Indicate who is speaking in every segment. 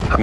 Speaker 1: I've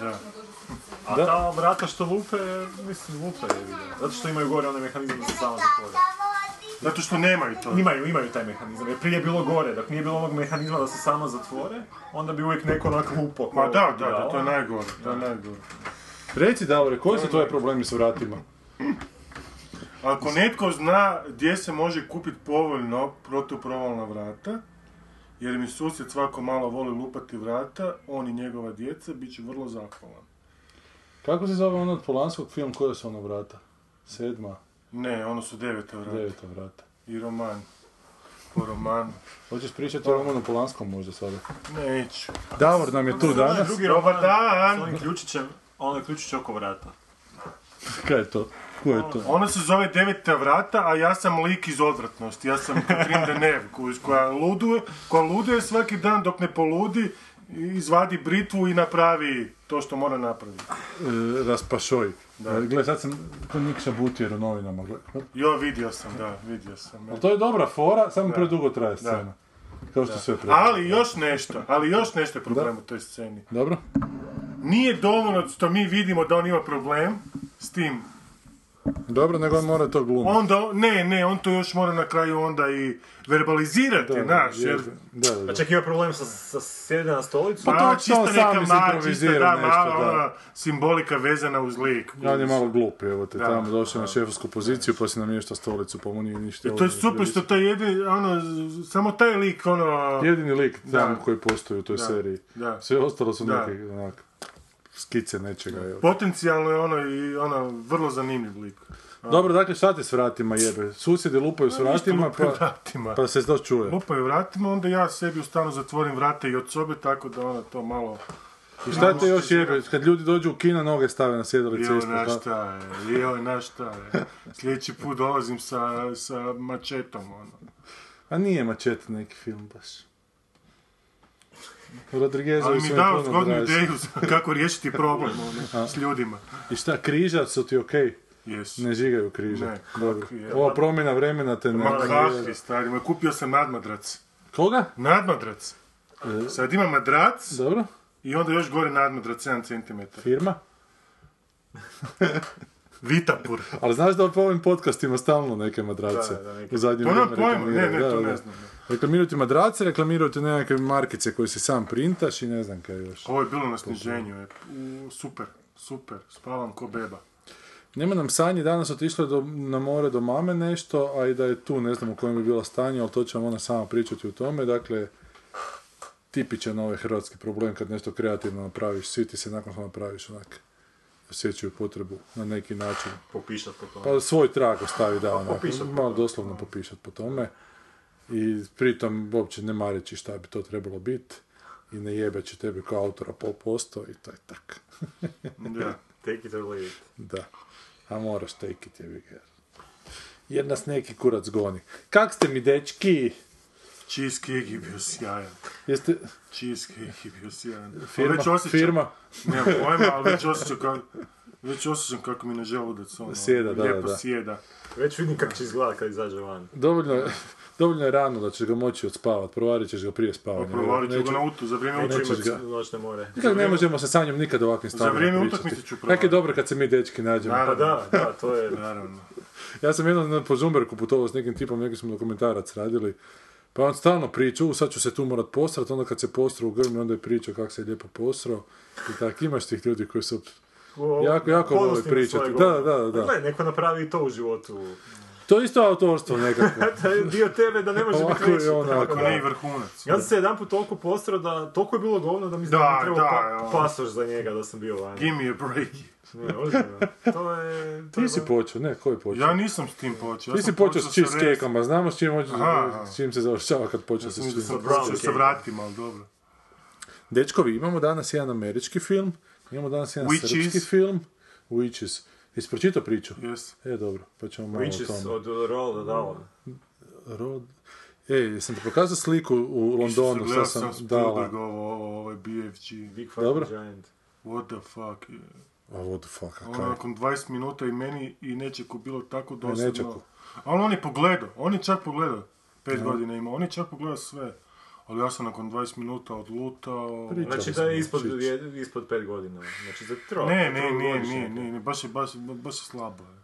Speaker 2: Da. A ta vrata što lupe, mislim lupe je vidio. Zato što imaju gore onaj mehanizam da se sama zatvore.
Speaker 3: Zato što nemaju to.
Speaker 2: Imaju, imaju taj mehanizam. Jer prije je bilo gore, dok nije bilo onog mehanizma da se sama zatvore, onda bi uvijek neko onak lupo.
Speaker 3: Ma da, da, da, to je najgore, to je najgore.
Speaker 4: Reci Davore, koji su tvoji problemi s vratima?
Speaker 3: Ako netko zna gdje se može kupiti povoljno protuprovalna vrata, jer mi susjed svako malo voli lupati vrata, on i njegova djeca bit će vrlo zahvalan.
Speaker 4: Kako se zove ono od Polanskog film, koja su ono vrata? Sedma,
Speaker 3: Ne, ono su deveta vrata.
Speaker 4: deveta vrata.
Speaker 3: I roman. Po romanu.
Speaker 4: Hoćeš pričati o Romanu ono Polanskom možda sada?
Speaker 3: Neću.
Speaker 4: Davor nam je tu
Speaker 2: Onaj
Speaker 4: danas.
Speaker 2: drugi
Speaker 3: Dobar
Speaker 2: roman
Speaker 3: dan.
Speaker 2: s onim ključićem,
Speaker 3: ono
Speaker 2: onaj ključić oko vrata.
Speaker 4: Kaj je to? Ko je to?
Speaker 3: Ona se zove Deveta vrata, a ja sam lik iz odvratnosti. Ja sam Katrin Denev, kojiš, koja luduje, koja luduje svaki dan dok ne poludi, i izvadi britvu i napravi to što mora napraviti.
Speaker 4: E, raspašoj. Da. Gle, sad sam kod Nikša Butijer u novinama. gle.
Speaker 3: Jo, vidio sam, da, vidio sam.
Speaker 4: Ali to je dobra fora, samo predugo traje scena. Kao što sve prije.
Speaker 3: Ali još nešto, ali još nešto je problem u toj sceni.
Speaker 4: Dobro?
Speaker 3: Nije dovoljno što mi vidimo da on ima problem s tim.
Speaker 4: Dobro, nego on mora to glumiti.
Speaker 3: Onda, ne, ne, on to još mora na kraju onda i verbalizirati, znaš, jer...
Speaker 4: Da, da, da.
Speaker 2: Pa Čak ima problem sa, sa sjede na stolicu.
Speaker 4: Pa
Speaker 3: A,
Speaker 4: to
Speaker 3: čista
Speaker 4: on
Speaker 3: neka
Speaker 4: sam
Speaker 3: mar, čista
Speaker 4: izimprovizira
Speaker 3: da,
Speaker 4: nešto,
Speaker 3: mala
Speaker 4: da.
Speaker 3: ona simbolika vezana uz lik.
Speaker 4: On je malo glup, evo te,
Speaker 3: Pa- Da,
Speaker 4: tamo došao na
Speaker 3: da.
Speaker 4: šefovsku poziciju, pa si namješta stolicu, pa mu nije ništa.
Speaker 3: I to je super što to jedini, ono, z- samo taj lik, ono...
Speaker 4: Jedini lik
Speaker 3: Da.
Speaker 4: tamo koji postoji u toj seriji.
Speaker 3: da.
Speaker 4: Sve ostalo su
Speaker 3: Da.
Speaker 4: neke, onak, skice nečega, evo.
Speaker 3: Potencijalno je ono i ono, vrlo zanimljiv lik.
Speaker 4: Dobro, dakle, šta te s vratima jebe? Susjedi lupaju s vratima,
Speaker 3: lupaju
Speaker 4: pa,
Speaker 3: vratima.
Speaker 4: pa se to čuje.
Speaker 3: Lupaju vratima, onda ja sebi u stanu zatvorim vrata i od sobe, tako da ono to malo...
Speaker 4: I šta te još jebe? Kad ljudi dođu u kino, noge stave na sjedalice
Speaker 3: Joj,
Speaker 4: ispod.
Speaker 3: na
Speaker 4: ha?
Speaker 3: šta je, joj, na šta je. Sljedeći put dolazim sa, sa mačetom, ono.
Speaker 4: A nije mačet neki film baš. Rodrigezovi
Speaker 3: Ali
Speaker 4: su
Speaker 3: mi
Speaker 4: mi
Speaker 3: dao
Speaker 4: puno
Speaker 3: zgodnu
Speaker 4: draži.
Speaker 3: ideju za kako riješiti problem ono, s ljudima.
Speaker 4: I šta, križa su ti okej?
Speaker 3: Jesu.
Speaker 4: Ne žigaju križa.
Speaker 3: Ne, kako
Speaker 4: Dobro.
Speaker 3: je.
Speaker 4: Ova promjena vremena te ne...
Speaker 3: Ma kakvi, stari, ma kupio sam nadmadrac.
Speaker 4: Koga?
Speaker 3: Nadmadrac. Sad ima madrac
Speaker 4: Dobro.
Speaker 3: i onda još gore nadmadrac 7 cm.
Speaker 4: Firma?
Speaker 3: Vitapur.
Speaker 4: Ali znaš da po ovim podcastima stalno neke madrace.
Speaker 3: Da, da, neke.
Speaker 4: u zadnje
Speaker 3: To nemam
Speaker 4: vrijeme
Speaker 3: pojma, ne, ne,
Speaker 4: reklamiraju.
Speaker 3: to ne znam,
Speaker 4: Reklamiraju ti madrace, reklamiraju ti nekakve markice koje si sam printaš i ne znam kaj još.
Speaker 3: Ovo je bilo na sniženju, je. U, super, super, spavam ko beba.
Speaker 4: Nema nam Sanji danas otišla je do, na more do mame nešto, a i da je tu, ne znam u kojem je bila stanje, ali to će vam ona sama pričati u tome. Dakle, tipičan ovaj hrvatski problem kad nešto kreativno napraviš, svi ti se nakon što napraviš onak osjećaju potrebu na neki način.
Speaker 2: Popišat po tome.
Speaker 4: Pa svoj trag ostavi da onak, malo doslovno popišat po tome. I pritom uopće ne mareći šta bi to trebalo biti i ne jebeći tebe kao autora pol posto i to je tak.
Speaker 3: Da.
Speaker 2: Take it or leave it.
Speaker 4: Da. A moraš tekit je jer... Jer nas neki kurac goni. Kak ste mi, dečki?
Speaker 3: Cheesecake je bio sjajan.
Speaker 4: Jeste...
Speaker 3: Cheesecake je bio sjajan. A
Speaker 4: Firma,
Speaker 3: već osjećam,
Speaker 4: firma.
Speaker 3: Nemam pojma, ali već osjećam kako... Već osjećam kako mi na želudac ono,
Speaker 4: Sjeda, da,
Speaker 3: lijepo
Speaker 4: da.
Speaker 3: sjeda.
Speaker 2: Već vidim kako će izgledat kad izađe van.
Speaker 4: Dovoljno je, dovoljno je rano da ćeš ga moći odspavat. Provarit ćeš ga prije spavanja.
Speaker 3: Pa Provarit ću
Speaker 4: Neće-
Speaker 3: ga na utu za vrijeme
Speaker 4: Neću
Speaker 3: utakmice.
Speaker 4: ga.
Speaker 2: Noćne more.
Speaker 4: Nikak ne možemo sa sanjem nikad ovakvim stavima
Speaker 3: vrijeme utakmice ću provarit.
Speaker 4: Kak je dobro kad se mi dečki nađemo.
Speaker 3: Naravno.
Speaker 2: Pa da, da, to je...
Speaker 3: Naravno.
Speaker 4: Ja sam jednom na- po Zumberku putovao s nekim tipom, neki smo dokumentarac radili. Pa on stalno priča, u sad ću se tu morat posrat, onda kad se posrao u grmi, onda je pričao kako se je lijepo posrao. I tak, imaš tih ljudi koji su...
Speaker 2: O,
Speaker 4: Jako, jako
Speaker 2: ponosni Pa
Speaker 4: vole
Speaker 2: na
Speaker 4: pričati.
Speaker 2: svoje
Speaker 4: Da,
Speaker 2: govore.
Speaker 4: da, da.
Speaker 2: Gle, neko napravi i to u životu.
Speaker 4: To je isto autorstvo nekako.
Speaker 2: To je dio tebe da ne može
Speaker 4: Ovako
Speaker 2: biti
Speaker 4: i
Speaker 2: veći.
Speaker 4: onako.
Speaker 3: Ako ne i vrhunac.
Speaker 2: Ja sam se jedan put toliko postrao da toliko je bilo govno da mi
Speaker 3: Da,
Speaker 2: da,
Speaker 3: da,
Speaker 2: trebao
Speaker 3: ono.
Speaker 2: pa, pasoš za njega da sam bio vani.
Speaker 3: Give me a break.
Speaker 2: Ne, ozbiljno. To je... To
Speaker 4: Ti
Speaker 2: je ono-
Speaker 4: si
Speaker 2: baš-
Speaker 4: počeo, ne, ko je počeo?
Speaker 3: Ja nisam s tim počeo. Ja
Speaker 4: Ti si
Speaker 3: sam
Speaker 4: počeo s
Speaker 3: sa rest-
Speaker 4: cheesecakeama, znamo s čim, hoću-
Speaker 3: Aha, aha.
Speaker 4: s čim se završava kad počeo sa
Speaker 3: Mislim da sam
Speaker 4: cheesecake.
Speaker 2: brown
Speaker 3: počeo sa
Speaker 2: cake.
Speaker 3: vratima, ali dobro.
Speaker 4: Dečkovi, imamo danas jedan američki film Imamo danas jedan
Speaker 3: Witches.
Speaker 4: srpski film, Witches. Jesi pročitao priču?
Speaker 3: Jes.
Speaker 4: E, dobro, pa ćemo malo o
Speaker 2: Witches
Speaker 4: tome.
Speaker 2: od ono, Rola Dala.
Speaker 4: Rod... E, jesam ti pokazao sliku u Londonu,
Speaker 3: Gledao
Speaker 4: sad
Speaker 3: sam
Speaker 4: sam dala.
Speaker 3: Spielberg ovo, ovo, ovaj BFG.
Speaker 2: Big
Speaker 4: Dobro.
Speaker 2: fucking giant.
Speaker 3: What the fuck je.
Speaker 4: A what the fuck, a
Speaker 3: Ono
Speaker 4: kaj?
Speaker 3: nakon 20 minuta i meni i Nečeku bilo tako dosadno.
Speaker 4: Nečeku.
Speaker 3: Ali on je pogledao, on je čak pogledao. Pet godina ima, on je čak pogledao sve. Ali ja sam nakon 20 minuta odlutao.
Speaker 4: Priča.
Speaker 2: Znači da je ispod, jed- ispod pet godina. Znači za
Speaker 4: Pa
Speaker 2: tro.
Speaker 3: Ne, ne, ne, ne,
Speaker 2: trogodišnjaka.
Speaker 3: ne, ne, baš je, baš, baš je slabo. je.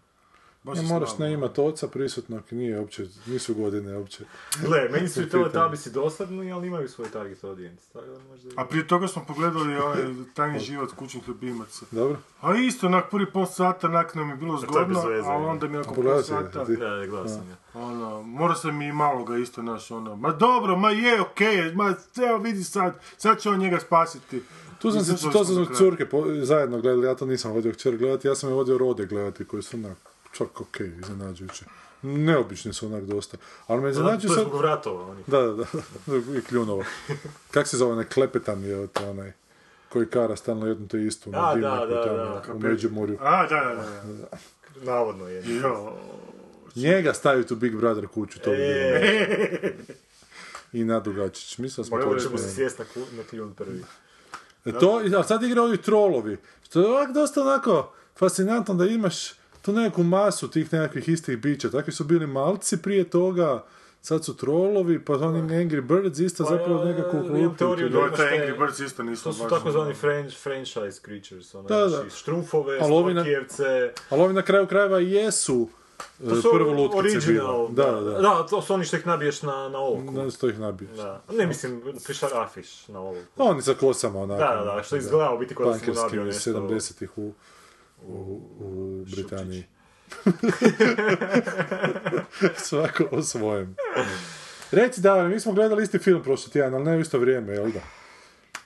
Speaker 3: Baš
Speaker 4: Ne
Speaker 3: je
Speaker 4: moraš
Speaker 2: ono-
Speaker 3: slabo.
Speaker 4: ne imat oca prisutnog, nije uopće, nisu godine uopće.
Speaker 2: Gle, meni su i
Speaker 4: Pitanje.
Speaker 2: teletabisi dosadni, ali imaju svoj target audience. Tako da možda...
Speaker 3: A prije toga smo pogledali onaj tajni
Speaker 4: Pa.
Speaker 3: život kućnih ljubimaca.
Speaker 4: Dobro?
Speaker 3: A isto, nak prvi pol sata, nak nam je bilo
Speaker 2: E, je bez
Speaker 3: zgodno,
Speaker 2: veze,
Speaker 3: ali
Speaker 2: je.
Speaker 3: onda mi nakon
Speaker 4: Pogledao
Speaker 3: pol
Speaker 4: si ga,
Speaker 3: sata,
Speaker 4: ti?
Speaker 2: Da, da, gledao sam ja.
Speaker 3: ono, mora sam i maloga isto naš, ono, ma dobro, ma je, okej, ma, evo vidi sad, sad će on njega spasiti.
Speaker 4: Tu sam se,
Speaker 3: Izašli smo
Speaker 4: to sam
Speaker 3: do
Speaker 4: zbog
Speaker 3: kraja.
Speaker 4: curke po- zajedno gledali, ja to nisam vodio kćer gledati, ja sam je vodio rode gledati, koji su onak, čak okej, iznenađujući. Neobični su onak dosta. Ali me
Speaker 2: Znači,
Speaker 4: iznenađuju
Speaker 2: to je
Speaker 4: sad...
Speaker 2: zbog vratova oni.
Speaker 4: Da, da, da, i kljunova. Kak se zove, onaj klepetan je to onaj, koji kara stalno jednu te istu.
Speaker 2: Da,
Speaker 4: onaj
Speaker 2: da,
Speaker 4: dimnjak
Speaker 2: da,
Speaker 4: u tome,
Speaker 2: da.
Speaker 4: U Međimurju.
Speaker 3: A, da, da, da, da.
Speaker 2: Navodno je.
Speaker 3: Jo,
Speaker 4: Njega staviti u Big Brother kuću, to bi bilo.
Speaker 2: E,
Speaker 4: I Nadu Gačić, mislim da smo
Speaker 2: evo
Speaker 4: to
Speaker 2: ćemo se
Speaker 4: rekli.
Speaker 2: sjest na, ku- na kljun prvi.
Speaker 4: E, To, a sad igra ovi trolovi, što je ovak dosta onako fascinantno da imaš tu neku masu tih nekakvih istih bića. Takvi su bili malci prije toga, sad su trolovi, pa oni Angry Birds isto
Speaker 2: Pa,
Speaker 4: zapravo
Speaker 2: ja,
Speaker 4: nekako
Speaker 2: imam
Speaker 4: uklopili.
Speaker 2: teoriju
Speaker 3: jo,
Speaker 2: Imaš
Speaker 3: taj
Speaker 2: te-
Speaker 3: Angry Birds isto nisu
Speaker 2: To su
Speaker 3: baš
Speaker 2: takozvani
Speaker 3: ono.
Speaker 2: franch- franchise creatures, ono,
Speaker 4: Da,
Speaker 2: znači,
Speaker 4: da.
Speaker 2: štrumfove,
Speaker 4: Ali ovi na-
Speaker 2: stokijevce,
Speaker 4: Ali ovi na kraju krajeva i jesu
Speaker 2: to
Speaker 4: e,
Speaker 2: su
Speaker 4: prvo lutkice
Speaker 2: original,
Speaker 4: bile. Da, da, da.
Speaker 2: to su oni što ih nabiješ na, na olovku.
Speaker 4: Ne znam što ih nabiješ.
Speaker 2: Da. Ne mislim, pišar afiš na olovku.
Speaker 4: Oni sa kosama onako.
Speaker 2: Da, da, da, što izgleda u biti kao da si mu
Speaker 4: Punkerski
Speaker 2: nabio
Speaker 4: iz
Speaker 2: nešto.
Speaker 4: 70-ih u, u, u Britaniji. Svako o svojem. Reci da, mi smo gledali isti film prošli tjedan, ali ne u isto vrijeme, jel da?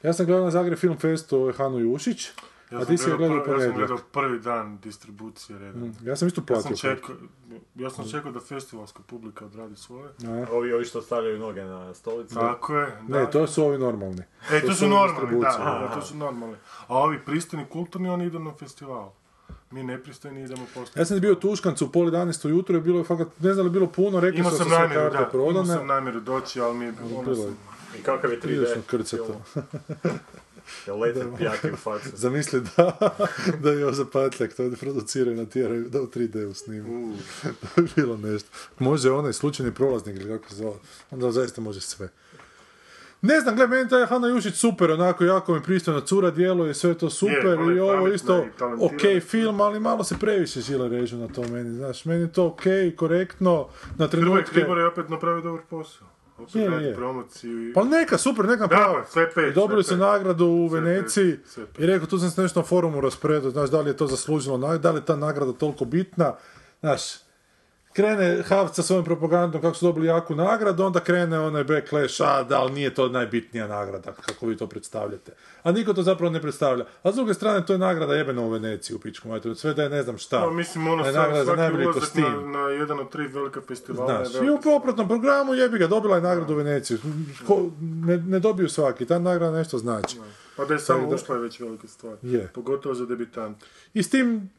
Speaker 4: Ja sam gledao na Zagreb Film Festu ovaj, Hanu Jušić,
Speaker 3: Ja
Speaker 4: a
Speaker 3: sam
Speaker 4: ti si je gledao Mm. u
Speaker 3: prvi- Ja sam
Speaker 4: ponedjeljak.
Speaker 3: gledao prvi dan distribucije redom.
Speaker 4: Ja sam isto
Speaker 3: Ja
Speaker 4: platio.
Speaker 3: sam, čekao, ja sam čekao da festivalska publika odradi svoje.
Speaker 2: Ovi, ovi što stavljaju noge na stolicu.
Speaker 3: Tako je, da.
Speaker 4: Ne, to su ovi normalni.
Speaker 3: E, to,
Speaker 4: to
Speaker 3: su,
Speaker 4: su
Speaker 3: normalni, da,
Speaker 4: distribucije.
Speaker 3: da, to su normalni. A ovi pristojni kulturni, oni idu na festival. Mi nepristojni idemo poslije.
Speaker 4: Ja sam bio u Tuškancu u pol 11 ujutro, je bilo je fakat, ne znam li je bilo puno, rekli
Speaker 3: Imao
Speaker 4: su da
Speaker 3: sam
Speaker 4: su sve
Speaker 3: namjeru,
Speaker 4: karte
Speaker 3: da, imao sam
Speaker 4: prodane.
Speaker 3: namjeru doći, ali mi je bilo ono
Speaker 4: bilo je.
Speaker 3: sam-
Speaker 2: I kakav je 3D
Speaker 4: Prilično krcato.
Speaker 2: film? Je lete pijake u facu.
Speaker 4: Zamisli da, da je Joza Patljak to produciraju na tjeraju, da u 3D-u snimu. to bi bilo nešto. Može onaj slučajni prolaznik ili kako se zove. Onda zaista može sve. Ne znam, gle, meni taj Hanna Jušić super, onako, jako mi pristojno cura djeluje, sve to super,
Speaker 3: Je, ona je
Speaker 4: i ovo
Speaker 3: pametna
Speaker 4: isto
Speaker 3: i talentirana.
Speaker 4: ok film, ali malo se previše žile režu na to meni, znaš, meni je to ok, korektno,
Speaker 3: Prvo
Speaker 4: na
Speaker 3: je
Speaker 4: trenutke,
Speaker 3: Kribor je opet napravio dobar posao. Opet
Speaker 4: Je,
Speaker 3: radi
Speaker 4: je.
Speaker 3: promociju i...
Speaker 4: pa neka, super, neka
Speaker 3: Da,
Speaker 4: prava.
Speaker 3: sve pet.
Speaker 4: I dobili
Speaker 3: sve
Speaker 4: su
Speaker 3: pet.
Speaker 4: nagradu u
Speaker 3: Sve
Speaker 4: Veneciji
Speaker 3: pet, sve pet.
Speaker 4: i rekao, tu sam se nešto na forumu raspredao, znaš, da li je to zaslužilo, na- da li je ta nagrada toliko bitna, znaš, krene Havc sa svojom propagandom kako su dobili jaku nagradu, onda krene onaj backlash, a da, ali nije to najbitnija nagrada, kako vi to predstavljate. A niko to zapravo ne predstavlja. A s druge strane, to je nagrada jebena u Veneciji u pičku materiju, sve da je ne znam šta.
Speaker 3: Pa, mislim, ono,
Speaker 4: Da je
Speaker 3: sam,
Speaker 4: nagrada za
Speaker 3: svaki
Speaker 4: najbolji
Speaker 3: ulazak na,
Speaker 4: kostim.
Speaker 3: na jedan od tri velika festivala. je
Speaker 4: Znaš, i u
Speaker 3: veliki-
Speaker 4: popratnom programu jebi ga, dobila je nagradu u Veneciju. Ko- ne, ne dobiju svaki, ta nagrada nešto znači.
Speaker 3: Pa da je samo
Speaker 4: Tako da-
Speaker 3: ušla je već velika stvar.
Speaker 4: Je.
Speaker 3: Pogotovo za debitante.
Speaker 4: I s tim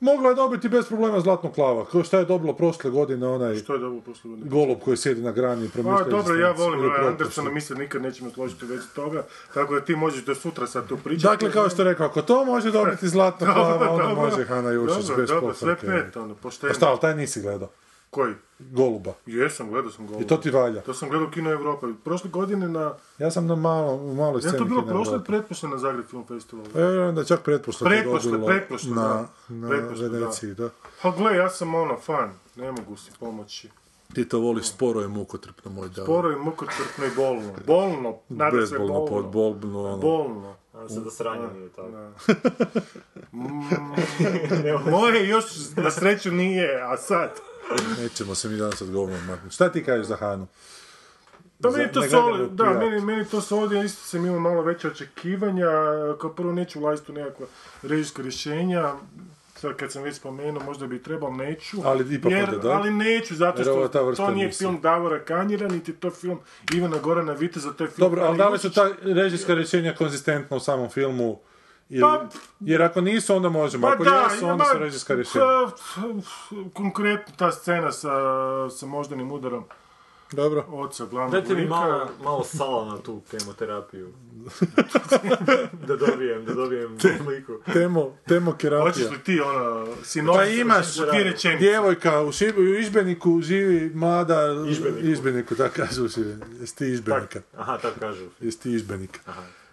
Speaker 4: mogla je dobiti bez problema zlatnu klava. Ko šta je dobilo prošle godine onaj
Speaker 3: Što je dobro posle godine?
Speaker 4: golub koji sjedi na grani i promišlja
Speaker 3: A, dobro, ja
Speaker 4: egzistenciju.
Speaker 3: volim
Speaker 4: Ili
Speaker 3: Roy
Speaker 4: protiv
Speaker 3: Andersona,
Speaker 4: su.
Speaker 3: mi se nikad nećemo složiti već toga, tako da ti možeš do sutra sad tu pričati.
Speaker 4: Dakle, kao što je rekao, ako to može dobiti zlatna klava, onda može Hana Jušić
Speaker 3: Dobro,
Speaker 4: bez
Speaker 3: dobro, sve
Speaker 4: popravke.
Speaker 3: pet, ono, pošteno.
Speaker 4: Pa šta, ali taj nisi gledao?
Speaker 3: Koji?
Speaker 4: Goluba.
Speaker 3: Jesam, gledao sam govor.
Speaker 4: I to ti valja.
Speaker 3: To sam gledao u Kino Evropa. Prošle godine na...
Speaker 4: Ja sam na malo, u maloj
Speaker 3: Je
Speaker 4: sceni.
Speaker 3: li to bilo
Speaker 4: Kina
Speaker 3: prošle ili
Speaker 4: Europe.
Speaker 3: pretpošle na Zagreb Film Festivalu?
Speaker 4: Ja vjerujem da je čak pretprošle to
Speaker 3: Pretprošle,
Speaker 4: dobilo
Speaker 3: pretprošle,
Speaker 4: na,
Speaker 3: da.
Speaker 4: na
Speaker 3: Pretprošle, da.
Speaker 4: Veneciji, da.
Speaker 3: Pa gle, ja sam ono, fan. Ne mogu si pomoći.
Speaker 4: Ti to voliš sporo je mukotrpno, moj da.
Speaker 3: Poro i mukotrpno i bolno. Bolno, nadam se
Speaker 4: Bezbolno,
Speaker 3: bolno.
Speaker 4: podbolno, ono.
Speaker 3: Bolno.
Speaker 2: Nadam se da sranje nije tako.
Speaker 3: Moje još na sreću nije, a sad.
Speaker 4: Nećemo se mi danas od govna maknuti. Šta ti kažeš za Hanu?
Speaker 3: Da,
Speaker 4: Za-
Speaker 3: meni to
Speaker 4: ne
Speaker 3: se ovdje,
Speaker 4: gledamo
Speaker 3: da,
Speaker 4: prijat.
Speaker 3: meni, meni to se ovdje, isto sam imao malo veće očekivanja, kao prvo neću ulaziti u nekakva režijska rješenja, sad kad sam već spomenuo, možda bi trebao, neću.
Speaker 4: Ali ipak
Speaker 3: jer,
Speaker 4: onda, da?
Speaker 3: Ali neću, zato
Speaker 4: Jer ovo
Speaker 3: što
Speaker 4: je ta vrsta
Speaker 3: to nije
Speaker 4: emisije.
Speaker 3: film Davora Kanjera, niti je to film Ivana Gorana Viteza, to je film...
Speaker 4: Dobro, ali da
Speaker 3: Kali
Speaker 4: li su ta režijska rješenja konzistentna u samom filmu Jer,
Speaker 3: Pa-
Speaker 4: jer ako nisu, onda možemo. Ako jesu, onda su
Speaker 3: ima-
Speaker 4: režijska rješenja.
Speaker 3: Konkretno ta scena sa, sa moždanim udarom
Speaker 4: Dobro.
Speaker 3: oca glavnog
Speaker 2: Dajte mi
Speaker 3: lika.
Speaker 2: malo, malo sala na tu kemoterapiju. da dobijem, da dobijem sliku.
Speaker 4: Temo, temo
Speaker 3: Hoćeš
Speaker 4: terapija.
Speaker 3: li ti ono, sinopsis?
Speaker 4: Pa imaš
Speaker 3: hoćeš li ti rečenice.
Speaker 4: Djevojka u, Šib- u Ižbeniku živi mlada...
Speaker 2: Ižbeniku.
Speaker 4: Ižbeniku, tako kažu u Šibeniku. Jesi ti Ižbenika?
Speaker 2: Aha, tako kažu.
Speaker 4: Jesi ti Ižbenika?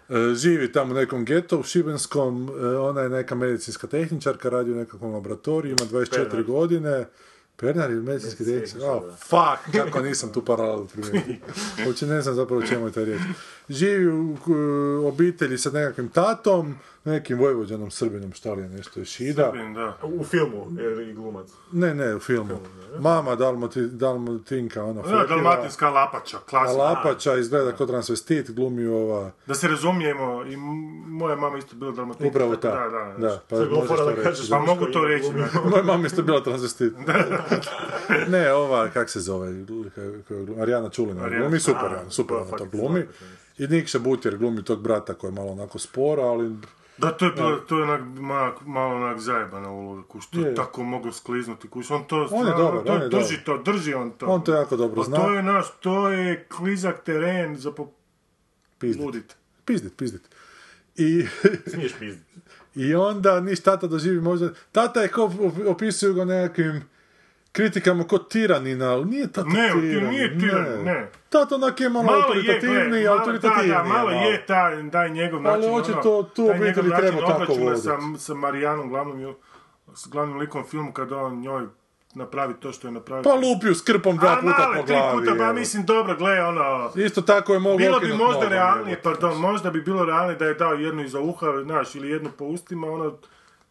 Speaker 4: E, živi tamo u nekom getu u Šibenskom, e, ona je neka medicinska tehničarka, radi u nekakvom laboratoriju, ima 24
Speaker 2: Pernar.
Speaker 4: godine. Pernar je medicinski
Speaker 2: Medicinski
Speaker 4: tehničar? Oh,
Speaker 2: tehničar, da.
Speaker 4: fuck, kako nisam tu paralelu primijetio. Uopće ne znam zapravo o čemu je ta riječ. Živi u k- obitelji sa nekakvim tatom, nekim vojvođanom Srbinom, šta li je nešto iz Šida.
Speaker 3: Da.
Speaker 2: U filmu, jer i glumac.
Speaker 4: Ne, ne, u filmu. Mama Dalmati, Dalmatinka, ona
Speaker 3: Da,
Speaker 4: Flekiva,
Speaker 3: dalmatinska lapača,
Speaker 4: a
Speaker 3: klasika.
Speaker 4: Lapača izgleda kao transvestit, glumi ova...
Speaker 3: Da se razumijemo, i m- moja mama isto bila dalmatinka.
Speaker 4: Upravo ta.
Speaker 3: Da, znači, da, da.
Speaker 4: pa
Speaker 2: Sad
Speaker 4: možeš to
Speaker 2: govorila da
Speaker 4: reći,
Speaker 2: kažeš
Speaker 4: da.
Speaker 3: Pa mogu to reći,
Speaker 4: Moja mama isto bila transvestit. ne, ova, kak se zove, ka- koja glumi, Arijana Čulina
Speaker 3: Arijana-
Speaker 4: glumi, super,
Speaker 2: A,
Speaker 4: ona, super
Speaker 2: to je
Speaker 4: ona to
Speaker 2: fakt
Speaker 4: glumi.
Speaker 2: slaba
Speaker 4: I Nikša Butir glumi tog brata koji je malo onako spora, ali
Speaker 3: Da, to je, bilo, to je onak, ma- malo onak zajebana uloga, kuš, to
Speaker 4: Je.
Speaker 3: je tako moglo skliznuti, kuš, on to,
Speaker 4: On je dobar,
Speaker 3: to
Speaker 4: on je
Speaker 3: drži to, drži on to.
Speaker 4: on to jako dobro
Speaker 3: Pa
Speaker 4: zna.
Speaker 3: to je naš, to je klizak teren za
Speaker 4: Pizdit,
Speaker 3: popludit.
Speaker 4: pizdit, pizdit. I,
Speaker 2: Smiješ pizdit.
Speaker 4: I onda niš tata doživi možda... Tata je ko opisuju ga nekakvim kritikama ko tiranina, ali nije tata
Speaker 3: Ne, on ti
Speaker 4: tiranin,
Speaker 3: nije tiranin, ne.
Speaker 4: Tata onak je malo,
Speaker 3: Malo je,
Speaker 4: autoritativni,
Speaker 3: gle,
Speaker 4: je,
Speaker 3: malo-
Speaker 4: autoritativni.
Speaker 3: da, da,
Speaker 4: je
Speaker 3: malo je taj, taj njegov
Speaker 4: Ali
Speaker 3: način,
Speaker 4: očito
Speaker 3: ono,
Speaker 4: tu
Speaker 3: taj njegov
Speaker 4: obitelji
Speaker 3: način
Speaker 4: treba tako
Speaker 3: obračuna sa,
Speaker 4: vodit.
Speaker 3: sa Marijanom, glavnom, ju- s glavnim likom filmu, kada on njoj napravi to što je napravio.
Speaker 4: Pa lupio s krpom dva
Speaker 3: A
Speaker 4: puta
Speaker 3: male,
Speaker 4: po
Speaker 3: tri
Speaker 4: glavi.
Speaker 3: puta, pa
Speaker 4: evo.
Speaker 3: mislim, dobro, gle, ono,
Speaker 4: Isto tako je mogao
Speaker 3: Bilo bi
Speaker 4: okinut
Speaker 3: možda
Speaker 4: nogom,
Speaker 3: realnije,
Speaker 4: evo.
Speaker 3: pardon, možda bi bilo realnije da je dao jednu iza uha, znaš, ili jednu po ustima, ono,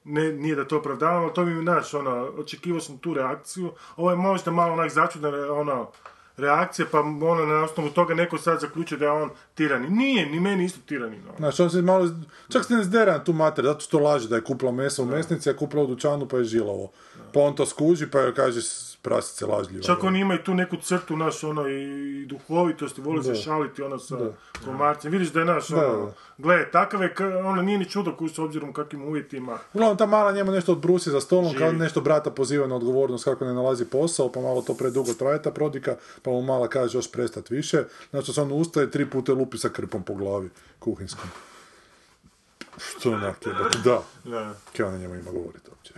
Speaker 3: ne, nije da to opravdavam, ali to mi, znaš, ono, očekivao sam tu reakciju, ovo je možda malo onak začudna, re- ono, reakcija, pa ono, na osnovu toga neko sad zaključio da je on tirani. Nije, ni meni isto tirani, no.
Speaker 4: Znaš, on se malo, čak se ne zdera na tu mater, zato što laže da je kupila meso u mesnici, a kupila u dućanu pa je žilovo. Pa on to skuži pa joj kaže "S- prasice lažljivo.
Speaker 3: Čak on ima i tu neku crtu, naš, ono, i duhovitosti, voli se šaliti, ono, sa komarcem. Vidiš da je, naš,
Speaker 4: da.
Speaker 3: ono, gle, takav je, ka- ono, nije ni čudo koji s obzirom u kakvim uvjetima.
Speaker 4: Uglavnom, ta mala njemu nešto odbrusi za stolom, kao nešto brata poziva na odgovornost kako ne nalazi posao, pa malo to predugo traje ta prodika, pa mu mala kaže još prestat više. Znači, se on ustaje, tri puta lupi sa krpom po glavi, kuhinskom. Što je onak jebote, da.
Speaker 2: Da.
Speaker 4: Kaj na njemu ima govoriti uopće.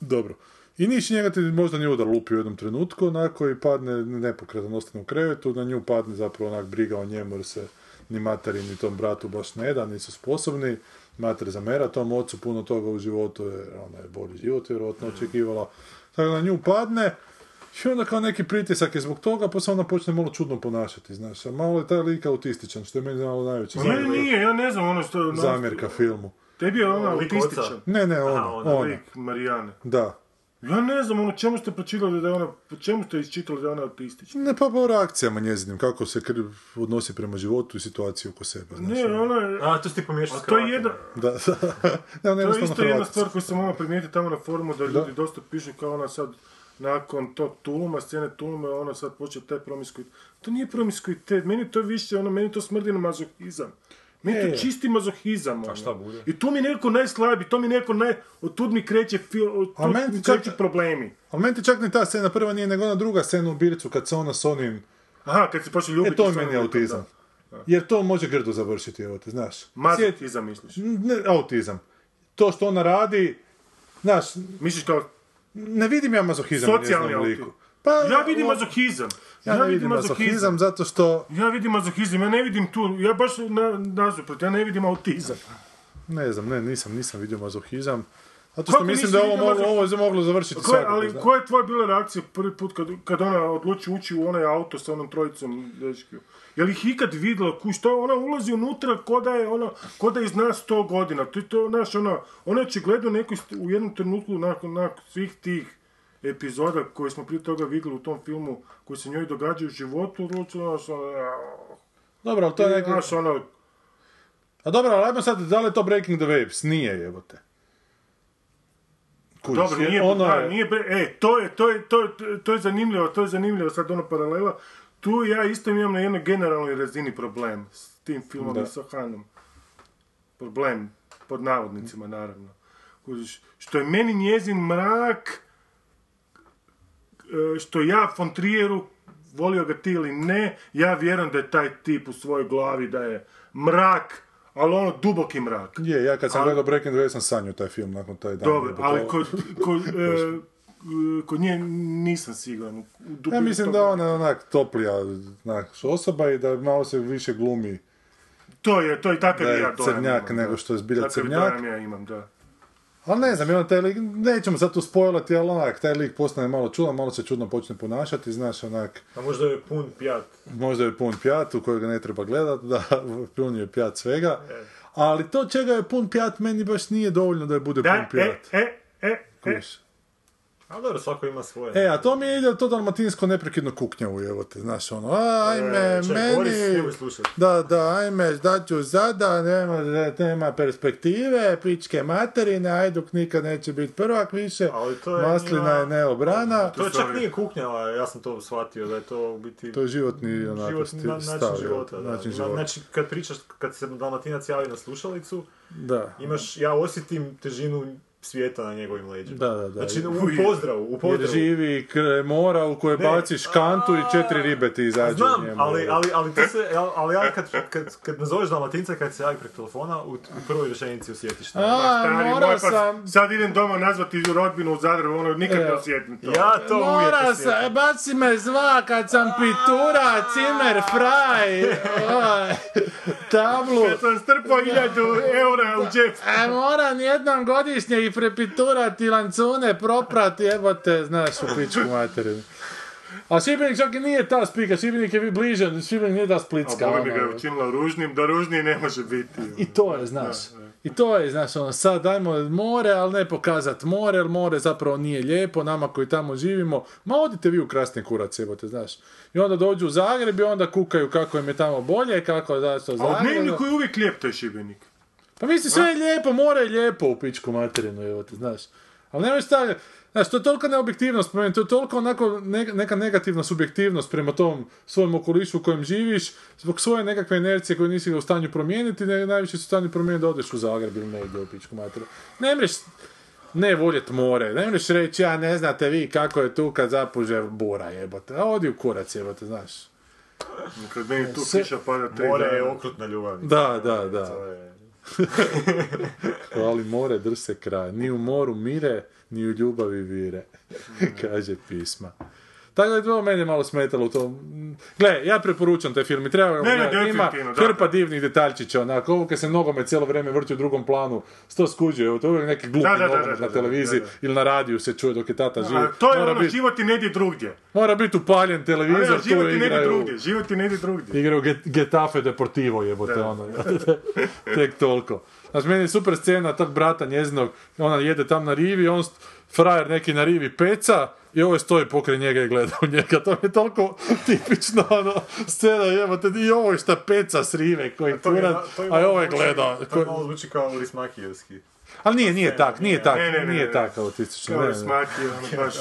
Speaker 4: Dobro. I niš njega ti možda ni udar lupi u jednom trenutku, onako i padne nepokretan, ostane u krevetu, na nju padne zapravo onak briga o njemu jer se ni materi ni tom bratu baš ne da, nisu sposobni. Mater zamera tom ocu puno toga u životu, jer ona je bolji život vjerojatno očekivala. Tako na nju padne, i onda kao neki pritisak je zbog toga, pa se ona počne malo čudno ponašati, znaš. A malo je taj lik autističan, što je meni malo najveći
Speaker 3: Pa Meni nije, ja ne znam ono što... ono-
Speaker 4: zamjerka filmu.
Speaker 3: Tebi je ono ona
Speaker 2: Lik
Speaker 3: autističan.
Speaker 2: oca.
Speaker 4: Ne, ne, ona,
Speaker 2: ona,
Speaker 4: ona,
Speaker 3: ono, Lik Marijane.
Speaker 4: da.
Speaker 3: Ja ne znam ono čemu ste pročitali da je ona, po čemu ste isčitali da je ono ona autistična.
Speaker 4: Ne, pa po reakcijama njezinim, kako se krv odnosi prema životu i situaciji oko sebe. znaš.
Speaker 3: Ne, ona je...
Speaker 2: A, to si ti pomiješao
Speaker 3: A
Speaker 2: s
Speaker 3: to
Speaker 2: kravatom,
Speaker 3: je jedna,
Speaker 4: Da, da. Ne,
Speaker 3: to je
Speaker 4: ona je jednostavno
Speaker 3: isto jedna
Speaker 4: Hrvatica.
Speaker 3: stvar koju sam ono primijetiti tamo na forumu da ljudi dosta pišu kao ona sad nakon tog Tuluma, scene Tuluma, ona sad počeo taj promiskuitet. To nije promiskuitet, meni to više, ono, meni to smrdi na mazohizam. Meni je
Speaker 4: Je.
Speaker 3: to čisti mazohizam, ono.
Speaker 2: šta bude?
Speaker 3: I tu mi neko najslabi, to mi neko naj... Od tud mi kreće, fil, od
Speaker 4: A
Speaker 3: tud
Speaker 4: meni
Speaker 3: mi
Speaker 4: čak-
Speaker 3: kreću problemi.
Speaker 4: Ali meni ti čak ni ta scena prva nije, nego ona druga scena u Bilicu kad se ona s onim...
Speaker 3: Aha, kad se počne ljubiti...
Speaker 4: E, to je
Speaker 3: s onim
Speaker 4: meni
Speaker 3: likom,
Speaker 4: autizam.
Speaker 3: da.
Speaker 4: Jer to može grdo završiti, evo te, znaš. Sjeti-
Speaker 3: Mazohizam, misliš?
Speaker 4: Ne, autizam. To što ona radi, znaš,
Speaker 3: Misliš kao
Speaker 4: ne vidim ja mazohizam u
Speaker 3: Socijalni
Speaker 4: njezinom
Speaker 3: auti-
Speaker 4: liku. Pa,
Speaker 3: Ja vidim
Speaker 4: o-
Speaker 3: mazohizam.
Speaker 4: Ja, ne vidim mazohizam zato što...
Speaker 3: Ja vidim mazohizam, ja ne vidim tu, ja baš na, nasuprot, ja ne vidim autizam.
Speaker 4: Ne znam, ne, nisam, nisam vidio mazohizam. Zato što
Speaker 3: Kako nisi
Speaker 4: mislim da ovo,
Speaker 3: vidio
Speaker 4: moglo,
Speaker 3: mazohizam?
Speaker 4: ovo je moglo završiti
Speaker 3: Ko je-
Speaker 4: svakako,
Speaker 3: ali
Speaker 4: znaš.
Speaker 3: koja je tvoja bila reakcija prvi put kad, kad ona odluči ući u onaj auto sa onom trojicom dečkiju? Je li ih ikad vidjela ku što ona ulazi unutra ko da je ona ko da je iz nas 100 godina. To je to naš ona ona je očigledno neko ist- u jednom trenutku nakon, nakon svih tih epizoda koje smo prije toga vidjeli u tom filmu koji se njoj događaju u životu odlučila ono, naš ona
Speaker 4: Dobro, ali to je neki...
Speaker 3: naš ona
Speaker 4: A dobro, ali ajmo sad, da li je to Breaking the Waves? Nije, jebote. Kužiš,
Speaker 3: Dobro,
Speaker 4: jer
Speaker 3: nije,
Speaker 4: ono
Speaker 3: da,
Speaker 4: je-
Speaker 3: nije bre- e, to je, to je, to je, to je zanimljivo, to je zanimljivo sad ono paralela. Tu ja isto imam na jednoj generalnoj razini problem s tim filmom
Speaker 4: Da.
Speaker 3: i sa Hanom. Problem. pod navodnicima naravno. Kužiš, što je meni njezin mrak, e, što ja von Trieru, volio ga ti ili ne, ja vjerujem da je taj tip u svojoj glavi da je mrak, ali ono duboki mrak.
Speaker 4: Je, ja kad sam
Speaker 3: Ali-
Speaker 4: gledao Breaking Bad sam sanjao taj film nakon taj dan.
Speaker 3: Dobro,
Speaker 4: Gotovo.
Speaker 3: ali kod, kod, e, kod nje nisam siguran. U dubini
Speaker 4: Ja mislim
Speaker 3: tog-
Speaker 4: da ona je onak toplija onak, osoba i da malo se više glumi
Speaker 3: To je, to je takav
Speaker 4: da
Speaker 3: i
Speaker 4: je
Speaker 3: ja dojam
Speaker 4: crnjak
Speaker 3: imam,
Speaker 4: nego
Speaker 3: da.
Speaker 4: što je zbilja
Speaker 3: Takav
Speaker 4: crnjak.
Speaker 3: dojam ja imam, da.
Speaker 4: Ali ne znam, i on taj lik, nećemo sad tu spojlati, ali onak, taj lik postane malo čudan, malo se čudno počne ponašati, znaš, onak,
Speaker 2: A možda je pun pijat.
Speaker 4: možda je pun pjat u kojega ne treba gledat, da, pun je pjat svega, ali to čega je pun pjat meni baš nije dovoljno da je bude
Speaker 3: Da,
Speaker 4: pun
Speaker 3: e,
Speaker 4: pjat.
Speaker 3: e, e, e.
Speaker 4: kužiš.
Speaker 2: A dobro, svako ima svoje.
Speaker 4: E, a to mi ide to dalmatinsko neprekidno kuknjavu, evo te, znaš, ono, a, ajme,
Speaker 2: E, čekaj, Boris, nemoj
Speaker 4: meni,
Speaker 2: slušat.
Speaker 4: da, da, ajme, da ću zada, nema, nema perspektive, pičke materine, Ajduk nikad neće biti prvak više,
Speaker 2: Ali to je
Speaker 4: Maslina
Speaker 2: njima-
Speaker 4: je neobrana,
Speaker 2: to čak
Speaker 3: sorry.
Speaker 2: nije kuknjava, ja sam to shvatio, da je to u biti...
Speaker 4: to je životni, onako,
Speaker 2: život,
Speaker 4: sti-
Speaker 2: na, način
Speaker 4: stav, jel,
Speaker 2: života, da.
Speaker 4: način
Speaker 2: Na-
Speaker 4: života.
Speaker 2: Znači, kad pričaš, kad se Dalmatinac javi na slušalicu,
Speaker 4: da.
Speaker 2: imaš, ja osjetim težinu svijeta na njegovim leđima.
Speaker 4: Da, da, da.
Speaker 2: Znači, u pozdravu, u pozdravu.
Speaker 4: Jer živi kraj mora u koje
Speaker 2: Ne,
Speaker 4: baciš kantu i četiri
Speaker 2: a-
Speaker 4: ribe ti izađu u
Speaker 2: Znam,
Speaker 4: njemu.
Speaker 2: ali, ali, ali, to se, al- ali ja kad, kad, kad nazoveš Dalmatinca, kad se javi preko telefona, u, u prvoj rečenici osjetiš to.
Speaker 4: A,
Speaker 3: Stari moj,
Speaker 4: morao
Speaker 3: pa
Speaker 4: sam, E.
Speaker 3: sad idem doma nazvati rodbinu u Zadru, ono, nikad ne
Speaker 4: Evo.
Speaker 3: osjetim to.
Speaker 2: Ja to uvijek
Speaker 4: Mora
Speaker 2: osjetim.
Speaker 4: se, baci me zva kad sam pitura, cimer, fraj, oj, tablu.
Speaker 3: Kad sam strpao iljadu eura u džep.
Speaker 4: E, moram jednom godišnje i prepiturati lancune, proprati, evo te, znaš, u pičku materinu. A Šibenik čak i nije ta spika, Šibenik je bliže, Šibenik nije ta splitska.
Speaker 3: A boli bi
Speaker 4: ono.
Speaker 3: ga učinila ružnim, da ružniji ne može biti. ono.
Speaker 4: I to je, znaš. I to je, znaš, ono, sad dajmo more, ali ne pokazat more, jer more zapravo nije lijepo, nama koji tamo živimo, ma odite vi u krasni kurac, evo te, znaš. I onda dođu u Zagreb i onda kukaju kako im je tamo bolje, kako je, znaš, to
Speaker 3: A u
Speaker 4: Zagreb.
Speaker 3: dnevniku je uvijek lijep taj šibenik.
Speaker 4: Pa mislim, sve je lijepo, more je lijepo u pičku materinu, evo te, znaš. Ali nemoj stavljati, znaš, to je tolika neobjektivnost po meni, to je toliko onako ne- neka negativna subjektivnost prema tom svojem okolišu u kojem živiš, zbog svoje nekakve inercije koju nisi u stanju promijeniti, ne, najviše si u stanju promijeniti da odeš u Zagreb ili negdje u pičku materinu. Ne mreš ne voljet more, ne mreš reći, ja ne znate vi kako je tu kad zapuže bura jebote, a odi u kurac jebote, znaš.
Speaker 3: Kad meni tu
Speaker 4: E, Sve-
Speaker 3: kiša pada tri
Speaker 2: More je
Speaker 3: dana.
Speaker 2: okrutna ljubav.
Speaker 4: Da, da, da.
Speaker 2: To je-
Speaker 4: Ali more drse kraj, ni u moru mire, ni u ljubavi vire, kaže pisma. Tako da je to mene malo smetalo u tom. Gle, ja preporučam te film i treba ga
Speaker 3: Ne, ne,
Speaker 4: pogledati. Ima
Speaker 3: definitivno, dakle. da,
Speaker 4: hrpa divnih detaljčića, onako, ovo kad se nogome cijelo vrijeme vrti u drugom planu, sto skuđuje, evo, to je uvijek neki glupi
Speaker 3: Da, da, da,
Speaker 4: nogomet
Speaker 3: da, da,
Speaker 4: na
Speaker 3: da,
Speaker 4: televiziji
Speaker 3: da, da.
Speaker 4: ili na radiju se čuje dok je tata živ.
Speaker 3: A to je
Speaker 4: mora,
Speaker 3: ono,
Speaker 4: biti,
Speaker 3: život i ne ide drugdje.
Speaker 4: mora biti upaljen
Speaker 3: Ali
Speaker 4: televizor, tu
Speaker 3: život i ne ide
Speaker 4: igraju,
Speaker 3: drugdje, život i ne ide drugdje.
Speaker 4: igraju Get- Getafe Deportivo, jebote, ono, tek toliko. Znači, meni je super scena tog brata njezinog, ona jede tam na rivi, on, st- frajer neki na rivi peca, i ovo stoji pokraj njega i gleda u njega. To mi je toliko tipično ono, scena, jebote, i ovo je šta peca s rive, koji
Speaker 2: to mi je-
Speaker 4: kurat,
Speaker 2: to mi
Speaker 4: a i
Speaker 2: malo
Speaker 4: ovo je
Speaker 2: zvuči-
Speaker 4: gleda.
Speaker 2: To mi
Speaker 4: koji-
Speaker 2: malo zvuči kao Lis Makijevski.
Speaker 4: Ali nije, nije tak, nije tak,
Speaker 3: ne, ne, ne,
Speaker 4: nije
Speaker 3: ne.
Speaker 4: tak autistično.
Speaker 3: Kao
Speaker 4: ne,
Speaker 3: je
Speaker 4: ne.
Speaker 3: smaki, ono baš...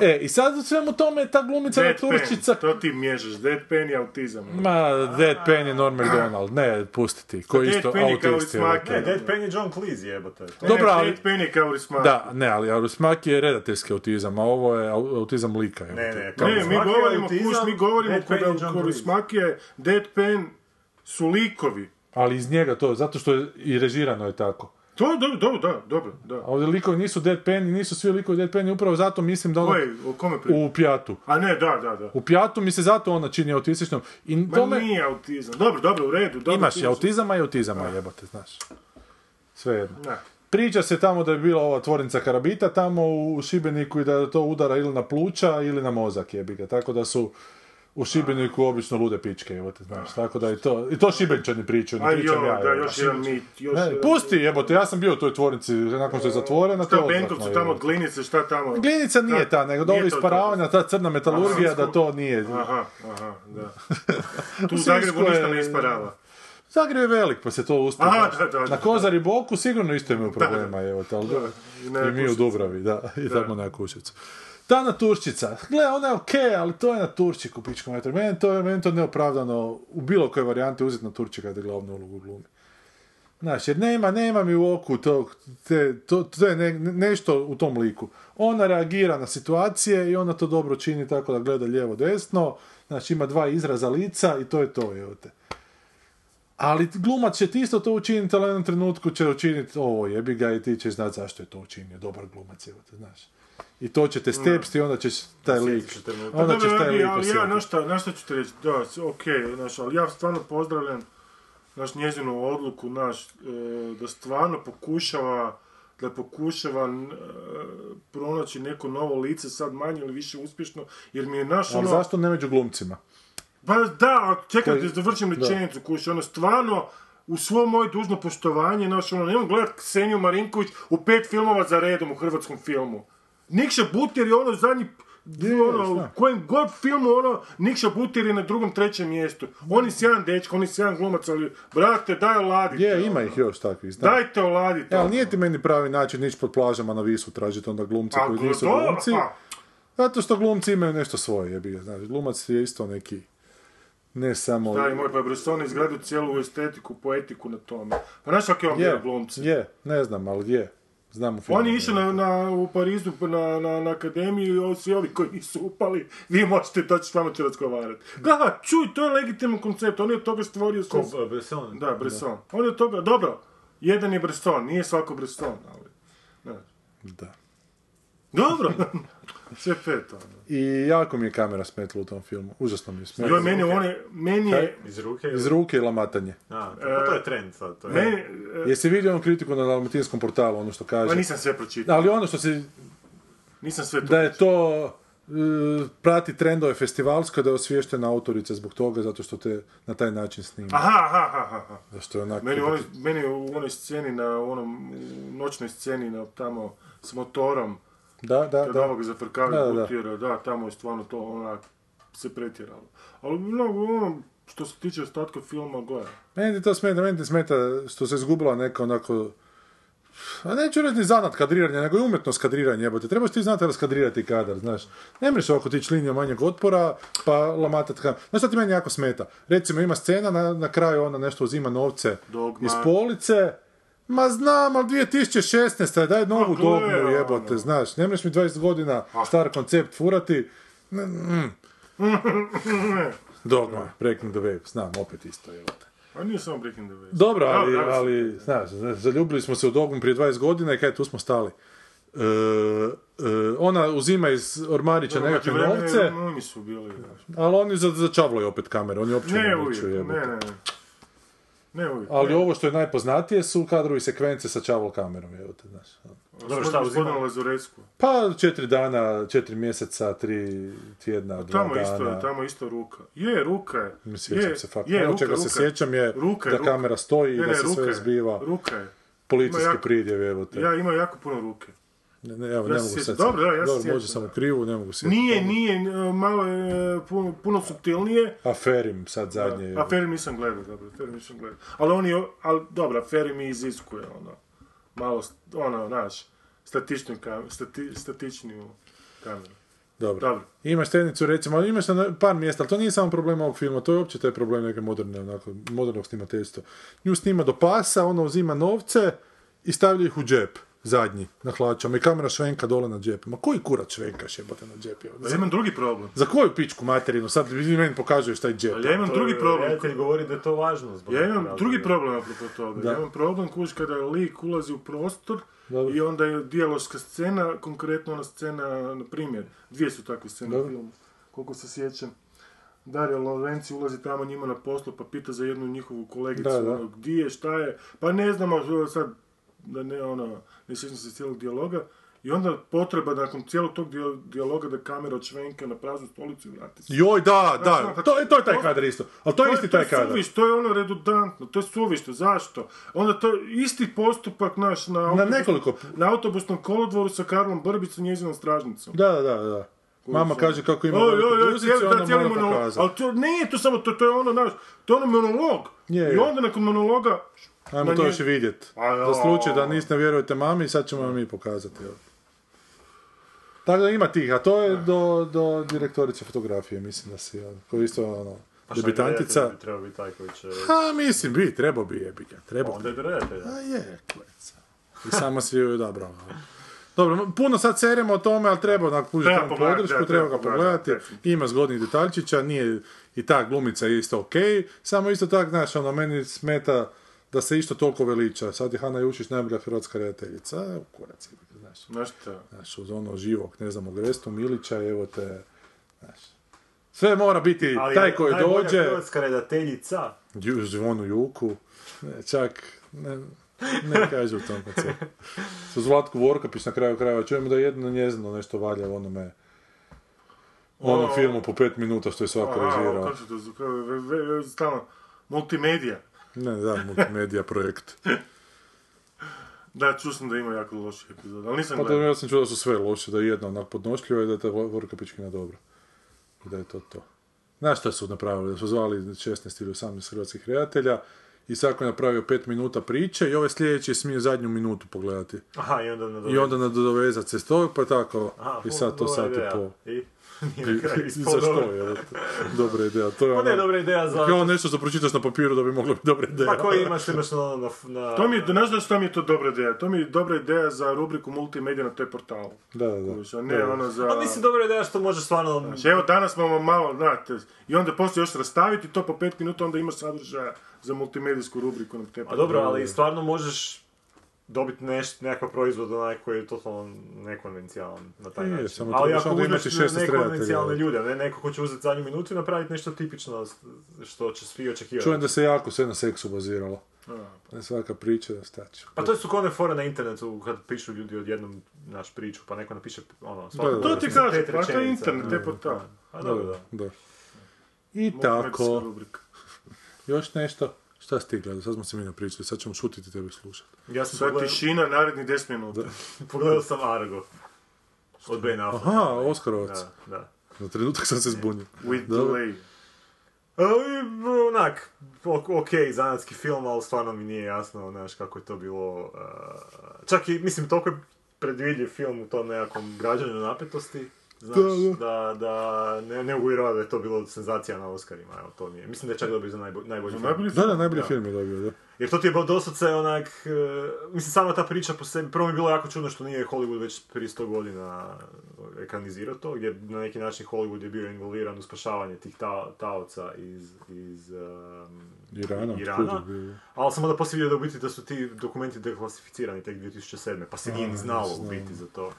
Speaker 4: E, i sad u svemu tome ta glumica
Speaker 3: Deadpan,
Speaker 4: Turčica Mm.
Speaker 3: to ti mježeš, deadpan i autizam.
Speaker 4: Ma, Deadpan je Norm MacDonald, ne, pustiti, koji isto
Speaker 3: Deadpan je kao i
Speaker 4: autist. je,
Speaker 3: Smak.
Speaker 2: Ne,
Speaker 4: jebote.
Speaker 2: Dead Penny John Cleese jebote. To-
Speaker 4: Dobro, ali-
Speaker 3: Deadpan je kao rismaki.
Speaker 4: Da, ne, ali Arusmaki je redateljski autizam, a ovo je au- autizam lika. jebote.
Speaker 2: Ne, ne, kao
Speaker 3: Ne, mi
Speaker 2: Smak je
Speaker 3: govorimo,
Speaker 2: autizam,
Speaker 3: kuš, mi govorimo
Speaker 2: Dead
Speaker 3: kod
Speaker 2: Penny je John Cleese.
Speaker 3: Korismakije, Deadpan su likovi.
Speaker 4: Ali iz njega to, zato što je i režirano je tako.
Speaker 3: To je dobro, dobro, da, dobro, da.
Speaker 4: A ovdje likovi nisu deadpan, nisu svi likovi deadpan, upravo zato mislim da ono...
Speaker 3: Koje, o kome pričamo?
Speaker 4: U pjatu.
Speaker 3: A ne, da, da, da.
Speaker 4: U pjatu mi se zato ona čini autističnom. I
Speaker 3: Ma
Speaker 4: tome...
Speaker 3: nije autizam. Dobro, dobro, u redu. Dobro,
Speaker 4: Imaš
Speaker 3: ti
Speaker 4: i
Speaker 3: si-
Speaker 4: autizama i autizama, jebote, znaš. Sve jedno.
Speaker 3: Da.
Speaker 4: Priča se tamo da je bila ova tvornica karabita tamo u Šibeniku i da to udara ili na pluća ili na mozak jebi ga. Tako da su u Šibeniku obično lude pičke, jebote, znaš. Tako da i to, i to Šibenčani pričaju, ne
Speaker 3: Aj
Speaker 4: pričam ja.
Speaker 3: jo, da,
Speaker 4: jebote.
Speaker 3: još jedan mit. Još
Speaker 4: Ne,
Speaker 3: jedan-
Speaker 4: pusti jebote, ja sam bio u toj tvornici nakon što je zatvorena, to je
Speaker 3: Šta,
Speaker 4: odvratno,
Speaker 3: Benkovcu
Speaker 4: jebote.
Speaker 3: tamo od glinice, šta tamo?
Speaker 4: Glinica nije ta, nego do
Speaker 3: Nije
Speaker 4: ovo
Speaker 3: to-
Speaker 4: isparavanja, ta crna metalurgija, da to nije.
Speaker 3: Aha, aha, da. Tu u Zagrebu
Speaker 4: Sisku je-
Speaker 3: ništa ne isparava.
Speaker 4: Zagreb je velik, pa se to uspije.
Speaker 3: Aha,
Speaker 4: znaš.
Speaker 3: da, da, da.
Speaker 4: Na Kozar i Boku sigurno isto imaju problema, evo te, ali dobro.
Speaker 3: I na
Speaker 4: I mi u
Speaker 3: Jakuševcu.
Speaker 4: Dubravi, da, i tamo na Jakuševcu. Ta naturščica, gle, ona je okej, ali to je na Turčiku, pičko metar. Meni to, meni to neopravdano u bilo kojoj varijanti uzeti na Turčika da glavnu ulogu glumi. Znaš, jer nema, nema mi u oku tog, te, to, to je ne- ne- nešto u tom liku. Ona reagira na situacije i ona to dobro čini tako da gleda lijevo desno, znači ima dva izraza lica i to je to, evo te. Ali glumac će ti isto to učiniti, ali u jednom trenutku će učiniti ovo jebi ga i ti ćeš znat zašto je to učinio, dobar glumac, evo te, znaš. I to
Speaker 3: Mm.
Speaker 4: će te stepsti, onda ćeš taj lik,
Speaker 2: Osjetit ćeš trenutak.
Speaker 4: onda
Speaker 3: Pa Dobro,
Speaker 4: ćeš taj
Speaker 3: Ragi,
Speaker 4: lik
Speaker 3: ali ja,
Speaker 4: osjetiti.
Speaker 3: znaš šta, znaš šta ću ti reći, da, s- okej, znaš, ali ja stvarno pozdravljam naš njezinu odluku, naš, e, da stvarno pokušava, da pokušava n- e, pronaći neko novo lice, sad manje ili više uspješno, jer mi je naš ono,
Speaker 4: Ali zašto ne među glumcima?
Speaker 3: Pa da, a
Speaker 4: To
Speaker 3: čekaj,
Speaker 4: je-
Speaker 3: da završim
Speaker 4: da.
Speaker 3: rečenicu, kuš, ono, stvarno, u svo moje dužno poštovanje, znaš, ono, nemam gledat Kseniju Marinković u pet filmova za redom u hrvatskom filmu. Nikša Butir je ono zadnji, ono,
Speaker 4: znam.
Speaker 3: u kojem god filmu, ono, Nikša Butir je na drugom, trećem mjestu. On je sjajan dečko, on je sjajan glumac, ali, brate, daj oladite.
Speaker 4: Je, ima
Speaker 3: ono.
Speaker 4: ih još takvih, znam.
Speaker 3: Dajte oladite.
Speaker 4: E, ali nije ti meni pravi način ići pod plažama na visu tražiti onda glumce
Speaker 3: Pa,
Speaker 4: koji nisu
Speaker 3: dobro,
Speaker 4: glumci.
Speaker 3: pa.
Speaker 4: Zato što glumci imaju nešto svoje, jebi ga, znaš. Glumac je isto neki, ne samo...
Speaker 3: Stari moj, pa Bresson je izgradio cijelu estetiku, poetiku na tome. Pa znaš kakvi on bio
Speaker 4: je,
Speaker 3: glumci?
Speaker 4: je, ne znam, ali je. Znam u filmu.
Speaker 3: On je išao na, na, u Parizu na, na, na akademiju i ovo svi ovi koji nisu upali, vi možete doći s vama će razgovarati. Da, čuj, to je legitiman koncept, on je od toga stvorio sve.
Speaker 2: Bresson.
Speaker 3: Da, Bresson. On je od toga, dobro, jedan je Bresson, nije svako Bresson, ali... znaš.
Speaker 4: Da.
Speaker 3: Dobro, sve peto.
Speaker 4: I jako mi je kamera smetla u tom filmu. Užasno mi je smetla.
Speaker 3: Joj, meni je one, meni je...
Speaker 2: Iz ruke?
Speaker 4: Iz ruke i lamatanje.
Speaker 2: A, pa to je trend sad. To je.
Speaker 3: Meni, e,
Speaker 4: Jesi vidio onu kritiku na dalmatinskom portalu, ono što
Speaker 3: pa
Speaker 4: kaže?
Speaker 3: nisam sve pročitao,
Speaker 4: Ali ono što se
Speaker 3: nisam sve to
Speaker 4: da je to e, prati trendove festivalsko, da je osviještena autorica zbog toga, zato što te na taj način snima.
Speaker 3: Aha, aha, aha, aha.
Speaker 4: Zašto je onako...
Speaker 3: Meni, u onoj, meni u onoj sceni, na onom, u noćnoj sceni, na, tamo, s motorom,
Speaker 4: Da, da,
Speaker 3: Kad
Speaker 4: da.
Speaker 3: ovoga zafrkavaju
Speaker 4: Da, da, da.
Speaker 3: da, da, tamo je stvarno to onak se pretjeralo. Ali mnogo ono, što se tiče ostatka filma, gle.
Speaker 4: Meni to smeta, meni ti smeta što se izgubila neka onako... A neću reći ni zanat kadriranja, nego i umjetnost kadriranja, jebote. Trebaš ti znati raskadrirati kadar, znaš. Ne mreš ovako tići linijom manjeg otpora, pa lamatat kamer. Znaš šta ti meni jako smeta? Recimo, ima scena, na, na kraju ona nešto uzima novce
Speaker 3: Dogma.
Speaker 4: iz police, Ma znam, ali 2016. je, daj novu
Speaker 3: gle,
Speaker 4: dogmu, jebote,
Speaker 3: ono.
Speaker 4: znaš. Ne mreš mi 20 godina star koncept furati. Mm, mm. Dogma, Breaking the Wave, znam, opet isto, jebote.
Speaker 3: A nije samo Breaking the Waves.
Speaker 4: Dobro,
Speaker 3: Da,
Speaker 4: ali,
Speaker 3: da,
Speaker 4: ali znaš, zaljubili smo se u dogmu prije 20 godina i kaj tu smo stali. E, e, ona uzima iz ormarića
Speaker 3: Dobro, znači
Speaker 4: nekakve
Speaker 3: međuvremenu
Speaker 4: novce,
Speaker 3: Rumuni ono, su bili. da.
Speaker 4: ali oni za- začavljaju opet kameru, oni uopće
Speaker 3: Ne
Speaker 4: ne
Speaker 3: uvijek,
Speaker 4: miču,
Speaker 3: ne,
Speaker 4: jebote.
Speaker 3: ne, ne. Ne uvijek.
Speaker 4: Ali ovo što je najpoznatije su kadrovi sekvence sa čavlo kamerom, jebote, znaš.
Speaker 3: Dobro, šta uzimao? Lazuresku.
Speaker 4: Pa četiri dana, četiri mjeseca, tri tjedna, dva
Speaker 3: Tamo
Speaker 4: dana.
Speaker 3: isto je, tamo isto ruka. Je, ruka je.
Speaker 4: Ne sjećam
Speaker 3: Je,
Speaker 4: se fakt.
Speaker 3: je,
Speaker 4: Ono
Speaker 3: ruka,
Speaker 4: čega se
Speaker 3: ruka.
Speaker 4: sjećam je
Speaker 3: Ruka
Speaker 4: da
Speaker 3: ruka.
Speaker 4: kamera stoji i
Speaker 3: Ne,
Speaker 4: da
Speaker 3: ne,
Speaker 4: se
Speaker 3: ruka
Speaker 4: sve
Speaker 3: je.
Speaker 4: zbiva.
Speaker 3: Ruka je.
Speaker 4: Policijski
Speaker 3: Ima jako-
Speaker 4: pridjev, jebote.
Speaker 3: Ja imam jako puno ruke.
Speaker 4: Ne, ne, evo,
Speaker 3: Ja
Speaker 4: ne
Speaker 3: se
Speaker 4: mogu
Speaker 3: sjećam.
Speaker 4: sad.
Speaker 3: Dobro, da, ja se
Speaker 4: Dobro, možda
Speaker 3: sjećam,
Speaker 4: sam u
Speaker 3: da.
Speaker 4: krivu, ne mogu sjetiti.
Speaker 3: Nije, nije, e, malo je e, puno, puno subtilnije,
Speaker 4: Aferim sad zadnje.
Speaker 3: Da. Aferi nisam gledao, dobro, aferi nisam gledao. Ali on je, ali dobro, aferi mi iziskuje, ono, malo, st- ono, znaš, statičnu kameru, stati, statičniju kameru.
Speaker 4: Dobro.
Speaker 3: Dobro.
Speaker 4: Imaš stenicu, recimo, ali imaš na par mjesta, ali to nije samo problem ovog filma, to je uopće taj problem neke moderne, onako, modernog snimateljstva. Nju snima do pasa, ona uzima novce i stavlja ih u džep, zadnji, na hlačama, i kamera švenka dole na džep. Ma koji kurac švenkaš jebote na džep? jebote?
Speaker 3: Ali ja imam drugi problem.
Speaker 4: Za koju pičku materinu? Sad vi meni pokazuješ taj džep.
Speaker 3: Ali ja imam drugi problem.
Speaker 2: Redatelj govori da je to važno. Zbog
Speaker 3: Ja imam
Speaker 2: razloga.
Speaker 3: drugi problem apropo toga. Ja imam problem kuš kada lik ulazi u prostor
Speaker 4: Dobro.
Speaker 3: i onda je dijaloška scena, konkretno ona scena, na primjer, dvije su takve scene u
Speaker 4: Dobro.
Speaker 3: filmu, koliko se sjećam. Dario Lorenci ulazi tamo njima na poslu pa pita za jednu njihovu kolegicu,
Speaker 4: Da, da.
Speaker 3: ono, gdje je, šta je, pa ne znamo što sad, da ne ono, ne sjećam se cijelog dijaloga. I onda potreba nakon cijelog tog dio- dijaloga da kamera odšvenka na praznu stolicu i vrati se.
Speaker 4: Joj, da,
Speaker 3: Znaš,
Speaker 4: da,
Speaker 3: ono,
Speaker 4: to, je- to je taj
Speaker 3: to-
Speaker 4: kadar isto. Ali to je isti taj
Speaker 3: to je
Speaker 4: kadar.
Speaker 3: suviš, to je ono redundantno, to je suvišno, zašto? Onda to je isti postupak naš na, autobus-
Speaker 4: nekoliko-
Speaker 3: na autobusnom kolodvoru sa Karlom Brbicom i njezinom stražnicom.
Speaker 4: Da, da, da, da. Mama
Speaker 3: su-
Speaker 4: kaže kako ima
Speaker 3: Oj,
Speaker 4: veliku
Speaker 3: oj, oj,
Speaker 4: guzicu,
Speaker 3: cijeli- da,
Speaker 4: ona
Speaker 3: cijeli
Speaker 4: mora
Speaker 3: monolog.
Speaker 4: pokazati.
Speaker 3: Ali to nije to samo, to, to je ono, naš, to je ono monolog.
Speaker 4: Je,
Speaker 3: I
Speaker 4: je.
Speaker 3: onda nakon monologa...
Speaker 4: Ajmo
Speaker 3: na
Speaker 4: to
Speaker 3: nje-
Speaker 4: još i vidjet.
Speaker 3: A,
Speaker 4: Za slučaj da niste ne vjerujete mami, sad ćemo vam mi pokazati. Evo. Tako da ima tih, a to je do, do direktorice fotografije, mislim da si, ja, koji isto ono,
Speaker 2: Pa šta,
Speaker 4: debitantica.
Speaker 2: redatelj bi trebao biti taj koji će...
Speaker 4: Ha, Pa mislim, bi, trebao bi jebiga, trebao bi.
Speaker 2: Onda je do redatelja.
Speaker 4: A je, kleca. I samo si ju je odabrao. Dobro, m- puno sad seremo o tome, ali treba onak pužiti
Speaker 2: Treba
Speaker 4: tomu
Speaker 2: pogledati,
Speaker 4: podršku,
Speaker 2: da,
Speaker 4: treba
Speaker 2: treba
Speaker 4: ga
Speaker 2: pogledati,
Speaker 4: pogledati, ima zgodnih detaljčića, nije i ta glumica je isto okej, samo isto tak, znaš, ono, meni smeta da se isto toliko veliča. Sad je Hana Jušić najbolja hrvatska redateljica, evo, kurac, jebiga, znaš.
Speaker 3: Znaš šta?
Speaker 4: Znaš, uz ono živog, ne znam, Ogrestu Milića, evo te, znaš. Sve mora biti
Speaker 2: Ali
Speaker 4: taj koji
Speaker 2: najbolja
Speaker 4: dođe,
Speaker 2: hrvatska redateljica.
Speaker 4: ju- zvonu Juku, ne, čak, ne, ne kaže u tom koncertu. Sa Zlatku Vorkapić na kraju krajeva, čujemo da jedno njezino nešto valja u onome, u onom
Speaker 3: O.
Speaker 4: filmu po pet minuta što je
Speaker 3: Pa,
Speaker 4: svako
Speaker 3: Aha,
Speaker 4: režirao.
Speaker 3: kako se to zove, ve- ve- ve- stalno, multimedija.
Speaker 4: Ne, da, multimedija projekt.
Speaker 3: Da, čuo sam da ima jako loših epizoda, ali nisam
Speaker 4: Pa dobro,
Speaker 3: gledao.
Speaker 4: ja sam čuo da su sve loše, da je jedna onak podnošljiva i da je ta Vor- Vorkapićkina dobra. I da je to to. Znaš šta su napravili? Da su zvali 16 ili 18 hrvatskih redatelja i svako je napravio 5 minuta priče i ovaj sljedeći je smio zadnju minutu pogledati.
Speaker 2: Aha, i onda na
Speaker 4: I onda nadovezat se s tog, pa tako.
Speaker 2: Aha,
Speaker 4: I sad to
Speaker 2: dobra
Speaker 4: sat i
Speaker 2: ideja.
Speaker 4: pol.
Speaker 2: I nije na kraju
Speaker 4: I
Speaker 2: ispao
Speaker 4: za što
Speaker 2: dobro.
Speaker 4: je? Dobra ideja. To je
Speaker 2: Pa ne,
Speaker 4: ono-
Speaker 2: dobra ideja za...
Speaker 4: Kao nešto što pročitaš na papiru da bi moglo biti dobra ideja.
Speaker 2: Pa koji imaš, imaš na... na, na
Speaker 3: To mi je, znaš da što mi je to dobra ideja? To mi je dobra ideja za rubriku multimedija na toj portalu.
Speaker 4: Da, da, Pa da.
Speaker 3: Kužiš, a ne ono za...
Speaker 2: A Pa mislim, dobra ideja što možeš stvarno...
Speaker 3: Znači, Evo danas smo vam malo, znate, i onda poslije još rastaviti to po pet minuta, onda imaš sadržaja za multimedijsku rubriku na te
Speaker 2: A Pa dobro, ali stvarno možeš dobiti neš, nekakav proizvod onaj koji je totalno nekonvencijalan na taj
Speaker 4: Je,
Speaker 2: način.
Speaker 4: samo
Speaker 2: ali
Speaker 4: trebaš
Speaker 2: ako
Speaker 4: onda
Speaker 2: uzmeš
Speaker 4: imati 16
Speaker 2: nekonvencionalne
Speaker 4: redatelja.
Speaker 2: ljude, ne neko ko će uzeti zadnju minutu i napraviti nešto tipično s- što će svi očekivati.
Speaker 4: Čujem da se jako sve na seksu baziralo. Da je svaka priča da staču.
Speaker 2: Pa to su kone fore na internetu kad pišu ljudi odjednom naš priču, pa neko napiše ono,
Speaker 4: Da,
Speaker 2: svako...
Speaker 4: da.
Speaker 3: To ti kažem,
Speaker 2: Pet
Speaker 3: pa to je
Speaker 2: rečenica.
Speaker 3: internet, te portal.
Speaker 2: A dobro,
Speaker 4: Da.
Speaker 2: da.
Speaker 4: I
Speaker 3: Multimedijska
Speaker 4: tako,
Speaker 3: rubrika.
Speaker 4: još nešto. Šta si ti gledao? Sad smo se mi napričali, sad ćemo šutiti i tebe slušati.
Speaker 2: Ja sam
Speaker 3: Sad
Speaker 2: pogledao,
Speaker 3: tišina, naredni 10 minuta.
Speaker 2: pogledao sam Argo. Od Ben Afflecka.
Speaker 4: Aha, Oskarovac.
Speaker 2: Da, da.
Speaker 4: Na trenutak sam se zbunio.
Speaker 3: With
Speaker 4: Dobro.
Speaker 3: delay.
Speaker 2: Ali, onak, ok, ok, zanatski film, ali stvarno mi nije jasno, znaš, kako je to bilo... eh, čak i, mislim, toliko je predvidljiv film u tom nekakvom građanju napetosti, znaš, da, da, ne, ne uvjerava da je to bilo senzacija na Oscarima, evo, to mi je. Mislim da je čak dobio za najbolji, najbolji film.
Speaker 3: najbolji
Speaker 4: Da, da, najbolji film je dobio, da.
Speaker 2: Jer to ti je bilo doslovce onak, e, mislim sama ta priča po sebi, prvo mi je bilo jako čudno što nije Hollywood već prije 100 godina ekranizirao to, gdje na neki način Hollywood je bio involviran u spašavanje tih ta, taoca iz, iz um,
Speaker 4: Irana,
Speaker 2: Irana.
Speaker 4: otkud je bilo?
Speaker 2: ali sam onda poslije vidio da u biti da su ti dokumenti deklasificirani tek 2007. pa se nije ni znalo u biti za to.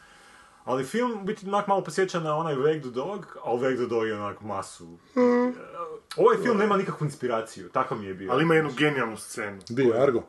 Speaker 2: Ali film u biti onak malo posjeća na onaj Wake the Dog, ali Wake the Dog je onak masu. E, Ovaj film nema nikakvu inspiraciju, takav mi je bio.
Speaker 3: Hmm. Ali ima jednu genijalnu scenu.
Speaker 4: Di je, Argo?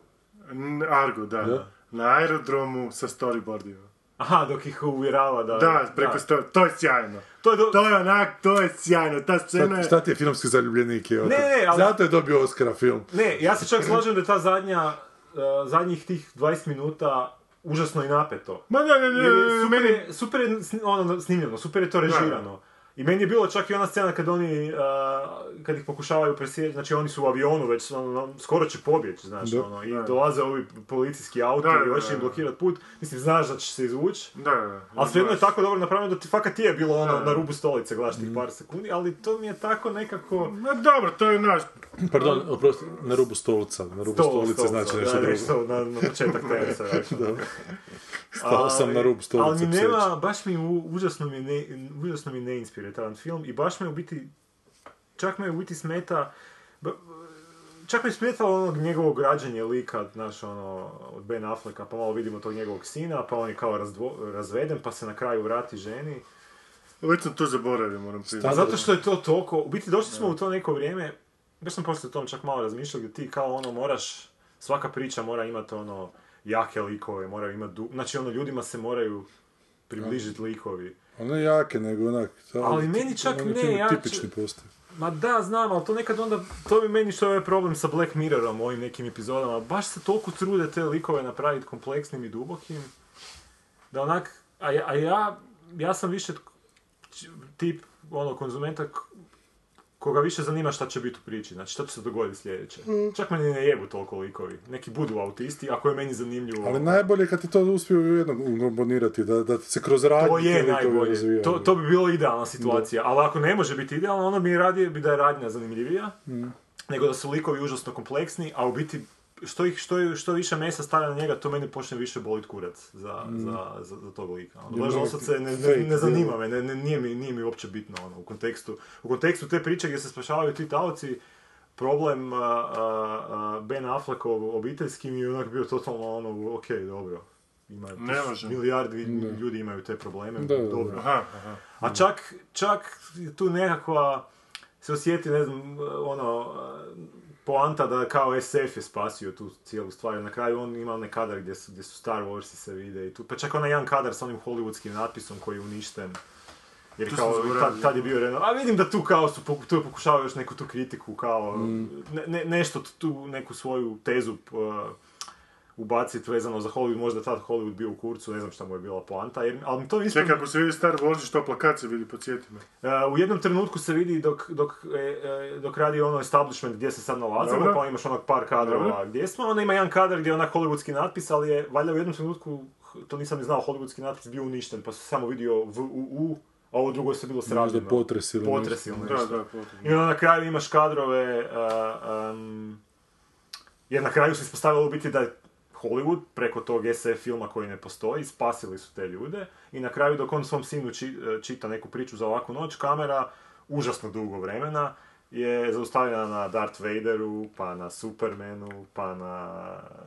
Speaker 3: N- Argo, da. Na aerodromu sa storyboardima.
Speaker 2: Aha, dok ih uvjerava da...
Speaker 3: Da, preko sto... To je sjajno.
Speaker 2: To je do...
Speaker 3: To je onak, to je sjajno. Ta scena
Speaker 4: Šta,
Speaker 3: je...
Speaker 4: šta ti je filmski zaljubljenik je?
Speaker 2: Ne, ne, ali-
Speaker 4: Zato je dobio Oscara film.
Speaker 2: Ne, ja se čak slažem da je ta zadnja, eh, zadnjih tih 20 minuta užasno i napeto.
Speaker 3: Ma ne, ne, ne,
Speaker 2: Jer je
Speaker 3: ne,
Speaker 2: super,
Speaker 3: meni...
Speaker 2: je, super je sni- ono, snimljeno, super je to režirano. I meni je bilo čak i ona scena kad oni, eh, kad ih pokušavaju presjeći, znači oni su u avionu već, ono, skoro će pobjeći, znaš,
Speaker 4: Da.
Speaker 2: ono, i dolaze ovi policijski auto
Speaker 3: Da, da,
Speaker 2: i hoće
Speaker 3: da,
Speaker 2: im
Speaker 3: da.
Speaker 2: blokirati put, mislim, znaš da će se izvući,
Speaker 3: Da, da, da.
Speaker 2: ali svejedno je tako dobro napravljeno da ti fakat ti je bilo ono
Speaker 3: da.
Speaker 2: na rubu stolice, gledaš
Speaker 4: Mhm.
Speaker 2: tih par sekundi, ali to mi je tako nekako...
Speaker 3: Ma dobro, to je naš...
Speaker 4: Pardon, oprosti, na rubu stolca. Na rubu
Speaker 2: Stol,
Speaker 4: stolice
Speaker 2: stolca,
Speaker 4: znači
Speaker 2: da,
Speaker 4: nešto drugo.
Speaker 2: na, na početak teme se vraćam.
Speaker 4: Stao sam
Speaker 2: Ali-
Speaker 4: na rubu stolice.
Speaker 2: Ali mi
Speaker 4: pseći.
Speaker 2: nema, baš mi u- užasno mi, ne, užasno mi neinspirativan film i baš me u biti, čak me u biti smeta, ba- čak me smetalo onog njegovog građanje lika, znaš, ono, od Ben Afflecka, pa malo vidimo tog njegovog sina, pa on je kao razdvo- razveden, pa se na kraju vrati ženi.
Speaker 3: Već sam to zaboravio, moram
Speaker 2: Pa
Speaker 3: priznati.
Speaker 2: zato što je to toliko, u biti došli smo u to neko vrijeme, baš sam poslije o tom čak malo razmišljao gdje ti kao ono moraš, svaka priča mora imati ono jake likove, moraju imati, du... znači ono ljudima se moraju približiti likovi.
Speaker 4: Ali ne jake, nego onak...
Speaker 2: Ali meni čak
Speaker 4: oni
Speaker 2: ne,
Speaker 4: ti
Speaker 2: ja ću-
Speaker 4: Tipični postaju.
Speaker 2: Ma da, znam, ali to nekad onda, to bi meni što je ovaj problem sa Black Mirrorom, ovim nekim epizodama, baš se toliko trude te likove napraviti kompleksnim i dubokim, da onak, a ja, a ja, ja sam više tk- č- tip, ono, konzumenta k- koga više zanima šta će biti u priči, znači šta će se dogoditi sljedeće. Čak me ni ne jebu toliko likovi. Neki budu autisti, ako je meni zanimljivo.
Speaker 4: Ali najbolje je kad ti to uspiju u jednog ukombinirati, da, da se kroz radnje
Speaker 2: to je
Speaker 4: likovi
Speaker 2: najbolje.
Speaker 4: razvijaju.
Speaker 2: To, to bi bilo idealna situacija. Ali ako ne može biti idealno, onda mi radije bi da je radnja zanimljivija, nego da su likovi užasno kompleksni, a u biti što, ih, što, što više mesa stavlja na njega, to meni počne više bolit kurac za, za, za, za tog lika. Ono, baš dosad se ne, ne, ne zanima me, ne, ne- nije, mi, nije mi uopće bitno ono, u, kontekstu, u kontekstu te priče gdje se spašavaju ti taoci, problem a, a, a, Ben Affleckov obiteljski mi je onak bio totalno ono, ok, dobro. Ima,
Speaker 3: Ne važno.
Speaker 2: milijardi ljudi imaju te probleme,
Speaker 4: Da, da, da.
Speaker 2: dobro.
Speaker 3: Aha, aha.
Speaker 2: A čak, čak tu nekakva se osjeti, ne znam, ono, poanta da kao SF je spasio tu cijelu stvar. Na kraju on ima onaj kadar gdje su, gdje su Star Warsi se vide i tu. Pa čak onaj jedan kadar sa onim hollywoodskim natpisom koji je uništen. Jer
Speaker 3: To sam
Speaker 2: kao,
Speaker 3: zaboravio.
Speaker 2: tad, tad je bio Reno. A vidim da tu kao su, poku- tu pokušavaju još neku tu kritiku, kao,
Speaker 3: Mm.
Speaker 2: ne, ne- nešto tu, neku svoju tezu uh, ubaciti vezano za Hollywood, možda je tad Hollywood bio u kurcu, ne znam šta mu je bila poanta, jer, ali mi to isto...
Speaker 3: Čekaj, ako se vidi Star Wars, što plakat se vidi, podsjeti me.
Speaker 2: E, u jednom trenutku se vidi dok, dok, e, e, dok radi ono establishment gdje se sad nalazimo,
Speaker 3: Dobro.
Speaker 2: pa imaš onak par kadrova
Speaker 3: Dobro.
Speaker 2: gdje smo, onda ima jedan kadar gdje je onak hollywoodski natpis, ali je valjda u jednom trenutku, h, to nisam ni znao, hollywoodski natpis bio uništen, pa se samo vidio V, U, U, a ovo drugo se bilo sravljeno.
Speaker 4: potres ili
Speaker 2: Potres
Speaker 4: nešto.
Speaker 2: ili
Speaker 3: Da,
Speaker 2: nešto.
Speaker 3: da, potrebno.
Speaker 2: I onda na kraju imaš kadrove, a, am, jer na kraju se ispostavilo u biti da je Hollywood preko tog SF filma koji ne postoji, spasili su te ljude i na kraju dok on svom sinu či- e, čita neku priču za ovakvu noć, kamera užasno dugo vremena je zaustavljena na Darth Vaderu, pa na Supermanu, pa na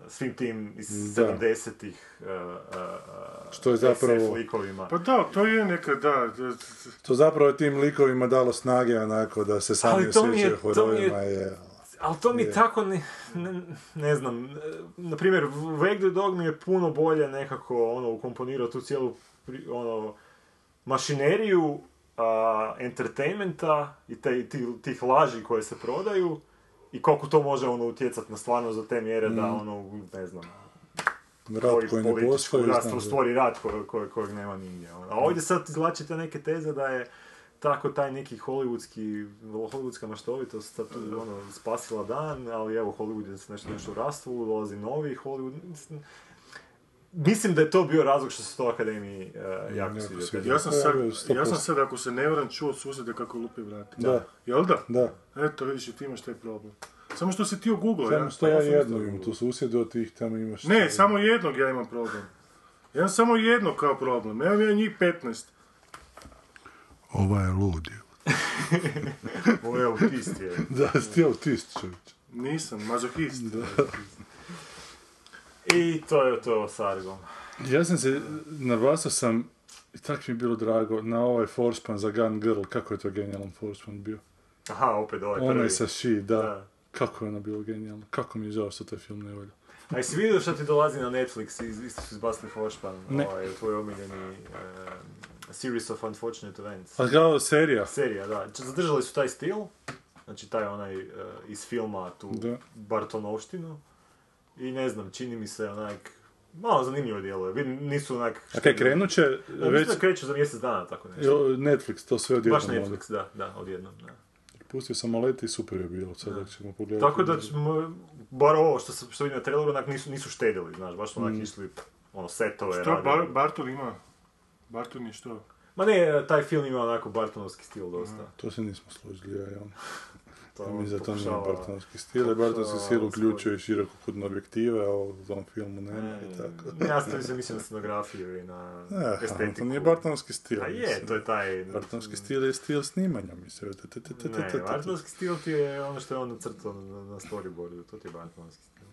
Speaker 2: svim tim iz
Speaker 4: Da.
Speaker 2: 70-ih e, e,
Speaker 4: Što je zapravo-
Speaker 2: SF likovima.
Speaker 3: Pa da, to je neka, da, da,
Speaker 4: To zapravo je tim likovima dalo snage onako da se sami
Speaker 2: Ali to mi je-
Speaker 4: osjećaju
Speaker 2: to mi je-
Speaker 4: herojima. Je...
Speaker 2: Ali to mi tako, ne, ne, ne znam, e, na primjer, Wake the Dog mi je puno bolje nekako ono, ukomponirao tu cijelu pri- ono, mašineriju a, entertainmenta i te, i ti- tih laži koje se prodaju i koliko to može ono utjecati na stvarno za te mjere da ono, ne znam,
Speaker 4: Rad koji ne
Speaker 2: političku
Speaker 4: postoji. ono. znam
Speaker 2: raspravu
Speaker 4: da-
Speaker 2: stvori rat ko- ko- kojeg nema nigdje. ono. A ovdje sad izvlačite neke teze da je tako taj neki hollywoodski, hollywoodska maštovitost sad tu, ono, spasila dan, ali evo Hollywood je nešto nešto u rastvu, dolazi novi Hollywood. Mislim, mislim da je to bio razlog što se to akademiji e, jako sviđa.
Speaker 4: sviđa.
Speaker 2: Ja
Speaker 3: Ja
Speaker 2: sam
Speaker 3: sam,
Speaker 4: Ja,
Speaker 3: sad,
Speaker 4: evo, sto
Speaker 3: ja sam
Speaker 4: posto.
Speaker 3: sad, ako se ne varam, čuo od susjeda kako lupi vrati.
Speaker 4: Da.
Speaker 3: Jel da?
Speaker 4: Da.
Speaker 3: Eto, vidiš i ti imaš taj problem. Samo što si ti u Google, ja?
Speaker 4: Samo što ja
Speaker 3: sam isto
Speaker 4: jednog imam
Speaker 3: Google.
Speaker 4: tu susjedu od tih tamo imaš.
Speaker 3: Ne, samo jednog ja imam problem. Ja imam samo jednog kao problem. Ja imam ja njih 15.
Speaker 5: Ovaj je lud. je.
Speaker 2: ovo je autist je.
Speaker 4: Da, ti je autist čovječ.
Speaker 3: Nisam, mazohist.
Speaker 2: I to je to s Argom.
Speaker 4: Ja sam se, navasao sam, i tako mi je bilo drago, na ovaj Forspan za Gun Girl, kako je to genijalan Forspan bio.
Speaker 2: Aha, opet ovaj
Speaker 4: Ona
Speaker 2: prvi.
Speaker 4: je sa She, da.
Speaker 2: Da.
Speaker 4: Kako je ona bila genijalna, kako mi je žao što taj film ne volja.
Speaker 2: A jesi vidio što ti dolazi na Netflix, iz- isto su izbacili Forspan,
Speaker 4: Ne.
Speaker 2: ovaj, tvoj omiljeni em, Series of Unfortunate Events.
Speaker 4: A kao serija,
Speaker 2: Serija, da. Č- Zadržali su taj stil, znači taj onaj e, iz filma tu
Speaker 4: Da.
Speaker 2: Bartonovštinu. I ne znam, čini mi se onak, malo zanimljivo djeluje. Vidim, nisu onak...
Speaker 4: a kaj krenut će,
Speaker 2: Ja,
Speaker 4: već,
Speaker 2: Već... da kreću za mjesec dana, tako nešto.
Speaker 4: jo, Netflix, to sve odjedno.
Speaker 2: Baš
Speaker 4: onda.
Speaker 2: Netflix, da, da, odjednom, da.
Speaker 4: Pustio sam Aleti i super je bilo, sad ako ćemo pogledati.
Speaker 2: Tako da, ćemo, bar ovo što, se- što vidim na traileru, onak nisu, nisu štedili, znaš, baš su onak
Speaker 4: Mm.
Speaker 2: išli, ono, setove.
Speaker 3: Što
Speaker 2: radili.
Speaker 3: Bar, Bartol ima? Bartol je što?
Speaker 2: Ma ne, taj film ima onako Bartonovski stil dosta.
Speaker 4: To se nismo složili, ja i on.
Speaker 2: To ono,
Speaker 4: Mi za to nije
Speaker 2: pokušava-
Speaker 4: bartonski stil, jer bartonski stil uključuje širokokutne objektive, a u tom filmu nema i Mm. E, tako.
Speaker 2: Ne, Ja sam se mislim na scenografiju i na
Speaker 4: Eh, ali
Speaker 2: estetiku.
Speaker 4: to nije bartonski stil.
Speaker 2: A je,
Speaker 4: mislim.
Speaker 2: to je taj...
Speaker 4: Bartonski stil je stil snimanja, mislim. Te, te, te, te, te, te,
Speaker 2: Ne,
Speaker 4: te.
Speaker 2: bartonski stil ti je ono što je on nacrtao na, na storyboardu, to ti je bartonski stil.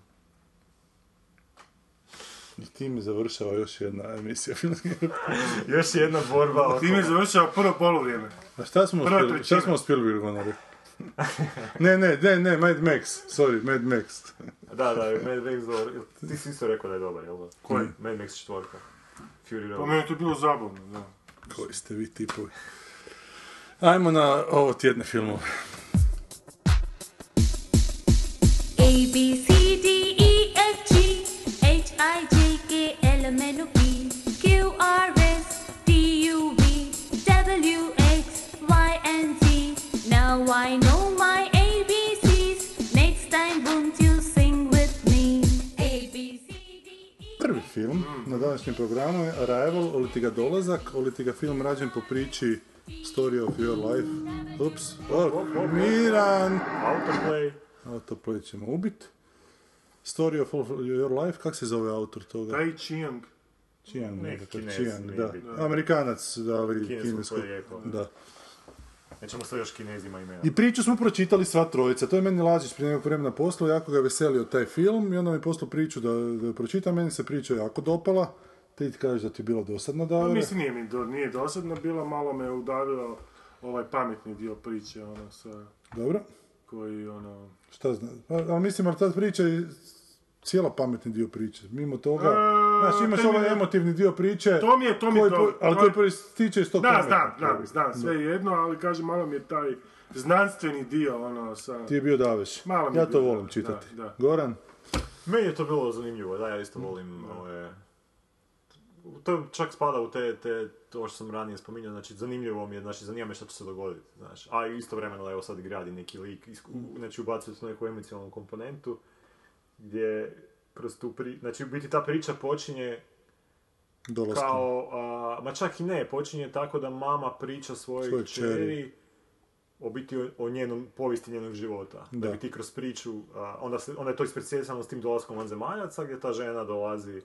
Speaker 4: I time završava još jedna emisija filmske.
Speaker 2: Još jedna borba oko...
Speaker 3: Tim je završava prvo polovrijeme.
Speaker 4: A šta smo
Speaker 3: Prva
Speaker 4: uspjeli, šta
Speaker 3: trećina.
Speaker 4: smo uspjeli Virgonari? ne, ne, ne, ne, Mad Max, sorry, Mad Max.
Speaker 2: Da, da, Mad Max dobar. Ti si isto rekao da je dobar, jel da?
Speaker 4: Koji?
Speaker 2: Mad Max četvorka. Fury
Speaker 3: Pa
Speaker 2: Road.
Speaker 3: meni je to bilo zabavno, da.
Speaker 4: Koji ste vi tipovi? Ajmo na ovo tjedne filmove.
Speaker 6: A B C D E F G H I J K L M N O P Q R S T U V W X Y and Z. Now I know
Speaker 2: Mm.
Speaker 4: na današnjem programu je Arrival, oli ti ga dolazak, oli ti ga film rađen po priči Story of Your Life. Ups, o, Miran!
Speaker 7: Autoplay.
Speaker 4: Autoplay ćemo ubit. Story of Your Life, kak se zove autor toga?
Speaker 3: Taj Chiang.
Speaker 4: Čijan, nekakav
Speaker 7: Kinez,
Speaker 4: Čijan,
Speaker 7: nije
Speaker 4: da.
Speaker 7: bitno.
Speaker 4: Amerikanac, da, ali
Speaker 7: Kineskog
Speaker 4: kineskog.
Speaker 7: porijekla, da.
Speaker 4: Da.
Speaker 7: Nećemo sve još kinezima imena.
Speaker 4: I priču smo pročitali sva trojica. To je meni Lazić prije nekog vremena poslao, jako ga je veselio taj film i onda mi je poslao priču da, da je pročitam. Meni se priča jako dopala. Ti ti kažeš da ti je bilo dosadno da
Speaker 3: Pa mislim, nije mi do, nije dosadno bila, malo me udavio ovaj pametni dio priče, ono, sa,
Speaker 4: Dobro.
Speaker 3: koji, ono...
Speaker 4: Šta zna? Pa, ali mislim, ali ta priča je cijela pametni dio priče. Mimo toga,
Speaker 3: E,
Speaker 4: znaš,
Speaker 3: to
Speaker 4: imaš
Speaker 3: mi
Speaker 4: ovaj
Speaker 3: je-
Speaker 4: emotivni dio priče.
Speaker 3: To mi je- to mi je
Speaker 4: koji
Speaker 3: to-
Speaker 4: po- ali
Speaker 3: to
Speaker 4: koji
Speaker 3: je-
Speaker 4: proističe iz tog
Speaker 3: Da,
Speaker 4: pameta.
Speaker 3: znam, znam, znam, sve jedno, ali kažem, malo mi je taj znanstveni dio, ono, sa...
Speaker 4: Ti je bio daveš.
Speaker 3: Malo mi je
Speaker 4: ja to
Speaker 3: bio
Speaker 4: volim
Speaker 3: daveš,
Speaker 4: čitati.
Speaker 3: da, da.
Speaker 4: Goran?
Speaker 7: Meni je to bilo zanimljivo, da, ja isto volim ove... To čak spada u te, te, to što sam ranije spominjao, znači zanimljivo mi je, znači zanima me šta će se dogoditi, znaš. A istovremeno evo sad gradi neki lik, isk- znači ubacuje tu neku emocionalnu komponentu, gdje kroz tu pri... Znači u biti ta priča počinje
Speaker 4: Dolaskom.
Speaker 7: kao, a, ma čak i ne, počinje tako da mama priča svojoj Svoj
Speaker 4: Svojoj kćeri.
Speaker 7: čeri o biti o, o njenom, povijesti njenog života. Da.
Speaker 4: Da.
Speaker 7: bi ti kroz priču, a, onda, se, onda je to ispredsjedano s tim dolaskom vanzemaljaca gdje ta žena dolazi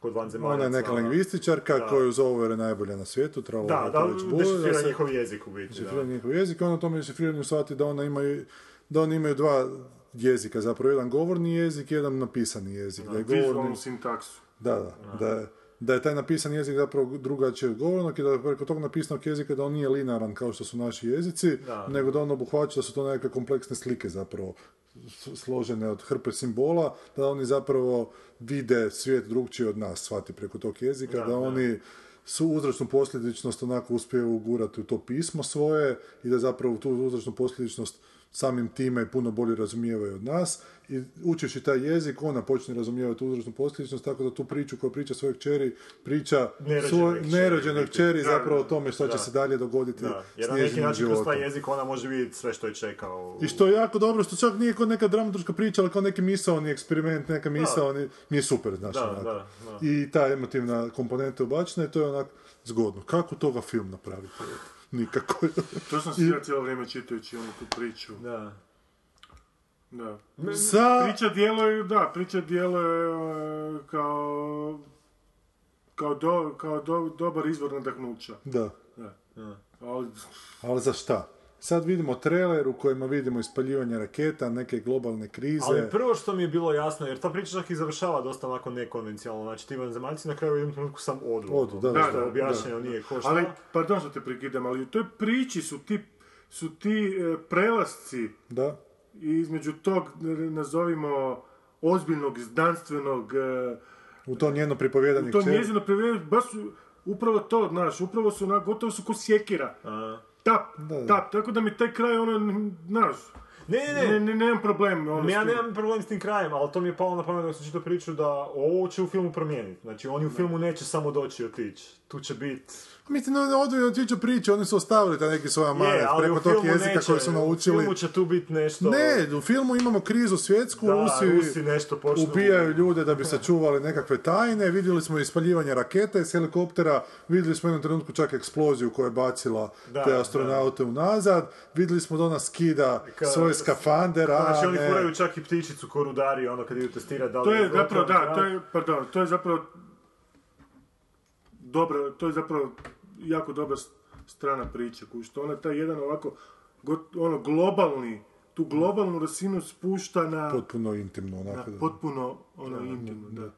Speaker 7: kod vanzemaljaca.
Speaker 4: Ona je neka lingvističarka
Speaker 7: Da.
Speaker 4: koju zovu jer je najbolja na svijetu, trebalo
Speaker 7: Da, da, dešifrira njihov jezik u biti. Da.
Speaker 4: dešifrira njihov jezik, onda u tom dešifriranju shvati da ona imaju, da oni imaju dva jezika, zapravo jedan govorni jezik, jedan napisani jezik. Da, je govorni,
Speaker 3: vizualnu sintaksu.
Speaker 4: da, da, da, je- da je taj napisani jezik zapravo drugačiji od govornog i da je preko tog napisanog jezika da on nije linaran kao što su naši jezici, nego da on obuhvaća da su to nekakve kompleksne slike zapravo s- složene od hrpe simbola, da oni zapravo vide svijet drugčiji od nas, shvati preko tog jezika, da, oni su uzročnu posljedičnost onako uspiju ugurati u to pismo svoje i da zapravo tu uzročnu posljedičnost samim time puno bolje razumijevaju od nas i učeći taj jezik ona počne razumijevati uzročnu posljedičnost tako da tu priču koju priča svojeg čeri priča
Speaker 7: Nerođene
Speaker 4: svoj,
Speaker 7: kćeri, u
Speaker 4: nerođenoj
Speaker 7: biti.
Speaker 4: kćeri
Speaker 7: Da,
Speaker 4: zapravo o
Speaker 7: da,
Speaker 4: tome što
Speaker 7: da.
Speaker 4: će se dalje dogoditi
Speaker 7: Da, jer
Speaker 4: s
Speaker 7: na neki
Speaker 4: njezinim
Speaker 7: način kroz
Speaker 4: životom.
Speaker 7: taj jezik ona može vidjeti sve što je čekao.
Speaker 4: I što je jako dobro, što čak nije kao neka dramaturška priča, ali kao neki misaoni eksperiment, neka misaoni, mi je super, znaš,
Speaker 7: Da,
Speaker 4: onak.
Speaker 7: da,
Speaker 4: I ta emotivna komponenta je ubačena i to je onak zgodno. Kako toga film napraviti? Nikako.
Speaker 3: To sam si ja cijelo vrijeme čitajući onu tu priču.
Speaker 7: Da.
Speaker 3: Da.
Speaker 4: Sa...
Speaker 3: Priča djeluje, da, priča djeluje e, kao kao, do, kao do- dobar izvor nadahnuća.
Speaker 4: Da.
Speaker 3: Da. Ali,
Speaker 4: Ali za šta? Sad vidimo trailer u kojima vidimo ispaljivanje raketa, neke globalne krize.
Speaker 7: Ali prvo što mi je bilo jasno, jer ta priča čak i završava dosta onako nekonvencionalno, znači ti vanzemaljci na kraju u jednom trenutku sam odu.
Speaker 4: Odu,
Speaker 7: ono,
Speaker 4: da, da,
Speaker 7: što je
Speaker 4: da,
Speaker 7: objašnjeno nije ko šta.
Speaker 3: ali, pardon što te prekidam, ali u toj priči su ti, su ti e, prelasci
Speaker 4: Da?
Speaker 3: između tog, n- nazovimo, ozbiljnog, znanstvenog, e,
Speaker 4: U to njeno pripovjedanje
Speaker 3: u to
Speaker 4: kćeri.
Speaker 3: njezino previjanje, baš su, upravo to, znaš, upravo su, na, gotovo su ko sjekira. Tap,
Speaker 4: Da, da.
Speaker 3: tap, tako da mi taj kraj, ono, n- znaš,
Speaker 7: Ne, ne, ne,
Speaker 3: ne, ne, nemam problem. Ono,
Speaker 7: Ma Pa ja
Speaker 3: s tim.
Speaker 7: nemam problem s tim krajem, ali to mi je palo na pamet dok sam čitao priču da ovo će u filmu promijeniti. Znači, oni u filmu neće samo doći i otići. Tu će biti...
Speaker 4: Mislim, no, ovdje je otiđu priče, oni su ostavili taj neki svoj amanet
Speaker 7: Je, ali u
Speaker 4: preko tog
Speaker 7: filmu
Speaker 4: jezika
Speaker 7: neće.
Speaker 4: koji su naučili.
Speaker 7: U filmu će tu biti nešto...
Speaker 4: Ne, u filmu imamo krizu svjetsku,
Speaker 7: Da,
Speaker 4: Rusi,
Speaker 7: Rusi nešto počnu-
Speaker 4: ubijaju ljude da bi sačuvali nekakve tajne, vidjeli smo ispaljivanje raketa iz helikoptera, vidjeli smo u jednom trenutku čak eksploziju koja je bacila
Speaker 7: Da,
Speaker 4: te astronaute unazad, vidjeli smo da ona skida svoje skafande, rane,
Speaker 7: Znači, oni furaju čak i ptičicu ko rudari, ono, kad idu testirati da li
Speaker 3: To je
Speaker 7: gotova
Speaker 3: zapravo, da,
Speaker 7: hrana.
Speaker 3: to je, pardon, to je zapravo dobro, to je zapravo jako dobra s- strana priče, koji što ona taj jedan ovako, got- ono, globalni, tu globalnu rasinu spušta na,
Speaker 4: potpuno intimno
Speaker 3: na
Speaker 4: onako. da.
Speaker 3: potpuno, ono, intimno, da.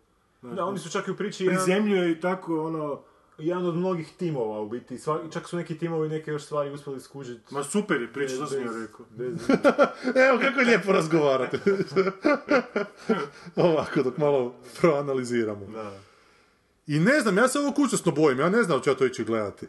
Speaker 7: Da, oni su čak i u priči
Speaker 3: I
Speaker 7: jedan,
Speaker 3: zemlju je i tako, ono,
Speaker 7: jedan od mnogih timova u biti. Sva, čak su neki timovi neke još stvari uspjeli skužiti.
Speaker 3: ma super je priča, što sam ja
Speaker 7: Bez-
Speaker 3: rekao.
Speaker 7: bez-
Speaker 4: Evo kako lijepo razgovarate. Ovako, dok malo proanaliziramo. I ne znam, ja se ovo kućasno bojim, ja ne znam hoću ja to ići gledati.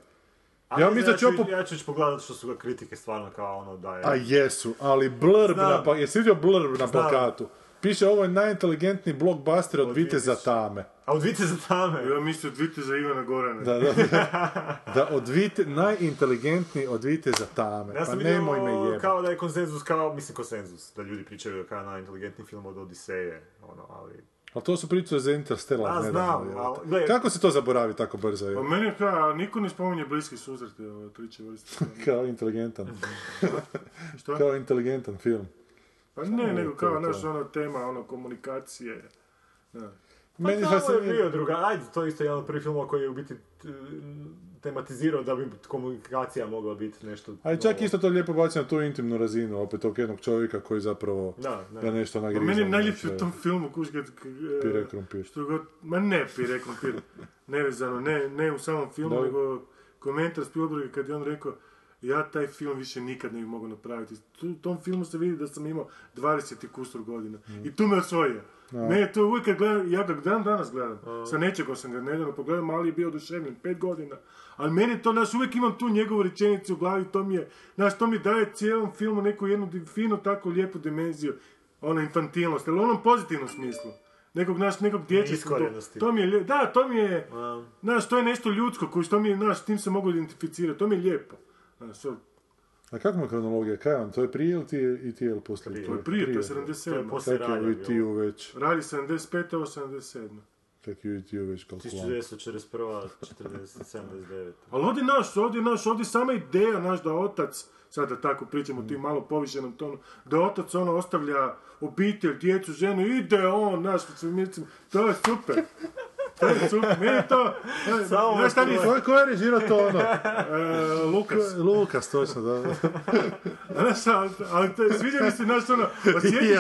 Speaker 7: Ali
Speaker 4: ja
Speaker 7: ne,
Speaker 4: mislim da ću ja po-
Speaker 7: ja ću ići pogledat što su ga kritike stvarno kao ono da je...
Speaker 4: A jesu, ali blurb
Speaker 7: Znam.
Speaker 4: na pa- Jesi vidio blurb na plakatu? Piše ovo je najinteligentniji blockbuster od Viteza Tame.
Speaker 7: A od Vice za tame.
Speaker 3: Ja mislim od Viteza Ivana Gorana.
Speaker 4: Da, da, da. da od Vite- najinteligentniji od Viteza Tame.
Speaker 7: Ja
Speaker 4: pa
Speaker 7: sam
Speaker 4: nemoj me
Speaker 7: vidio
Speaker 4: jebati.
Speaker 7: kao da je konsenzus, kao, mislim konsenzus, da ljudi pričaju kao najinteligentniji film od Odiseje, ono, ali
Speaker 4: Ali to su priče za Interstellar.
Speaker 2: A,
Speaker 4: ne znam,
Speaker 2: znam,
Speaker 4: vjerojatno.
Speaker 2: ali gledaj-
Speaker 4: Kako se to zaboravi tako brzo? Je?
Speaker 3: Pa meni je kao, a niko ne spominje bliski susreti ove triče vrste.
Speaker 4: Kao inteligentan.
Speaker 3: Što?
Speaker 4: Kao inteligentan film.
Speaker 3: Pa ne, nego kao,
Speaker 4: to.
Speaker 3: znaš, ono tema, ono, komunikacije.
Speaker 2: Pa Meni
Speaker 4: da se-
Speaker 2: je bio druga, ajde, to je isto jedan od prvih filmova koji je u biti t- tematizirao da bi komunikacija mogla biti nešto...
Speaker 4: Ali čak isto to lijepo baci na tu intimnu razinu, opet tog jednog čovjeka koji zapravo
Speaker 2: Da, da.
Speaker 4: ga nešto
Speaker 3: Pa
Speaker 4: nagriza.
Speaker 3: meni je
Speaker 4: ono,
Speaker 3: najljepše
Speaker 4: što
Speaker 3: u
Speaker 4: je.
Speaker 3: tom filmu, kuš, kad... k- e,
Speaker 4: Pire krompir.
Speaker 3: Što god, ma ne pire krompir, nevezano, ne, ne u samom filmu,
Speaker 4: Da.
Speaker 3: nego komentar Spielberga kad je on rekao, ja taj film više nikad ne bi mogao napraviti. Tu, u tom filmu se vidi da sam imao 20 i kusur godina. I tu me osvojio. Me je to uvijek kad gledam, ja ga dan danas gledam. Sa nečega sam ga nedavno pogledao, ali je bio oduševljen, pet godina. Ali meni je to, znaš, uvijek imam tu njegovu rečenicu u glavi, to mi je, znaš, to mi daje cijelom filmu neku jednu di- finu, tako lijepu dimenziju, ono, infantilnost, ali u onom pozitivnom smislu. Nekog, znaš, nekog dječjeg,
Speaker 2: Neiskorijenosti.
Speaker 3: to mi je, lije- da, to mi je, znaš, to je nešto ljudsko, koji, to mi je, znaš, s tim se mogu identificirati, to mi je lijepo. Znaš, to,
Speaker 4: A Pa kako mu je kronologija? Kaj je on? To je prije ili ti je, i ti je ili poslije?
Speaker 3: to je prije, to je
Speaker 2: To je
Speaker 3: 77.
Speaker 2: poslije
Speaker 4: Čak je
Speaker 2: rada
Speaker 4: u
Speaker 2: bilo.
Speaker 4: E.T.-u već,
Speaker 3: Radi 75, ovo 77.
Speaker 4: čak je u E.T.-u već kalkulan.
Speaker 2: 1941. 40, 79.
Speaker 7: Pa
Speaker 3: Ali ovdje naš, ovdje naš, ovdje sama ideja naš da otac, sada tako pričamo o tim malo povišenom tonu, da otac ono ostavlja obitelj, djecu, ženu, ide on, naš, mislim, to je super. To je super, meni je to,
Speaker 2: Samo
Speaker 7: ono
Speaker 3: znaš šta mi je,
Speaker 4: Ko je, ko je režirao to ono?
Speaker 3: e, Lukas,
Speaker 4: Lukas, točno, da.
Speaker 3: znaš, ali, ali to je- sviđa mi se, znaš, ono, osjetiš,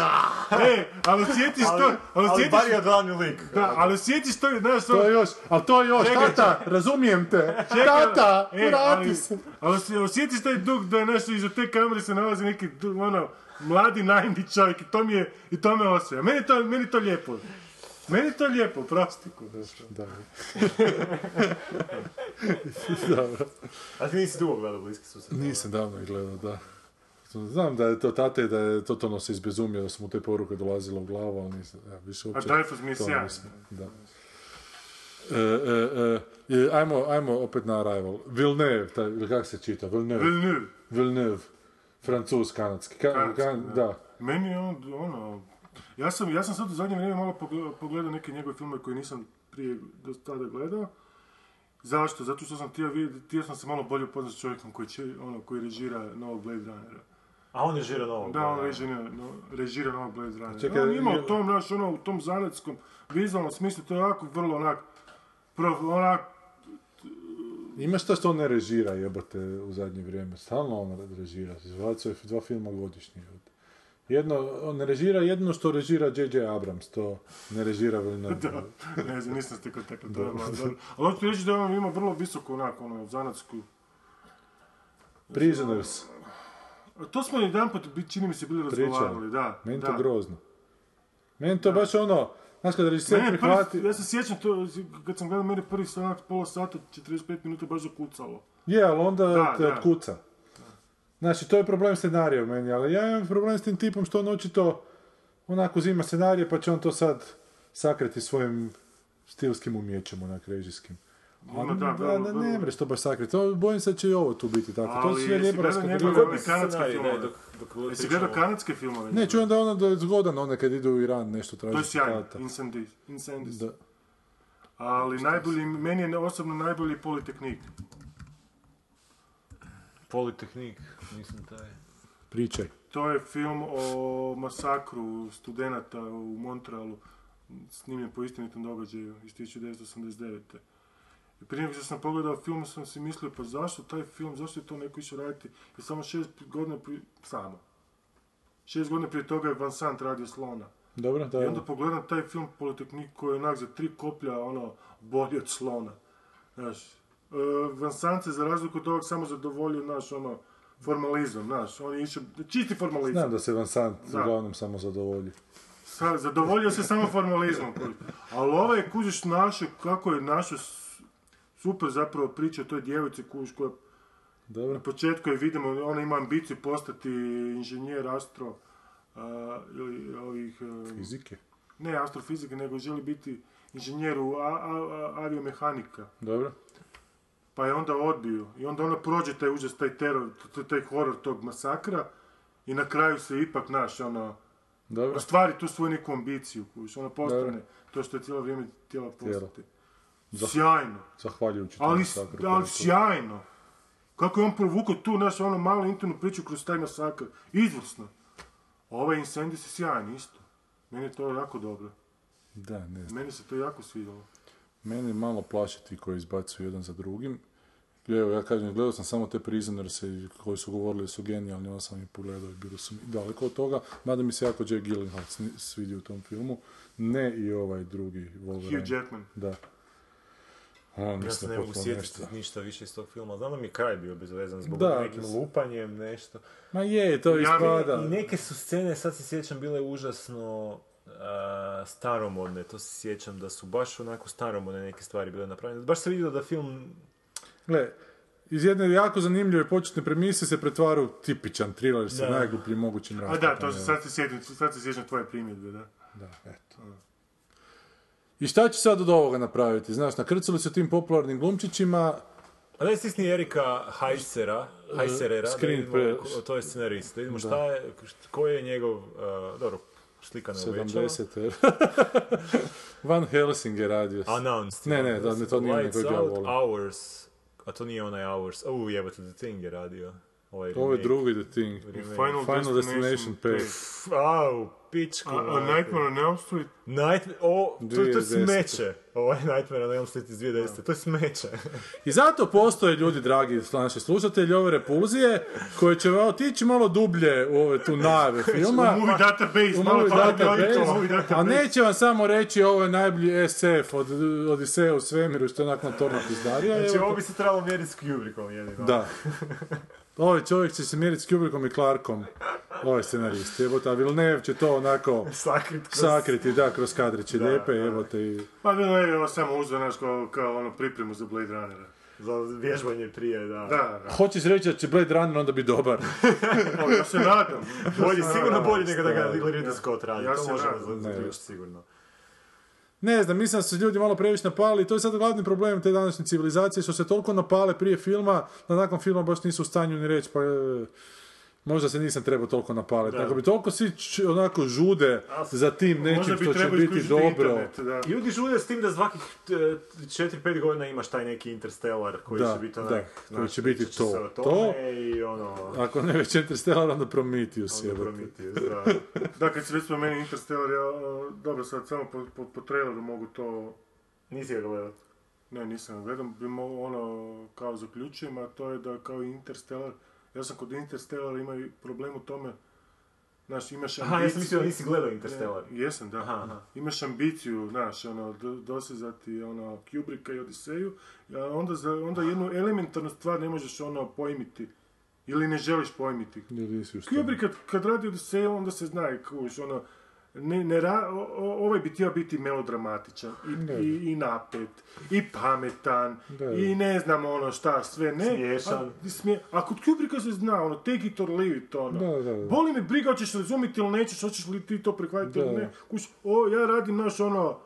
Speaker 3: e, ali osjetiš to, ali
Speaker 2: Ali bar
Speaker 3: osjetiš,
Speaker 2: je glavni lik.
Speaker 3: da, ali osjetiš to, znaš, ono,
Speaker 4: To je još, ali to je još,
Speaker 3: Čekaj,
Speaker 4: tata, razumijem te,
Speaker 3: Čekaj,
Speaker 4: tata,
Speaker 3: e,
Speaker 4: vrati
Speaker 3: ali-
Speaker 4: se.
Speaker 3: Ali se osjetiš taj dug da je nešto iza te kamere se nalazi neki du- ono, mladi najmni čovjek i to mi je, i to me osvaja. Meni to, meni to lijepo. Meni to lijepo, prosti kuda.
Speaker 4: Da. Dobro.
Speaker 2: A ti nisi dugo gledao bliski susret.
Speaker 4: Nisam davno ih gledao, da. Znam da je to tate i da je totalno se izbezumio, da su mu te poruke dolazile u glavu, ali nisam, ja, više uopće...
Speaker 3: Dreyfus mi je
Speaker 4: to
Speaker 3: sjajan.
Speaker 4: nisam, Da. E, e, e, e, ajmo, ajmo opet na Arrival. Villeneuve, taj, ili kako se čita? Villeneuve.
Speaker 3: Villeneuve.
Speaker 4: Villeneuve. Francuz, kanadski. Ka-
Speaker 3: Kanadski,
Speaker 4: kan-
Speaker 3: da.
Speaker 4: da.
Speaker 3: Meni je on, ono, ja sam, ja sam sad u zadnje vrijeme malo pogledao, pogledao neke njegove filmove koje nisam prije do tada gledao. Zašto? Zato što sam htio vidjeti, htio sam se malo bolje upoznat s čovjekom koji, će, ono, koji režira novog Blade Runnera.
Speaker 2: A on je žira novog.
Speaker 3: Da, on režira, no, režira novog Blade Runnera.
Speaker 4: Čekaj,
Speaker 3: on ima
Speaker 4: je-
Speaker 3: u tom, naš, ono, u tom zanetskom vizualnom smislu, to je ovako vrlo onak, pro, onak,
Speaker 4: Imaš to što on ne režira, jebote, u zadnje vrijeme. Stalno on režira. Izbacuje dva filma godišnje. jebote. Jedno, on ne režira jedno što režira J.J. Abrams, to ne režira Villeneuve.
Speaker 3: ne znam, nisam stekao tako to je malo dobro. Ali hoću reći da on ima vrlo visoko onak, ono, zanatsku.
Speaker 4: Prisoners,
Speaker 3: A To smo jedan put, čini mi se, bili
Speaker 4: Pričali.
Speaker 3: razgovarali, da.
Speaker 4: meni
Speaker 3: da.
Speaker 4: to grozno. Meni to baš ono, znaš kada režiser
Speaker 3: Meni je
Speaker 4: prihvati...
Speaker 3: prvi, ja se sjećam to, kad sam gledao meni prvi onak pola sata, 45 minuta baš zakucalo.
Speaker 4: Je, ali onda
Speaker 3: Da,
Speaker 4: te
Speaker 3: da.
Speaker 4: otkuca. Znači, to je problem scenarija u meni, ali ja imam problem s tim tipom što on očito onako uzima scenarije pa će on to sad sakriti svojim stilskim umjećem, onak režijskim.
Speaker 3: Ono,
Speaker 4: Ali
Speaker 3: da,
Speaker 4: da,
Speaker 3: vrlo,
Speaker 4: da, ne
Speaker 3: vrlo.
Speaker 4: mreš to baš sakriti. To, bojim se da će i ovo tu biti tako. to
Speaker 3: Ali
Speaker 4: su sve
Speaker 3: jesi
Speaker 4: lijepo
Speaker 3: gledao
Speaker 4: raskadrilo.
Speaker 3: njegove-
Speaker 2: Koji
Speaker 3: Kanadski film,
Speaker 2: daj,
Speaker 3: ono.
Speaker 2: dok, dok
Speaker 3: Jesi
Speaker 2: pričamo.
Speaker 3: gledao kanadske filmove?
Speaker 4: Ne, čujem da je ono da je zgodan onda kad idu u Iran nešto tražiti.
Speaker 3: To je sjajno,
Speaker 4: tata.
Speaker 3: Incendi- Incendies.
Speaker 4: Da.
Speaker 3: Ali najbolji, meni je osobno najbolji Politehnik.
Speaker 2: Politehnik, mislim taj.
Speaker 4: Pričaj.
Speaker 3: To je film o masakru studenata u Montrealu, snimljen po istinitom događaju iz 1989. I prije nego što sam pogledao film, sam si mislio, pa zašto taj film, zašto je to neko išao raditi? Jer samo šest godina prije, samo. Šest godina prije toga je Van Sant radio Slona.
Speaker 4: Dobro, da.
Speaker 3: I onda pogledam taj film Politehnik koji je onak za tri koplja ono, bolji od slona. Znaš, e, Van Sant se za razliku od ovog samo zadovoljio naš ono, formalizam, znaš, on je išao, čisti formalizam.
Speaker 4: Znam da se Van Sant
Speaker 3: Da.
Speaker 4: uglavnom samo zadovolji.
Speaker 3: Sa- zadovoljio se samo formalizmom. kužiš. Ali ovo je, kužiš, našo, kako je našo s- super zapravo priča o toj djevojci, kužiš, koja
Speaker 4: Dobro.
Speaker 3: na početku je vidimo, ona ima ambiciju postati inženjer astro, a, ili ovih... e,
Speaker 4: Fizike.
Speaker 3: ne astrofizike, nego želi biti inženjer u a, a- a- aviomehanika.
Speaker 4: Dobro.
Speaker 3: Pa je onda odbio. I onda ona prođe taj užas, taj teror, t- t- taj horor tog masakra. I na kraju se ipak, naš, ono,
Speaker 4: Dobro.
Speaker 3: Ostvari tu svoju neku ambiciju, kužiš, ona postane
Speaker 4: Dobro.
Speaker 3: to što je cijelo vrijeme htjela
Speaker 4: Htjela.
Speaker 3: postati. Sjajno.
Speaker 4: Zahvaljujući
Speaker 3: Ali, s-
Speaker 4: masakru
Speaker 3: ali
Speaker 4: koji su-
Speaker 3: sjajno. Kako je on provukao tu našu ono malu intimnu priču kroz taj masakr. Izvrsno. Ovaj Incendies je sjajan isto. Meni je to jako dobro.
Speaker 4: Da, ne znam.
Speaker 3: Meni se to jako svidjelo.
Speaker 4: Mene malo plaše ti koji izbacuju jedan za drugim. I Evo, ja kažem, gledao sam samo te se koji su govorili da su genijalni, onda sam ih pogledao i bilo sam daleko od toga. Mada mi se jako Jack Gyllenhaal sni- svidi u tom filmu. Ne i ovaj drugi Wolverine.
Speaker 3: Hugh Jackman.
Speaker 4: Da. On
Speaker 7: Ja se
Speaker 4: mislim
Speaker 7: ne
Speaker 4: da
Speaker 7: mogu
Speaker 4: potpuno
Speaker 7: sjetiti
Speaker 4: nešto.
Speaker 7: ništa više iz tog filma. Znam da mi je kraj bio bezvezan zbog
Speaker 4: Da,
Speaker 7: nekim
Speaker 4: to s-
Speaker 7: lupanjem, nešto.
Speaker 4: Ma je, to ispada.
Speaker 7: I neke su scene, sad se sjećam, bile užasno a, staromodne. To se sjećam da su baš onako staromodne neke stvari bile napravljene. Baš se vidjelo da film
Speaker 4: Gle, iz jedne jako zanimljive početne premise se pretvara u tipičan thriller sa
Speaker 7: Da.
Speaker 4: najglupljim mogućim
Speaker 3: A
Speaker 4: raspletom.
Speaker 3: da, to se
Speaker 4: evo.
Speaker 3: sad se sjećam, sad se sjećam tvoje primjedbe, da.
Speaker 4: Da, eto. I šta će sad od ovoga napraviti? Znaš, nakrcali su tim popularnim glumčićima,
Speaker 7: A Pa da stisni Erika Hajsera, Hajserera, da
Speaker 4: E, screen
Speaker 7: vidimo,
Speaker 4: pre-
Speaker 7: ko- to je scenarist, da vidimo šta je, št- koji je njegov, uh, dobro, slika ne uvećava.
Speaker 4: 70 Van Helsing je radio.
Speaker 7: Announced.
Speaker 4: Ne, ne, da, ne, to nije
Speaker 7: ono Lights
Speaker 4: nego ja
Speaker 7: Out,
Speaker 4: volim.
Speaker 7: Hours, a to nije onaj Hours, u jebate, The Thing je radio. Ovaj
Speaker 4: Ovo je
Speaker 7: remake.
Speaker 4: drugi The Thing.
Speaker 7: Remake.
Speaker 3: Final,
Speaker 4: Final Destination 5.
Speaker 7: Pff, Au, pičku.
Speaker 3: A, a
Speaker 7: mate.
Speaker 3: Nightmare on Elm Street,
Speaker 7: Nightmare, o, to, to je
Speaker 4: 2010.
Speaker 7: smeće. Ovo je Nightmare on Elm Street iz 2010. To je smeće.
Speaker 4: I zato postoje ljudi, dragi naši slušatelji, ove repulzije, koje će otići malo dublje u ove tu najave filma.
Speaker 3: pa, movie database,
Speaker 4: U
Speaker 3: malo
Speaker 4: movie
Speaker 3: fali da
Speaker 4: database,
Speaker 3: i to, movie
Speaker 4: a
Speaker 3: database.
Speaker 4: neće vam samo reći ovo je najbolji SF od Odiseja u svemiru, što je nakon torna pizdarija.
Speaker 7: Znači,
Speaker 4: evo
Speaker 7: ovo bi se trebalo mjeriti s Kubrickom jedino.
Speaker 4: Da. Ovaj čovjek će se mjeriti s Kubrickom i Clarkom. Ovaj scenarist. Evo ta Villeneuve će to onako
Speaker 7: Sakrit kroz...
Speaker 4: sakriti, da, kroz kadriće lijepe, evo te i...
Speaker 3: Pa bilo je ovo samo uzeo, znaš, kao, kao ono pripremu za Blade Runnera.
Speaker 7: Za vježbanje prije, da.
Speaker 3: Da, da.
Speaker 4: Hoćeš reći da će Blade Runner onda biti dobar?
Speaker 3: Evo, ja se nadam.
Speaker 7: Bolje, sigurno
Speaker 3: da,
Speaker 7: bolje nego da ga Ridley Scott radi,
Speaker 3: Ja
Speaker 7: to
Speaker 3: se
Speaker 7: možemo
Speaker 3: nadam.
Speaker 7: zaključiti sigurno.
Speaker 4: Ne znam, mislim da su se ljudi malo previše napali i to je sad glavni problem te današnje civilizacije, što se toliko napale prije filma, da nakon filma baš nisu u stanju ni reći, pa... e, možda se nisam trebao toliko napaliti. Ako bi toliko svi č- onako žude za tim
Speaker 3: Možda
Speaker 4: nečim
Speaker 3: bi
Speaker 4: što će
Speaker 3: trebao
Speaker 4: biti
Speaker 3: isključiti
Speaker 4: dobro.
Speaker 3: internet, da.
Speaker 7: Ljudi žude s tim da svakih e, 4-5 godina imaš taj neki Interstellar koji
Speaker 4: Da,
Speaker 7: će biti
Speaker 4: da,
Speaker 7: onak...
Speaker 4: koji
Speaker 7: znaš,
Speaker 4: će biti
Speaker 7: pričat će
Speaker 4: to,
Speaker 7: se o
Speaker 4: to.
Speaker 7: tome I ono...
Speaker 4: Ako ne već Interstellar, onda Prometheus
Speaker 7: ono
Speaker 4: jebote.
Speaker 7: Prometheus, da.
Speaker 3: Da, kad se već spomeni Interstellar, ja, o, dobro, sad samo po, po, po traileru mogu to,
Speaker 7: Nisi ga gledao.
Speaker 3: ne, nisam gledam, bi mo, ono, kao zaključujem, a to je da kao Interstellar, ja sam kod Interstellar ima i problem u tome, znaš, imaš
Speaker 7: Aha, ja sam mislio da nisi gledao Interstellar.
Speaker 3: Ne, Jesam, da.
Speaker 7: Aha, aha.
Speaker 3: Imaš ambiciju, znaš, ono, do- dosezati ono, Kubricka i Odiseju, a onda, za, onda jednu elementarnu stvar ne možeš ono pojmiti. Ili ne želiš pojmiti.
Speaker 4: Ili nisi u stanju.
Speaker 3: Kubrick kad, kad radi Odiseju, onda se zna, kuš, ono, ne, ne ra- o- o- ovaj bi htio biti melodramatičan, i, i, i napet, i pametan,
Speaker 4: Da.
Speaker 3: i ne znam ono šta, sve ne.
Speaker 7: Smiješan.
Speaker 3: A, smije, a kod Kubricka se zna, ono, take it or leave it, ono.
Speaker 4: Da, da, da.
Speaker 3: Boli me briga, hoćeš razumjeti ili nećeš, hoćeš li ti to prihvatiti ili
Speaker 4: Da.
Speaker 3: ne. Kuš, o, ja radim naš ono,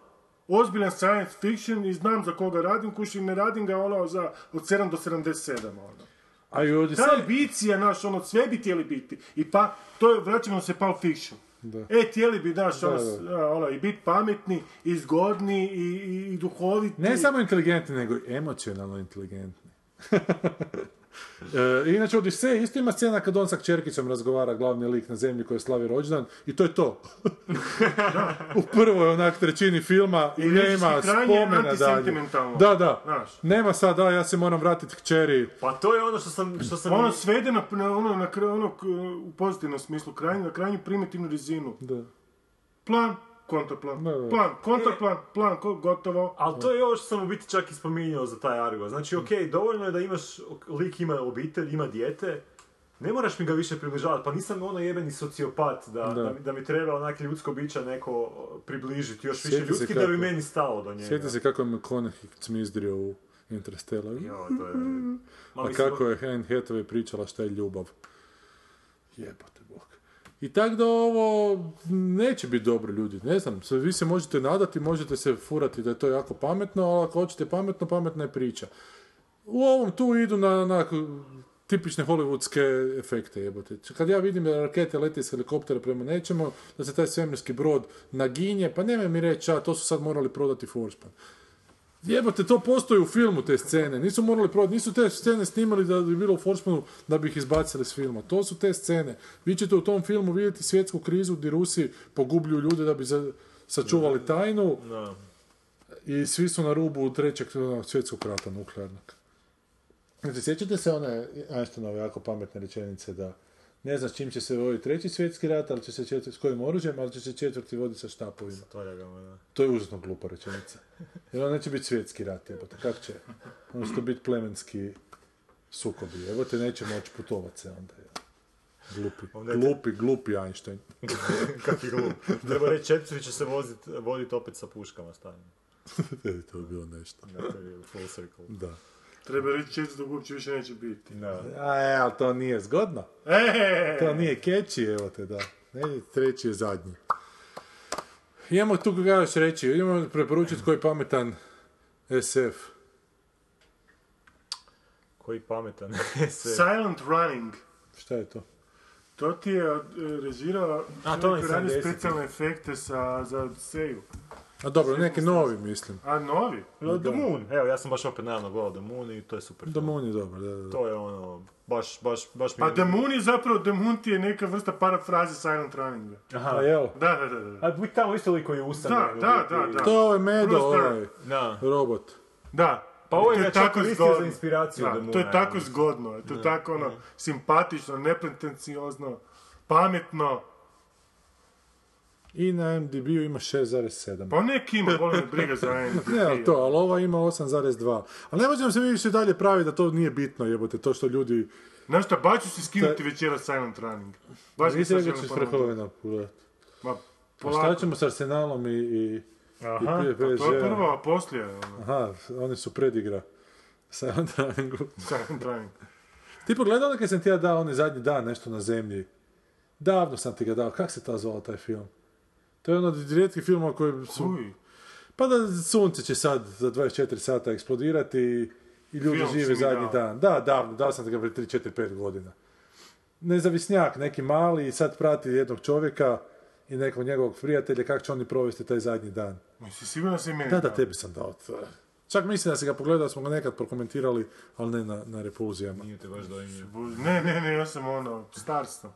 Speaker 3: ozbiljan science fiction i znam za koga radim, kuš, i ne radim ga ono za od 7 do 77, ono.
Speaker 4: A i ovdje
Speaker 3: Ta ambicija, naš, ono, sve bi htjeli biti. I pa, to je, vraćamo se Pulp Fiction. E, htjeli bi, naš, ono, s- a, ono, i biti pametni, i zgodni, i, i, i duhoviti.
Speaker 4: Ne samo inteligentni, nego i emocionalno inteligentni. E, inače, Odisej isto ima scena kad on sa Čerkićem razgovara, glavni lik na zemlji koji slavi rođendan, i to je to. u prvoj onak trećini filma
Speaker 3: I
Speaker 4: nema
Speaker 3: režički kraj je
Speaker 4: spomena dalje.
Speaker 3: antisentimentalno.
Speaker 4: Da, da.
Speaker 3: Znaš.
Speaker 4: Nema sad, da, ja se moram vratiti kćeri.
Speaker 7: Pa to je ono što sam... Što sam
Speaker 3: Ono svede na, na ono, na, kra- ono, k- u pozitivnom smislu, krajnju, na krajnju primitivnu rezinu.
Speaker 4: Da.
Speaker 3: Plan, kontraplan,
Speaker 4: Da, da.
Speaker 3: plan, kontraplan, plan, ko- gotovo.
Speaker 7: Ali to je ovo što sam u biti čak i spominjao za taj argo.
Speaker 4: Mm.
Speaker 7: Znači, ok, dovoljno je da imaš, lik ima obitelj, ima dijete, ne moraš mi ga više približavati, pa nisam ono jebeni sociopat da, da. mi, da mi treba onak ljudsko biće neko približiti još
Speaker 4: Sjeti
Speaker 7: više
Speaker 4: se
Speaker 7: ljudski da
Speaker 4: kako-
Speaker 7: bi meni stalo do njega.
Speaker 4: Sjeti se kako je McConaughey cmizdrio u Interstellaru.
Speaker 7: Jo, to je... Ma,
Speaker 4: A
Speaker 7: mislim,
Speaker 4: kako je Anne Hathaway pričala šta je ljubav. Jebote bog. I tak da ovo neće biti dobro ljudi, ne znam, sve vi se možete nadati, možete se furati da je to jako pametno, ali ako hoćete pametno, pametna je priča. U ovom tu idu na, na tipične hollywoodske efekte jebote. Kad ja vidim da rakete lete iz helikoptera prema nečemu, da se taj svemirski brod naginje, pa nemoj mi reći, a to su sad morali prodati Forspan. Jebote, to postoji u filmu te scene. Nisu morali prodati, nisu te scene snimali da bi bilo u Forspanu da bi ih izbacili s filma. To su te scene. Vi ćete u tom filmu vidjeti svjetsku krizu gdje Rusi pogubljuju ljude da bi za- sačuvali tajnu. I svi su na rubu trećeg ono, svjetskog rata nuklearnog. Znači, sjećate se one Einsteinove jako pametne rečenice da ne znaš čim će se voditi treći svjetski rat, ali će se četvrti, s kojim oružjem, ali će se četvrti voditi sa štapovima. To je užasno glupa rečenica. Jer on neće biti svjetski rat, jebote, kak će? On će to biti plemenski sukobi, evo te neće moći putovat se onda. jebote. Glupi, glupi, glupi Einstein.
Speaker 7: Kaki glup. Treba reći, četiri će se vozit, vodit opet sa puškama stavljeno.
Speaker 4: E, to bi bilo nešto.
Speaker 7: Da, to je bilo full circle.
Speaker 4: Da.
Speaker 3: Treba reći četvrtog uopće više neće biti.
Speaker 4: A, e, ali to nije zgodno. To nije keči, evo te, da. Ne, treći je zadnji. Imamo tu ga još reći, idemo preporučiti koji je pametan SF.
Speaker 7: Koji pametan. Sve.
Speaker 3: Silent Running.
Speaker 4: Šta je to?
Speaker 3: To ti je e, režirao
Speaker 7: A, to
Speaker 3: čovjek
Speaker 7: je
Speaker 3: koji radi
Speaker 7: 70-ih.
Speaker 3: specijalne efekte sa, za Seju.
Speaker 4: A dobro, neki novi, mislim.
Speaker 3: A novi?
Speaker 7: The Moon. Evo, ja sam baš opet naravno gledao The Moon i to je super.
Speaker 4: Da mu on je dobar, da, da. da.
Speaker 7: To je ono, baš, baš, baš mi
Speaker 3: Pa The Moon je zapravo, The Moon ti je neka vrsta parafraze Silent Runninga.
Speaker 4: A jel?
Speaker 3: Da, da, da. da.
Speaker 7: A vi tamo isto liko je usan.
Speaker 3: Da, da, da, da.
Speaker 4: To je ovaj Medo,
Speaker 3: Bruce Dern.
Speaker 4: ovaj
Speaker 7: Da.
Speaker 4: robot.
Speaker 3: Da.
Speaker 7: Pa ovo je
Speaker 3: To
Speaker 7: ga čak koristio za inspiraciju
Speaker 3: Da,
Speaker 7: The Moona,
Speaker 3: To je tako
Speaker 7: ja.
Speaker 3: zgodno, to je tako ono, simpatično, nepretenciozno, pametno.
Speaker 4: I na MDB-u ima 6,7.
Speaker 3: Pa nek ima, volim me briga za IMDb.
Speaker 4: Ne, ali to, ali ova ima 8,2. Ali ne možemo se mi više dalje praviti da to nije bitno, jebote, to što ljudi...
Speaker 3: Znaš šta, baš ću si skinuti večera Silent Running. Baš mi
Speaker 4: Vi se
Speaker 3: sad
Speaker 4: ga
Speaker 3: želim
Speaker 4: ćeš
Speaker 3: ponovno.
Speaker 4: vrhovina pogledati.
Speaker 3: Ma,
Speaker 4: Pa Šta
Speaker 3: polako.
Speaker 4: ćemo s Arsenalom i... i
Speaker 3: Aha,
Speaker 4: i
Speaker 3: pa to je
Speaker 4: PSG-om?
Speaker 3: prvo, a poslije je ono,
Speaker 4: Aha, oni su predigra. Silent Runningu.
Speaker 3: Silent Running.
Speaker 4: Ti pogledao da kad sam ti ja dao onaj zadnji dan nešto na zemlji? Davno sam ti ga dao. Kak se ta zvala taj film? To je ono od rijetkih filmova koji su...
Speaker 3: Uj,
Speaker 4: Pa da sunce će sad za 24 sata eksplodirati i, i ljudi
Speaker 3: Film si
Speaker 4: žive
Speaker 3: mi
Speaker 4: zadnji
Speaker 3: dao.
Speaker 4: dan. Da, davno, dao sam ti ga prije 3, 4, 5 godina. Nezavisnjak, neki mali, i sad prati jednog čovjeka i nekog njegovog prijatelja kako će oni provesti taj zadnji dan.
Speaker 3: Mislim, sigurno si meni
Speaker 4: Da, da,
Speaker 3: dao.
Speaker 4: tebi sam dao. to. Čak mislim da si ga pogledao, smo ga nekad prokomentirali, ali ne na, na repulzijama.
Speaker 3: Bože, Ne, ne, ne, ja sam ono, star sam.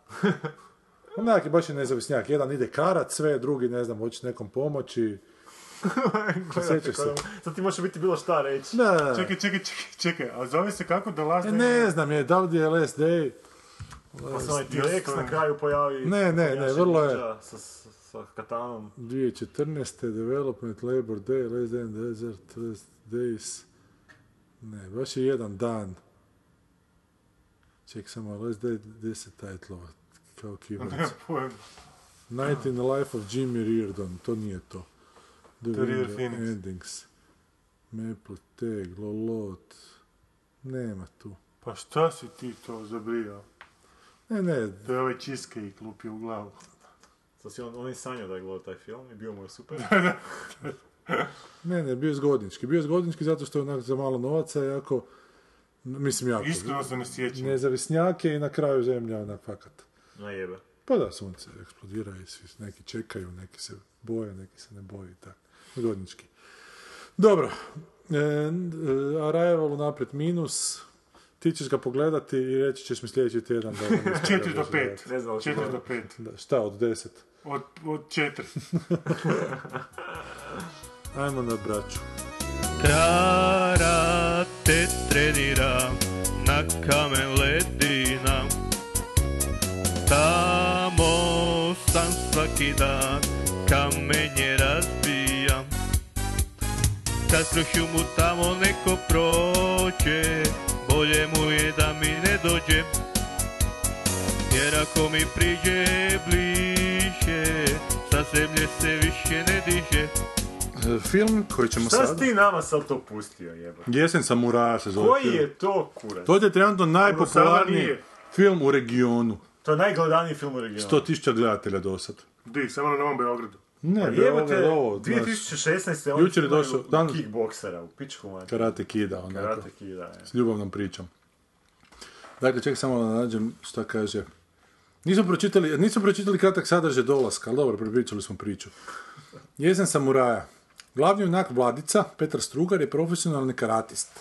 Speaker 4: Onak je baš je nezavisnjak. Jedan ide karat sve, drugi ne znam, hoće nekom pomoći. Sjećaš se?
Speaker 7: Sad ti može biti bilo šta reći.
Speaker 4: Da, da, da.
Speaker 3: Čekaj, čekaj, čekaj, čekaj, a zove se kako da last
Speaker 4: E,
Speaker 3: Name-
Speaker 4: ne znam je, da li je LSD?
Speaker 7: Pa se onaj T-Rex na kraju pojavi.
Speaker 4: Ne, ne, ne, vrlo je.
Speaker 7: Ninja Sa, sa, sa katanom.
Speaker 4: 2014. Development Labor Day, Less Than Desert, Less Days. Ne, baš je jedan dan. Ček samo, Less Day, 10 titlova, kao
Speaker 3: Nema
Speaker 4: kibac.
Speaker 3: pojma.
Speaker 4: Night in the Life of Jimmy Reardon, to nije to. The
Speaker 3: To je Rear
Speaker 4: Window
Speaker 3: Phoenix.
Speaker 4: Endings. Maple Tag, Lolot. Nema tu.
Speaker 3: Pa šta si ti to zabrijao?
Speaker 4: Ne, ne,
Speaker 3: To je ovaj cheesecake lupio u glavu.
Speaker 7: Sad si on, on je sanjao da je gledao taj film i bio mu je super.
Speaker 4: ne, ne, bio je zgodnički. Bio je zgodnički zato što je onak za malo novaca, jako, mislim jako.
Speaker 3: Iskreno se ne sjećam.
Speaker 4: Nezavisnjake i na kraju zemlja onak fakat.
Speaker 7: Na jebe.
Speaker 4: Pa da, sunce eksplodira i svi, neki čekaju, neki se boje, neki se ne boje i tako. Zgodnički. Dobro. E, n- e, Arrival naprijed minus. Ti ćeš ga pogledati i reći ćeš mi sljedeći tjedan da... ga nisam
Speaker 3: 4 do
Speaker 4: gledao.
Speaker 3: 5.
Speaker 7: Ne znam, hoću
Speaker 3: 4 do 5.
Speaker 4: Da, šta od deset?
Speaker 3: Od, od 4.
Speaker 4: Ajmo na braću.
Speaker 8: Karate treniram na kamen ledinam Tamo sam svaki dan kamenje razbijam Kad krošnju mu tamo neko prođe Bolje mu je da mi ne dođe Jer ako mi priđe bliže Sa zemlje se više ne diže
Speaker 4: E, Film koji ćemo
Speaker 7: Šta
Speaker 4: sad...
Speaker 7: si ti nama sad to pustio jebe?
Speaker 4: Jesen samuraja se zove
Speaker 7: Koji
Speaker 4: film.
Speaker 7: je to kurac?
Speaker 4: To je trenutno
Speaker 3: Kurosawa
Speaker 4: najpopularniji
Speaker 3: nije.
Speaker 4: film u regionu.
Speaker 7: To je najgledaniji film u regionu.
Speaker 4: 100.000 gledatelja do sad.
Speaker 3: Di, samo na Novom Beogradu.
Speaker 4: Ne,
Speaker 7: Pa Jebote,
Speaker 4: Beograd, ovo, znaš,
Speaker 7: 2016. oni
Speaker 4: Jučer je
Speaker 7: snimaju
Speaker 4: došao, danas-
Speaker 7: kickboksera u pičku mati.
Speaker 4: karate kida, onako.
Speaker 7: Karate Kida, je.
Speaker 4: s ljubavnom pričom. Dakle, čekaj samo da nađem šta kaže. Nisu pročitali, nisu pročitali kratak sadržaj dolaska, ali dobro, prepričali smo priču. Jesen samuraja. Glavni junak Vladica, Petar Strugar, je profesionalni karatist.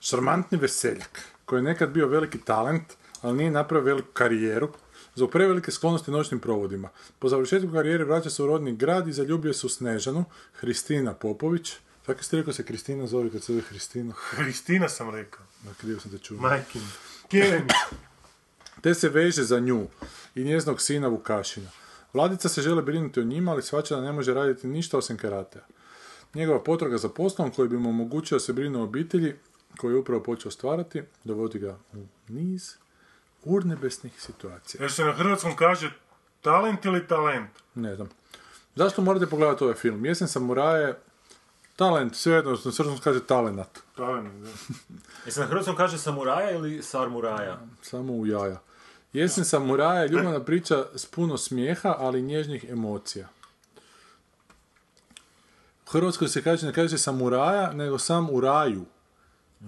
Speaker 4: Šarmantni veseljak, koji je nekad bio veliki talent, ali nije napravio veliku karijeru, zbog prevelike sklonosti noćnim provodima. Po završetku karijere vraća se u rodni grad i zaljubio se u Snežanu, Hristina Popović. Tako ste rekao se Kristina zove kad se zove Hristina.
Speaker 3: Hristina sam rekao.
Speaker 4: Na krivo sam te čuo.
Speaker 3: Majkin. Kjeveni.
Speaker 4: Te se veže za nju i njeznog sina Vukašina. Vladica se žele brinuti o njima, ali svača da ne može raditi ništa osim karatea. Njegova potraga za poslom koji bi mu omogućio da se brinu o obitelji, koju je upravo počeo stvarati, dovodi ga u niz urnebesnih situacija.
Speaker 3: Jer se na hrvatskom kaže talent ili talent?
Speaker 4: Ne znam. Zašto morate pogledati ovaj film? Jesen samuraje, talent, sve jedno, na srpskom kaže talenat.
Speaker 3: Talent, da.
Speaker 7: Jesi E, na hrvatskom kaže samuraja ili sarmuraja?
Speaker 4: Samo u jaja. Jesen samuraja je ljubavna priča s puno smijeha, ali nježnih emocija. U Hrvatskoj se kaže, ne kaže samuraja, nego sam u raju.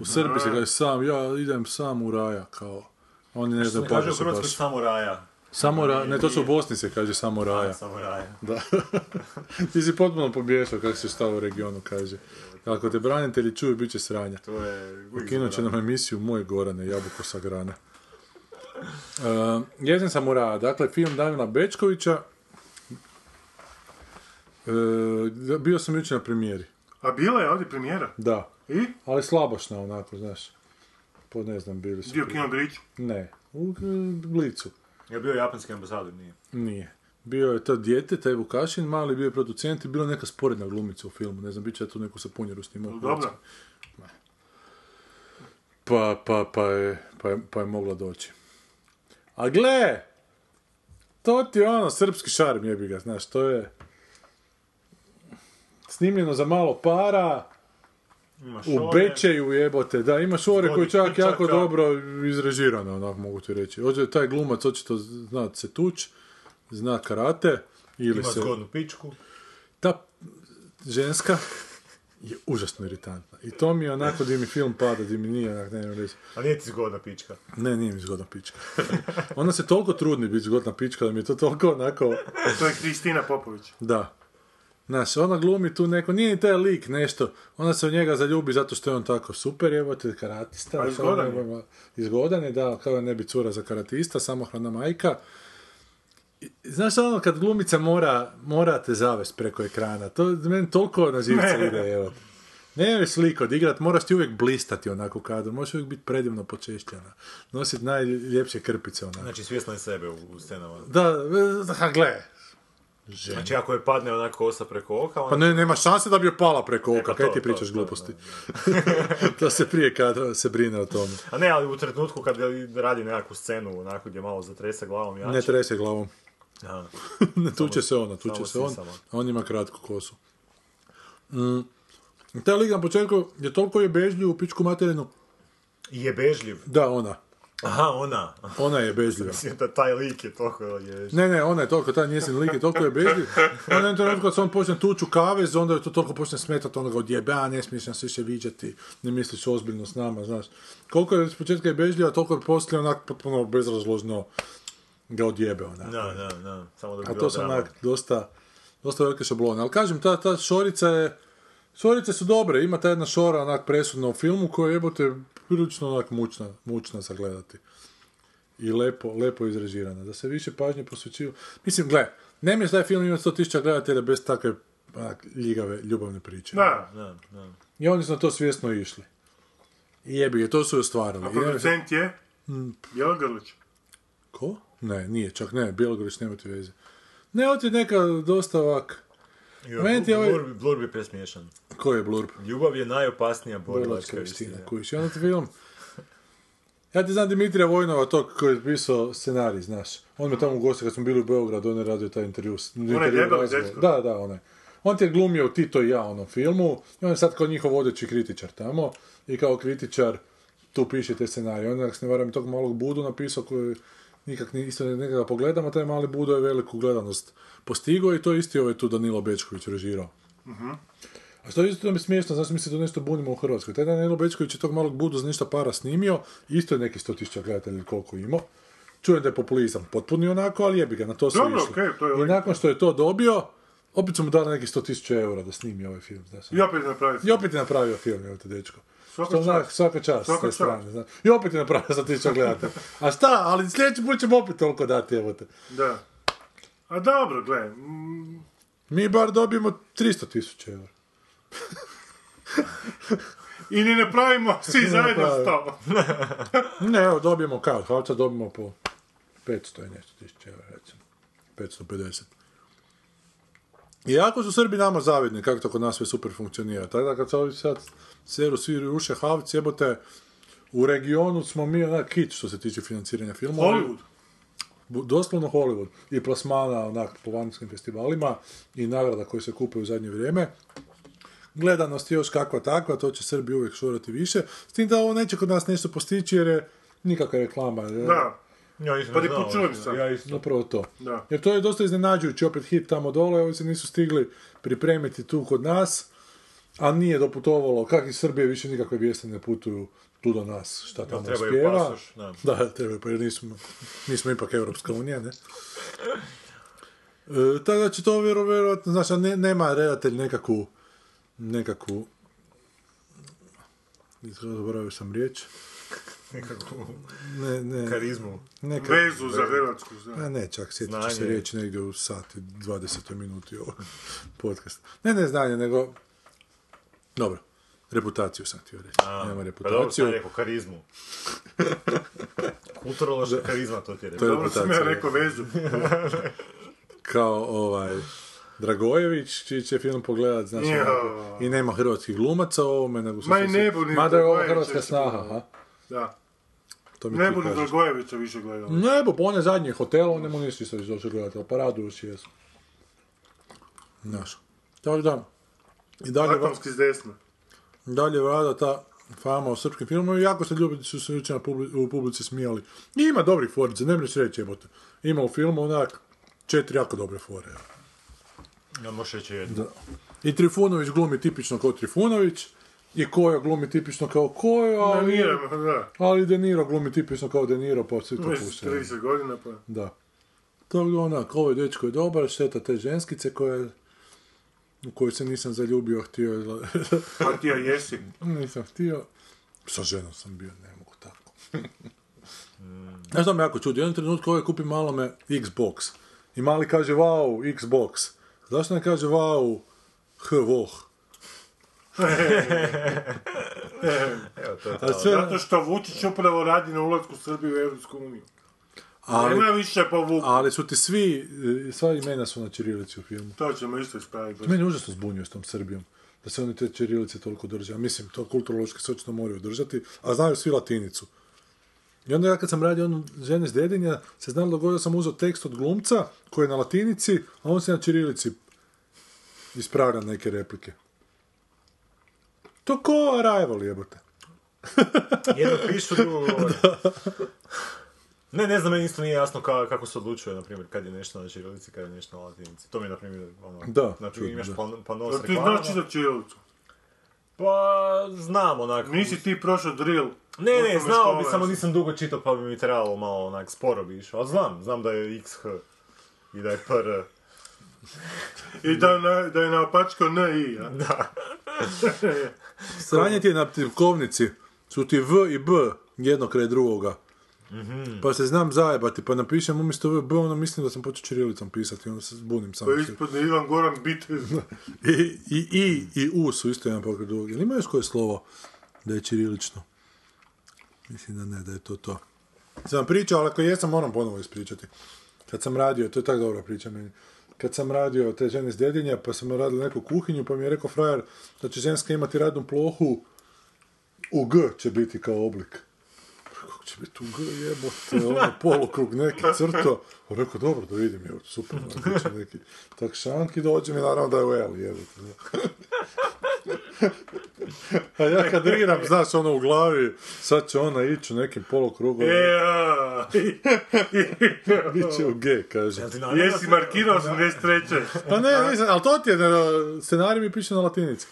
Speaker 4: U Srbiji se kaže sam, ja idem sam u raja, kao. Oni ne
Speaker 7: Što
Speaker 4: znaju
Speaker 7: ne kaže u
Speaker 4: kako se
Speaker 7: Hrvatskoj
Speaker 4: baš.
Speaker 7: samuraja.
Speaker 4: Samura, ne, to su u Bosni se kaže samoraja.
Speaker 7: Samuraja.
Speaker 4: Da. Ti si potpuno pobješao kako se stav u regionu kaže. Ako te branitelji čuju, bit će sranja.
Speaker 7: To je...
Speaker 4: Ukinut će nam emisiju Moje Gorane, Jabuko sa grane. Uh, Jesen samuraja, dakle, film Damila Bečkovića. E, bio sam jučer na premijeri,
Speaker 3: A bila je ovdje premijera.
Speaker 4: da.
Speaker 3: I?
Speaker 4: Ali slabašna onako, znaš. Po ne znam, bili su...
Speaker 3: Dio Kino Briću.
Speaker 4: Ne, u e, Blicu.
Speaker 7: Je bio japanski ambasador, nije.
Speaker 4: Nije. Bio je to dijete, taj Vukašin, mali bio je producent i bila neka sporedna glumica u filmu. Ne znam, bit će da tu neku sapunjeru snimao. u
Speaker 3: Dobro.
Speaker 4: Hrvatskoj. Pa, pa, pa, je, pa, je, pa je mogla doći. A gle! To ti je ono, srpski šarm jebi ga, znaš, to je... Snimljeno za malo para,
Speaker 7: Ima
Speaker 4: u
Speaker 7: šolje.
Speaker 4: Bečeju jebote, da, ima šore koji je čak
Speaker 7: Zgodnih
Speaker 4: jako
Speaker 7: trčaka.
Speaker 4: dobro izrežirano, onako mogu ti reći. Ođe, taj glumac očito zna se tuč, zna karate, ili
Speaker 7: Ima
Speaker 4: se...
Speaker 7: zgodnu pičku.
Speaker 4: Ta ženska je užasno iritantna. I to mi je onako gdje mi film pada, gdje mi nije, onak, ne znam reći.
Speaker 7: A nije ti zgodna pička.
Speaker 4: Ne, nije mi zgodna pička. Ona se toliko trudni biti zgodna pička, da mi je to toliko onako...
Speaker 3: To je Kristina Popović.
Speaker 4: Da. Znaš, ona glumi tu neko, nije ni taj lik nešto, ona se u njega zaljubi zato što je on tako super, evo te karatista.
Speaker 3: A
Speaker 4: kao
Speaker 3: Pa izgodan je.
Speaker 4: ne- Izgodan je, da, kao da ne bi cura za karatista, samohrana majka. I- Znaš, ono kad glumica mora, mora te zavest preko ekrana, to meni toliko na živce ide, evo. Ne možeš sliko odigrat, moraš ti uvijek blistati onako u kadru, možeš uvijek biti predivno počešćana, nositi najljepše krpice onako.
Speaker 7: Znači svjesna je sebe u, u scenama.
Speaker 4: Da, e, ha, gle.
Speaker 7: Znači ako je padne onako osa preko oka,
Speaker 4: Pa
Speaker 7: onda...
Speaker 4: ne, nema šanse da bi joj pala preko oka,
Speaker 7: pa
Speaker 4: kaj
Speaker 7: to,
Speaker 4: ti
Speaker 7: to,
Speaker 4: pričaš
Speaker 7: to,
Speaker 4: gluposti. da se prije kadra se brine o tome.
Speaker 7: A ne, ali u trenutku kad radi nekakvu scenu, onako gdje malo zatrese glavom jače.
Speaker 4: Ne trese glavom.
Speaker 7: Aha.
Speaker 4: ne tuče se ona, tuče
Speaker 7: Znači? samo
Speaker 4: se on,
Speaker 7: sisala.
Speaker 4: a on ima kratku kosu. Mm. Ta liga na početku je toliko je bežljiv u pičku materinu.
Speaker 7: I je bežljiv.
Speaker 4: Da, ona.
Speaker 7: Aha, ona.
Speaker 4: Ona je bežljiva.
Speaker 7: Mislim da taj lik je toliko je...
Speaker 4: Ne, ne, ona je toliko, taj njezin lik je toliko je bežljiv. Ona je trenutku kad se on počne tuču kavez, onda je to toliko počne smetati, onda ga odjebe, a ne smiješ nas više viđati, ne misliš ozbiljno s nama, znaš. Koliko je s početka je bežljiva, toliko je poslije onak potpuno bezrazložno ga odjebe ona.
Speaker 7: Da, da, da. Samo da bi
Speaker 4: A
Speaker 7: bila
Speaker 4: to su
Speaker 7: drama.
Speaker 4: onak dosta, dosta velike šablone. Ali kažem, ta, ta šorica je, šorice su dobre, ima ta jedna šora onak presudna u filmu koja je jebote prilično onak mučna, mučna za gledati. I lepo, lepo izrežirana. Da se više pažnje posvećuju. Mislim, gle, ne mi taj film ima 100.000 gledatelja bez takve onak, ljigave ljubavne priče.
Speaker 3: Da.
Speaker 7: Da, da.
Speaker 4: I oni su na to svjesno išli. I jebi ga, to su i ostvarili.
Speaker 3: A
Speaker 4: I ja mislim,
Speaker 3: producent je?
Speaker 4: Mm.
Speaker 3: Bjelogrlić.
Speaker 4: Ko? Ne, nije, čak ne, Bjelogorić nema ti veze. Ne, ovo ti je neka dosta ovak...
Speaker 7: Jo,
Speaker 4: Meni ti je ovaj-
Speaker 7: Blur, Blur bi presmiješan.
Speaker 4: Ko je blurb?
Speaker 7: Ljubav je najopasnija
Speaker 4: Borilačka
Speaker 7: borilačka
Speaker 4: vještina,
Speaker 7: vještina.
Speaker 4: kužiš. I onda ti film... Ja ti znam Dimitrija Vojnova, tog koji je pisao scenarij, znaš. On me tamo ugostio kad smo bili u Beogradu, on je radio taj intervju. Onaj
Speaker 3: debeli dečko.
Speaker 4: Da, da, onaj. On ti je glumio u Tito i ja onom filmu i on je sad kao njihov vodeći kritičar tamo i kao kritičar tu piše te scenarije. On je, ako se ne varam, tog malog Budu napisao koji nikak ni, isto nekada pogledamo, taj mali Budo je veliku gledanost postigao i to je isti ovaj tu Danilo Bečković režirao. A što je isto mi smiješno, znači mi se tu nešto bunimo u Hrvatskoj. Taj dan Eno Bečković je tog malog budu ništa para snimio, isto je neki 100.000 gledatelja koliko imao. Čujem da je populizam potpuni onako, ali jebi ga, na to su
Speaker 3: Dobro,
Speaker 4: išli.
Speaker 3: okej, to je
Speaker 4: I
Speaker 3: legitimno.
Speaker 4: nakon što je to dobio, opet su mu dali neki 100.000 eura da snimi ovaj film. Znači.
Speaker 3: I opet je napravio
Speaker 4: I opet je napravio film, evo te dečko.
Speaker 3: Svaka
Speaker 4: Što
Speaker 3: čast.
Speaker 4: onak, svaka čast
Speaker 3: Svaka
Speaker 4: s te
Speaker 3: čast.
Speaker 4: strane. znaš. I opet je napravio za tisuća gledatelja. A šta, ali sljedeći put ćemo opet toliko dati, evo te.
Speaker 3: Da. A dobro, gle. mm,
Speaker 4: Mi bar dobijemo 300 tisuća eura.
Speaker 3: I ni ne pravimo svi
Speaker 4: Ne
Speaker 3: zajedno
Speaker 4: napravimo.
Speaker 3: sto.
Speaker 4: Ne, evo, dobijemo kao, Havca dobijemo po 500 i nešto tisuća eura, recimo. 550. I jako su Srbi nama zavidni kako to kod nas sve super funkcionira. Tako da kad se ovi sad seru svi ruše Havc, jebote, u regionu smo mi onak hit što se tiče financiranja filmova.
Speaker 3: Hollywood.
Speaker 4: Bu- doslovno Hollywood i plasmana onak po vanjskim festivalima i nagrada koje se kupe u zadnje vrijeme. Gledanost je još kakva takva, to će Srbi uvijek šurati više, s tim da ovo neće kod nas nešto postići jer je nikakva reklama. jer-
Speaker 3: Da.
Speaker 7: Ja nisam
Speaker 3: Prvi
Speaker 7: ne
Speaker 3: put
Speaker 7: znao,
Speaker 3: Pa čujem sad.
Speaker 7: Ja isto.
Speaker 4: Upravo to.
Speaker 3: Da.
Speaker 4: Jer to je dosta iznenađujući opet hit tamo dole, ovi se nisu stigli pripremiti tu kod nas, a nije doputovalo, kak iz Srbije više nikakve vijesti ne putuju tu do nas, šta tamo
Speaker 7: trebaju
Speaker 4: spjeva.
Speaker 7: pasoš, da.
Speaker 4: Da, trebaju, pa jer nismo, nismo ipak Europska unija, ne? E, tako da će to vjero, vjerojatno, znači, ne, nema redatelj nekakvu, nekakvu, zaboravio sam riječ, ne, ne,
Speaker 7: Karizmu.
Speaker 4: neka-
Speaker 3: Vezu za Hrvatsku. Da.
Speaker 4: a ne, čak sjetit ću se
Speaker 7: Znanje.
Speaker 4: riječi negdje u sati, 20. minuti ovog podcasta. Ne, ne znanje, nego... Dobro, reputaciju sam htio reći. Nema
Speaker 7: Pa dobro,
Speaker 4: reputaciju.
Speaker 7: sam rekao karizmu. Kulturološka karizma, to ti je
Speaker 4: To
Speaker 7: rekao.
Speaker 4: je
Speaker 3: Dobro sam ja
Speaker 4: reputacija.
Speaker 3: rekao vezu.
Speaker 4: Kao ovaj... Dragojević, čiji će film pogledat, znači,
Speaker 3: Jao.
Speaker 4: onako, i nema hrvatskih glumaca u ovome, nego su
Speaker 3: Ma
Speaker 4: svi-
Speaker 3: i ne bu ni
Speaker 4: Mada je ovo
Speaker 3: Dragojevića
Speaker 4: hrvatska
Speaker 3: više
Speaker 4: snaha,
Speaker 3: pogledao.
Speaker 4: ha?
Speaker 3: Da.
Speaker 4: To mi
Speaker 3: Ne
Speaker 4: ti
Speaker 3: budu
Speaker 4: kažeš.
Speaker 3: Dragojevića više gledali.
Speaker 4: Nebo, pa on je zadnji hotel, on mu nisi sad došao gledati, ali pa raduju si jesu. Znaš. Tako da, i dalje, va-
Speaker 3: Atomski s desna.
Speaker 4: dalje vlada ta fama o srpskim filmovima, jako se ljudi su se jučer na publi- u publici smijali. I ima dobrih forica, ne mreš reći jebote. Ima u filmu onak četiri jako dobre fore.
Speaker 7: Ja možeš reći jedno.
Speaker 4: Da. I Trifunović glumi tipično kao Trifunović, i Koja glumi tipično kao Koja, ali,
Speaker 3: Planiramo, da.
Speaker 4: ali De Niro glumi tipično kao De Niro, pa svi to
Speaker 3: Već
Speaker 4: puštaju.
Speaker 3: 30 godina pa.
Speaker 4: Da. Tako da onak, ovaj dečko je dobar, šteta te ženskice koje, u koju se nisam zaljubio, htio je-
Speaker 3: Pa ti ja jesi.
Speaker 4: nisam htio. Sa ženom sam bio, ne mogu tako. Znaš što me jako čudi, u jednom trenutku ovaj kupi malome Xbox. I mali kaže, wow, Xbox. Zašto ne kaže, wow, hvoh? A sve,
Speaker 3: Zato što Vučić upravo radi na ulasku Srbije u Europsku uniju.
Speaker 4: ali,
Speaker 3: Nema više po Vuku.
Speaker 4: ali su ti svi, e, sva imena su na čirilici u filmu.
Speaker 3: To ćemo isto ispraviti.
Speaker 4: Meni je užasno zbunio s tom Srbijom, da se oni te čirilice toliko drže. Ja mislim, to kulturološki sočno moraju držati, a znaju svi latinicu. I onda ja kad sam radio onu žene s dedinja, se znam dogodio sam uzeo tekst od glumca koji je na latinici, a on se na čirilici ispravlja neke replike. To ko Arrival jebote.
Speaker 7: Jedno pišu, drugo govore. Ne, ne znam, meni isto nije jasno ka, kako se odlučuje, na primjer, kad je nešto na čirilici, kad je nešto na latinici. To mi je, na primjer, ono...
Speaker 4: Da,
Speaker 7: Na
Speaker 4: čudno,
Speaker 7: primjer, imaš pa-
Speaker 4: da.
Speaker 7: pan, panos
Speaker 3: Jer ti
Speaker 7: reklamama.
Speaker 3: znači za Čirilicu.
Speaker 7: ono. Pa, znam, onako.
Speaker 3: Nisi ti prošao drill.
Speaker 7: Ne, ne,
Speaker 3: osnovne
Speaker 7: znao bi,
Speaker 3: škole.
Speaker 7: samo nisam dugo čitao, pa bi mi trebalo malo, onak, sporo bi išao. Ali znam, znam da je XH i da je PR.
Speaker 3: I da, na, da je naopačko ne i, a?
Speaker 4: Sranje ti je na tipkovnici, su ti V i B jedno kraj drugoga. Pa se znam zajebati, pa napišem umjesto V, B, ono mislim da sam počeo čirilicom pisati, onda se zbunim sam.
Speaker 3: Pa ispod je Ivan Goran Bitez.
Speaker 4: I, i, i, i U su isto jedan pokraj drugog. Jel ima još koje slovo da je čirilično? Mislim da ne, da je to to. Sam vam pričao, ali ako jesam, moram ponovo ispričati. Kad sam radio, to je tako dobra priča meni. Kad sam radio te žene s djedinja, pa sam radio neku kuhinju, pa mi je rekao frajer da će ženska imati radnu plohu u G će biti kao oblik. Kako će biti u G, jebote, ono polukrug neki crto. On Rekao, dobro, da vidim, evo, super, ono, bit će neki tak šank i dođe mi naravno da je u L, jebote. da. A ja kadriram, znaš, ono u glavi, sad će ona ići u nekim polukrugom.
Speaker 3: E,
Speaker 4: Biće u G, kaže.
Speaker 3: Jesi markirao 83.
Speaker 4: Pa ne, nisam, ali to ti je, na- scenarij mi piše na latinici.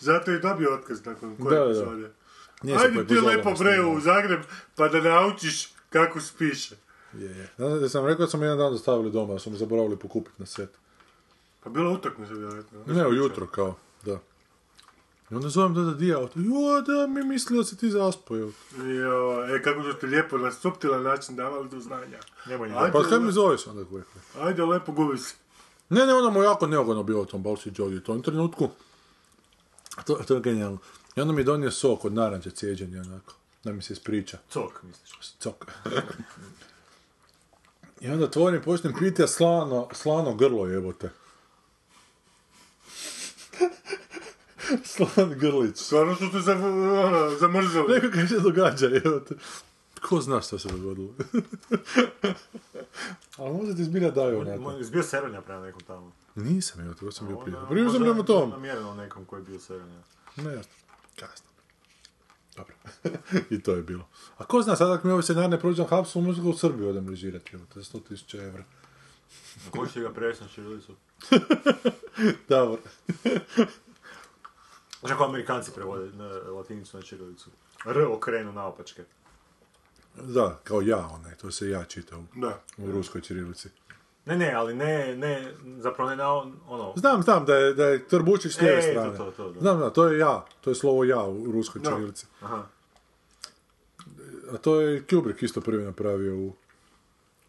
Speaker 3: Zato je dobio otkaz nakon koje
Speaker 4: Da, da.
Speaker 3: epizode.
Speaker 4: Nije se
Speaker 3: Ajde ti
Speaker 4: prepoznala,
Speaker 3: lepo
Speaker 4: mislim.
Speaker 3: bre u Zagreb pa da naučiš kako spiše.
Speaker 4: Je, je. Znaš da sam rekao da smo jedan dan dostavili doma, da smo mi zaboravili pokupiti na set.
Speaker 3: Pa bilo utakmica vjerojatno.
Speaker 4: Ne, ujutro kao, da. I onda zovem da Dija, auto, jo, da, mi mislili da si ti zaspojio.
Speaker 3: Jo, e, kako su ti lijepo na suptilan način davali do znanja.
Speaker 7: Nemoj
Speaker 3: Ajde,
Speaker 4: Pa kaj mi zoveš onda koji
Speaker 3: ajde lepo gubi se.
Speaker 4: Ne, ne, ono mu je jako neugodno bilo u tom Balsi Jodi u tom trenutku. To, to je genijalno. I onda mi je donio sok od naranče cijeđenja, onako, da mi se ispriča.
Speaker 7: Cok, misliš.
Speaker 4: Sok. I onda otvorim, počnem piti, a slano, slano grlo jebote. Slan grlić.
Speaker 3: Stvarno su te za, ono, zamrzali.
Speaker 4: Neko kaj se događa, jebote. Ko zna što se dogodilo? Ali možda ti zbilja daju onako.
Speaker 7: Moj- Izbio serenja prema nekom tamo.
Speaker 4: Nisam, jebote, ovo sam bio prije.
Speaker 7: Ona-
Speaker 3: Pa
Speaker 4: Prije sam
Speaker 7: možda
Speaker 4: prema tom.
Speaker 7: Namjerno nekom koji je bio serenja.
Speaker 4: Ne, kasno. Dobro. I to je bilo. A ko zna, sad ako mi ovaj scenarij ne prođe na hapsu, možda ga u Srbiju odem režirati, evo, to je 100.000 evra.
Speaker 7: Ko će ga prevesti na ćirilicu?
Speaker 4: Davor.
Speaker 7: Znaš kako Pa Amerikanci prevode na latinicu na ćirilicu? R okrenu naopačke.
Speaker 4: Da, kao ja onaj, to se ja čita u,
Speaker 3: Da.
Speaker 4: u ruskoj ćirilici.
Speaker 7: Ne, ne, ali ne, ne, zapravo ne na on- ono...
Speaker 4: Znam, znam da je, da je Trbučić s lijeve
Speaker 7: E, to,
Speaker 4: strane.
Speaker 7: to, to, da.
Speaker 4: Znam, da, to je ja, to je slovo ja u ruskoj ćirilici.
Speaker 7: Aha.
Speaker 4: A to je Kubrick isto prvi napravio u,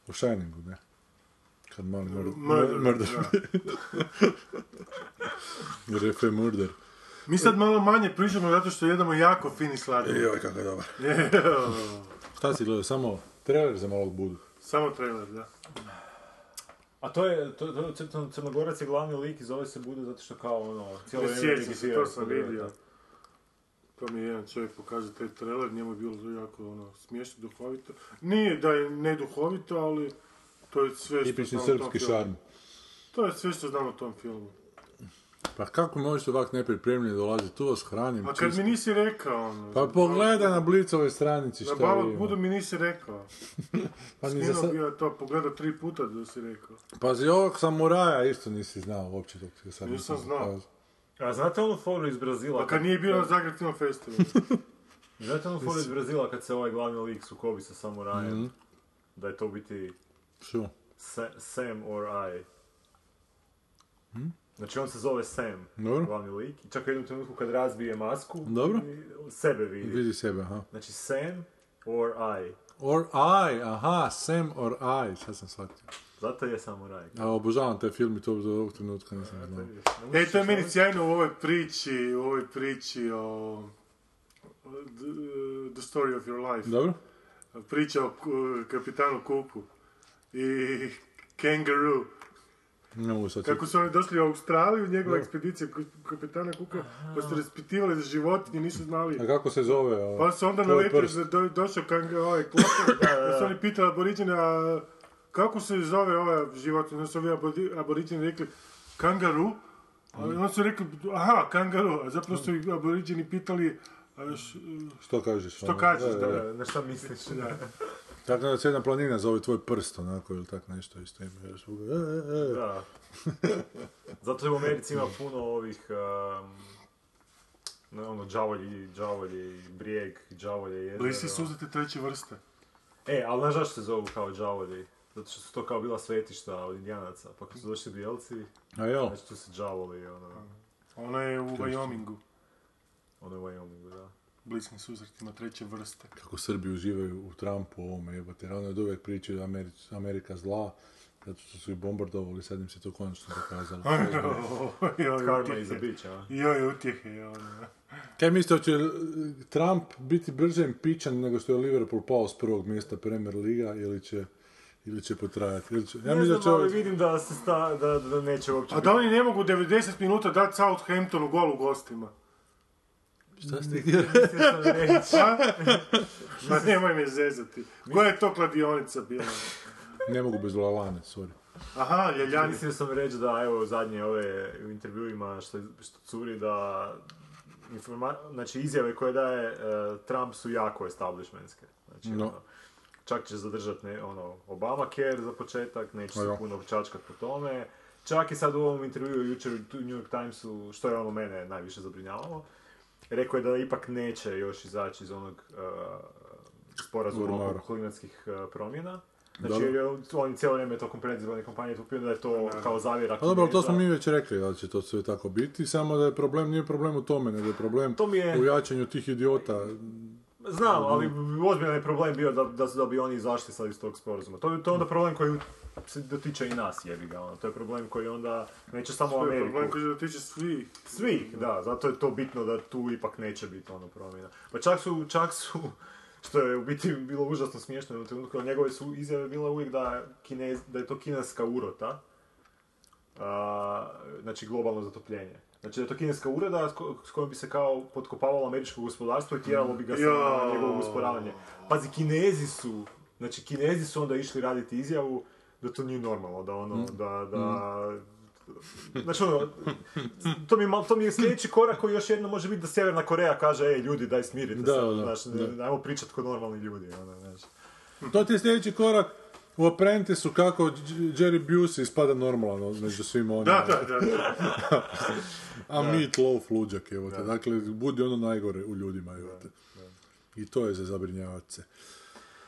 Speaker 4: u Shiningu, ne? Kad mali murder.
Speaker 3: Murder,
Speaker 4: murder. Ref je murder.
Speaker 3: Mi sad malo manje pričamo zato što jedemo jako fini sladoled.
Speaker 4: Joj, kako je dobar. Šta si gledao, samo trailer za malog budu?
Speaker 3: Samo trailer, da.
Speaker 7: A Pa to je, to, to, to- Crnogorac je glavni lik i zove se Buda zato što kao ono, cijelo vrijeme
Speaker 3: Sjećam se,
Speaker 7: digitira
Speaker 3: to sam
Speaker 7: svoje
Speaker 3: vidio.
Speaker 7: živote.
Speaker 3: Pa mi je jedan čovjek pokazao taj trailer, njemu je bilo jako ono, smiješno, duhovito. Nije da je ne duhovito, ali to je sve što
Speaker 4: Tipični
Speaker 3: znam o tom
Speaker 4: srpski
Speaker 3: filmu.
Speaker 4: šarm.
Speaker 3: To je sve što znam o tom filmu.
Speaker 4: Pa kako možete ovak nepripremljeni dolaziti tu vas hranim?
Speaker 3: A Pa kad mi
Speaker 4: čisto.
Speaker 3: nisi rekao ono...
Speaker 4: Pa pogledaj na Blicovoj stranici
Speaker 3: Na
Speaker 4: šta
Speaker 3: balog
Speaker 4: je
Speaker 3: budu
Speaker 4: ima.
Speaker 3: mi nisi rekao.
Speaker 4: Pa ni za
Speaker 3: Skinuo
Speaker 4: sad...
Speaker 3: bi ja to pogledao tri puta da si rekao.
Speaker 4: Pazi, ovog samuraja isto nisi znao uopće dok ti ga sad
Speaker 3: Nisam
Speaker 4: nisam
Speaker 3: znao.
Speaker 4: pokazao.
Speaker 7: A znate onu foru iz Brazila?
Speaker 3: Pa kad nije bio na Zagreb Film Festival.
Speaker 7: Znate onu foru iz Brazila kad se ovaj glavni lik sukobi sa samurajem?
Speaker 4: Mhm.
Speaker 7: Da je to u biti
Speaker 4: Što?
Speaker 7: Sa- Sam or I. Znači on se zove Sam,
Speaker 4: Mhm. Dobro.
Speaker 7: glavni lik. I čak u jednom trenutku kad razbije masku,
Speaker 4: Dobro.
Speaker 7: i- sebe vidi.
Speaker 4: Vidi sebe, aha.
Speaker 7: Znači Sam or I.
Speaker 4: Or I, aha, Sam or I, sad sam shvatio.
Speaker 7: Zato je samuraj.
Speaker 4: A obožavam taj film i to do ovog trenutka nisam znao.
Speaker 3: E, to je meni sjajno u ovoj priči, u ovoj priči o... The- The Story of Your Life.
Speaker 4: Dobro?
Speaker 3: Priča o ku- kapitanu Kuku i Kangaroo.
Speaker 4: Ne mogu sad.
Speaker 3: Kako su oni došli u Australiju, njegova ekspedicija ku- kapitana Kuka, pa su raspitivali za životinje, nisu znali.
Speaker 4: A kako se zove? o,
Speaker 3: Pa su onda
Speaker 4: tvoj
Speaker 3: naletili,
Speaker 4: prst?
Speaker 3: da do, došao kang, ovaj kloper, pa su oni pitali aboriđina, a, kako se zove ova životinja, onda su ovi abori- aboriđini rekli, kangaru, a onda su rekli, aha, kangaru, a zapravo su ih aboriđini pitali, a, š-
Speaker 4: Što kažeš? ono?
Speaker 3: što kažeš, Pa da,
Speaker 7: Da, na šta misliš? Da.
Speaker 4: Tako da se jedna planina zove tvoj prst, onako, ili tak nešto isto ime. još drugo. E, e, e.
Speaker 7: Da. Zato je u Americi ima puno ovih... Um, ne, ono, džavolji, džavolji, brijeg, džavolje jezero.
Speaker 3: lisi su uzete treće vrste.
Speaker 7: E, ali znaš zašto se zovu kao džavolji? Zato što su to kao bila svetišta od indijanaca, pa kad su došli bijelci,
Speaker 4: A jel?
Speaker 7: znači tu su džavoli, ono,
Speaker 3: Ona je u Wyomingu,
Speaker 7: ono u Wyomingu, da.
Speaker 3: bliskim susretima treće vrste.
Speaker 4: Kako Srbi uživaju u Trumpu ovome jebote. jer Ono je od uvijek pričaju da je Ameri- Amerika zla, zato što su ih bombardovali, sad im se to konačno dokazalo.
Speaker 3: Oh,
Speaker 7: Karma is a bitch, a?
Speaker 3: Joj, utjehe, joj.
Speaker 4: Kaj mislite, hoće li, eh, Trump biti brže impičan nego što je Liverpool pao s prvog mjesta Premier Liga ili će, ili će potrajati? Ili će, ja
Speaker 7: ne
Speaker 4: mislim da će
Speaker 7: znam, ali
Speaker 4: ovaj-
Speaker 7: vidim da se sta, da, da neće uopće
Speaker 3: A da oni ne mogu 90 minuta dati Southamptonu gol u gostima.
Speaker 4: Šta ste htjeli reći?
Speaker 7: biti što reći.
Speaker 3: Ma nemoj me zezati. Koja je to kladionica bila?
Speaker 4: Ne mogu bez Lalane, sorry.
Speaker 2: Aha,
Speaker 7: ja mislim da sam reći da evo zadnje ove u intervjuima što, što curi da informa- znači izjave koje daje e, Trump su jako establishmentske. Znači,
Speaker 4: No.
Speaker 7: ono, čak će zadržati ne, ono, Obamacare za početak, neće se
Speaker 4: Da.
Speaker 7: puno čačkat po tome. Čak i sad u ovom intervjuu jučer u New York Timesu, što je ono mene najviše zabrinjavalo, rekao je da ipak neće još izaći iz onog e, sporazuma
Speaker 4: Urmara.
Speaker 7: oko klimatskih e, promjena. Znači,
Speaker 4: Dobro.
Speaker 7: jer je on- on cijelo vrijeme tokom predizborne kampanje tupio da je
Speaker 3: Pa
Speaker 7: to kao zavjera
Speaker 4: A Pa dobro, ali to smo
Speaker 7: Kineza.
Speaker 4: mi već rekli da će to sve tako biti, samo da je problem, nije problem u tome, nego je problem
Speaker 7: To mi je-
Speaker 4: u jačanju tih idiota.
Speaker 7: Znam,
Speaker 3: Mhm.
Speaker 7: ali ozbiljan je problem bio da, da, su- da bi oni izašli sad iz tog sporazuma. To, je- to je onda problem koji se dotiče i nas, jebi ga. ono. To je problem koji onda neće samo
Speaker 3: To je
Speaker 7: Ameriku.
Speaker 3: problem koji se dotiče svih.
Speaker 7: Svih, da, zato je to bitno da tu ipak neće biti ono promjena. Pa čak su, čak su, što je u biti bilo užasno smiješno u trenutku, ali njegove su izjave bila uvijek da, Kinez, da je to kineska urota, a, znači globalno zatopljenje. Znači da je to kineska ureda s ko- s kojom bi se kao potkopavalo američko gospodarstvo i tjeralo bi ga se na
Speaker 3: Jao.
Speaker 7: njegovo usporavanje. Pazi, kinezi su, znači kinezi su onda išli raditi izjavu da to nije normalno, da
Speaker 4: Mm.
Speaker 7: ono, da, da, Znači ono, to mi, je mal- to mi je sljedeći korak koji još jedno može biti da Sjeverna Koreja kaže, ej ljudi, daj smirite
Speaker 4: Da,
Speaker 7: se,
Speaker 4: da,
Speaker 7: znaš, ne-
Speaker 4: da.
Speaker 7: ajmo pričat kod normalni ljudi, ono, znaš.
Speaker 4: To ti je sljedeći korak u Apprentice-u kako Đ- Jerry Busey ispada normalno među svim onima.
Speaker 3: Mhm. Da, da, da.
Speaker 4: A meat loaf luđak, evo te. Dakle, budi ono najgore u ljudima, evo te. I to je za zabrinjavat se.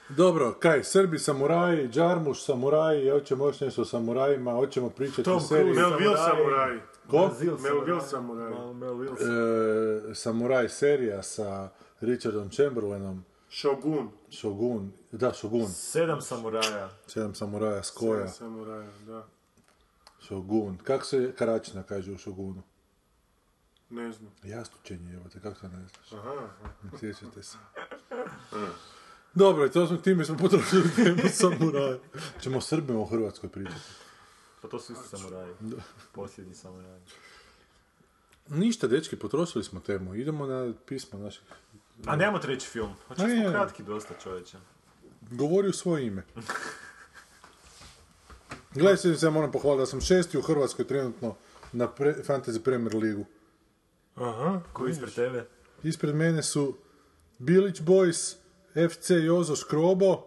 Speaker 4: Dobro, kaj, Srbi samuraji, Džarmuš samuraji, hoćemo još nešto o samurajima, hoćemo pričati
Speaker 7: Tom
Speaker 4: o seriji.
Speaker 7: Cruise.
Speaker 3: Melville samuraj.
Speaker 4: Ko?
Speaker 7: Brazil
Speaker 3: Melville
Speaker 7: samuraj.
Speaker 3: samuraj.
Speaker 7: Mal- Mel Wilson.
Speaker 4: E, samuraj serija sa Richardom Chamberlainom,
Speaker 3: Shogun.
Speaker 4: Shogun, da, Shogun,
Speaker 7: Sedam samuraja.
Speaker 4: sedam samuraja, Skoja,
Speaker 3: Samuraj, da.
Speaker 4: Shogun. Kako se Karačina kaže u Shogunu?
Speaker 3: Ne znam.
Speaker 4: Jastučenje, Pa evo te, kako to ne znaš?
Speaker 3: Aha.
Speaker 4: Sjećate se. Dobro, i to smo, time smo potrošili temu samuraja. Ćemo o Srbima u Hrvatskoj pričati.
Speaker 7: Pa to su isti
Speaker 3: Znači.
Speaker 7: samuraji. Posljednji samuraji.
Speaker 4: Ništa, dečki, potrošili smo temu. Idemo na pismo našeg.
Speaker 7: A nemamo treći film. Hoće
Speaker 4: Ne, ne.
Speaker 7: smo kratki dosta čovječe.
Speaker 4: Govori u svoje ime. Gledaj se, se moram pohvaliti da sam šesti u Hrvatskoj trenutno na pre, Fantasy Premier ligu.
Speaker 3: Aha.
Speaker 7: Koji ispred tebe?
Speaker 4: Ispred mene su Bilić Boys, FC Jozo Škrobo,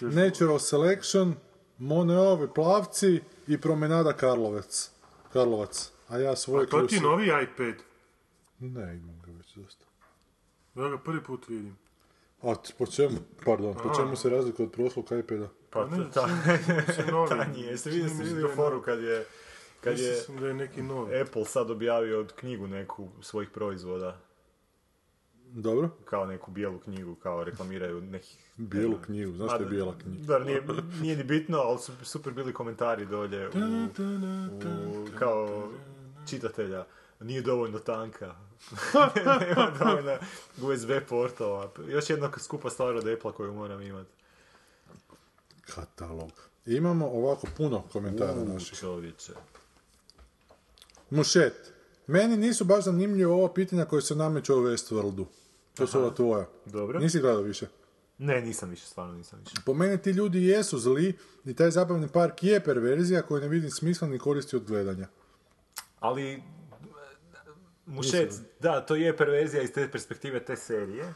Speaker 4: Natural Selection, Moneovi Plavci i Promenada Karlovac. Karlovac. A ja svoje
Speaker 3: To ti je
Speaker 4: kljuse-
Speaker 3: novi iPad.
Speaker 4: Ne, imam ga već dosta.
Speaker 3: Ja ga prvi put vidim.
Speaker 4: A t- po čemu, pardon, po čemu se razlika od prošlog iPada?
Speaker 7: Pa
Speaker 3: ne,
Speaker 7: ta,
Speaker 3: Mislim, novi.
Speaker 7: ta nije. Jeste vidio,
Speaker 3: Pa, Čini
Speaker 7: jeste
Speaker 3: mi se
Speaker 7: vidio
Speaker 3: da je
Speaker 7: foru kad je, kad
Speaker 3: Mislio
Speaker 7: je E.
Speaker 3: sam da je neki novi.
Speaker 7: Apple sad objavio knjigu neku svojih proizvoda.
Speaker 4: Dobro,
Speaker 7: kao neku bijelu knjigu, kao reklamiraju nekih...
Speaker 4: bijelu knjigu, znaš što je bijela knjiga?
Speaker 7: Da, nije, nije ni bitno, ali su super bili komentari dolje u, u- kao čitatelja. Nije dovoljno tanka. Nema dovoljno USB portova. Još jedna skupa stvar od Apple koju moram imati.
Speaker 4: Katalog. I imamo ovako puno komentara naših.
Speaker 7: Čovječe.
Speaker 4: Mušet. Meni nisu baš zanimljiva ova pitanja koja se nameću u Westworldu. To su ova tvoja.
Speaker 7: Dobro.
Speaker 4: Nisi gledao više.
Speaker 7: Ne, nisam više, stvarno nisam više.
Speaker 4: Po meni ti ljudi jesu zli i taj zabavni park je perverzija koju ne vidim smisla ni koristi od gledanja.
Speaker 7: Ali, e, mušec, da, to je perverzija iz te perspektive te serije,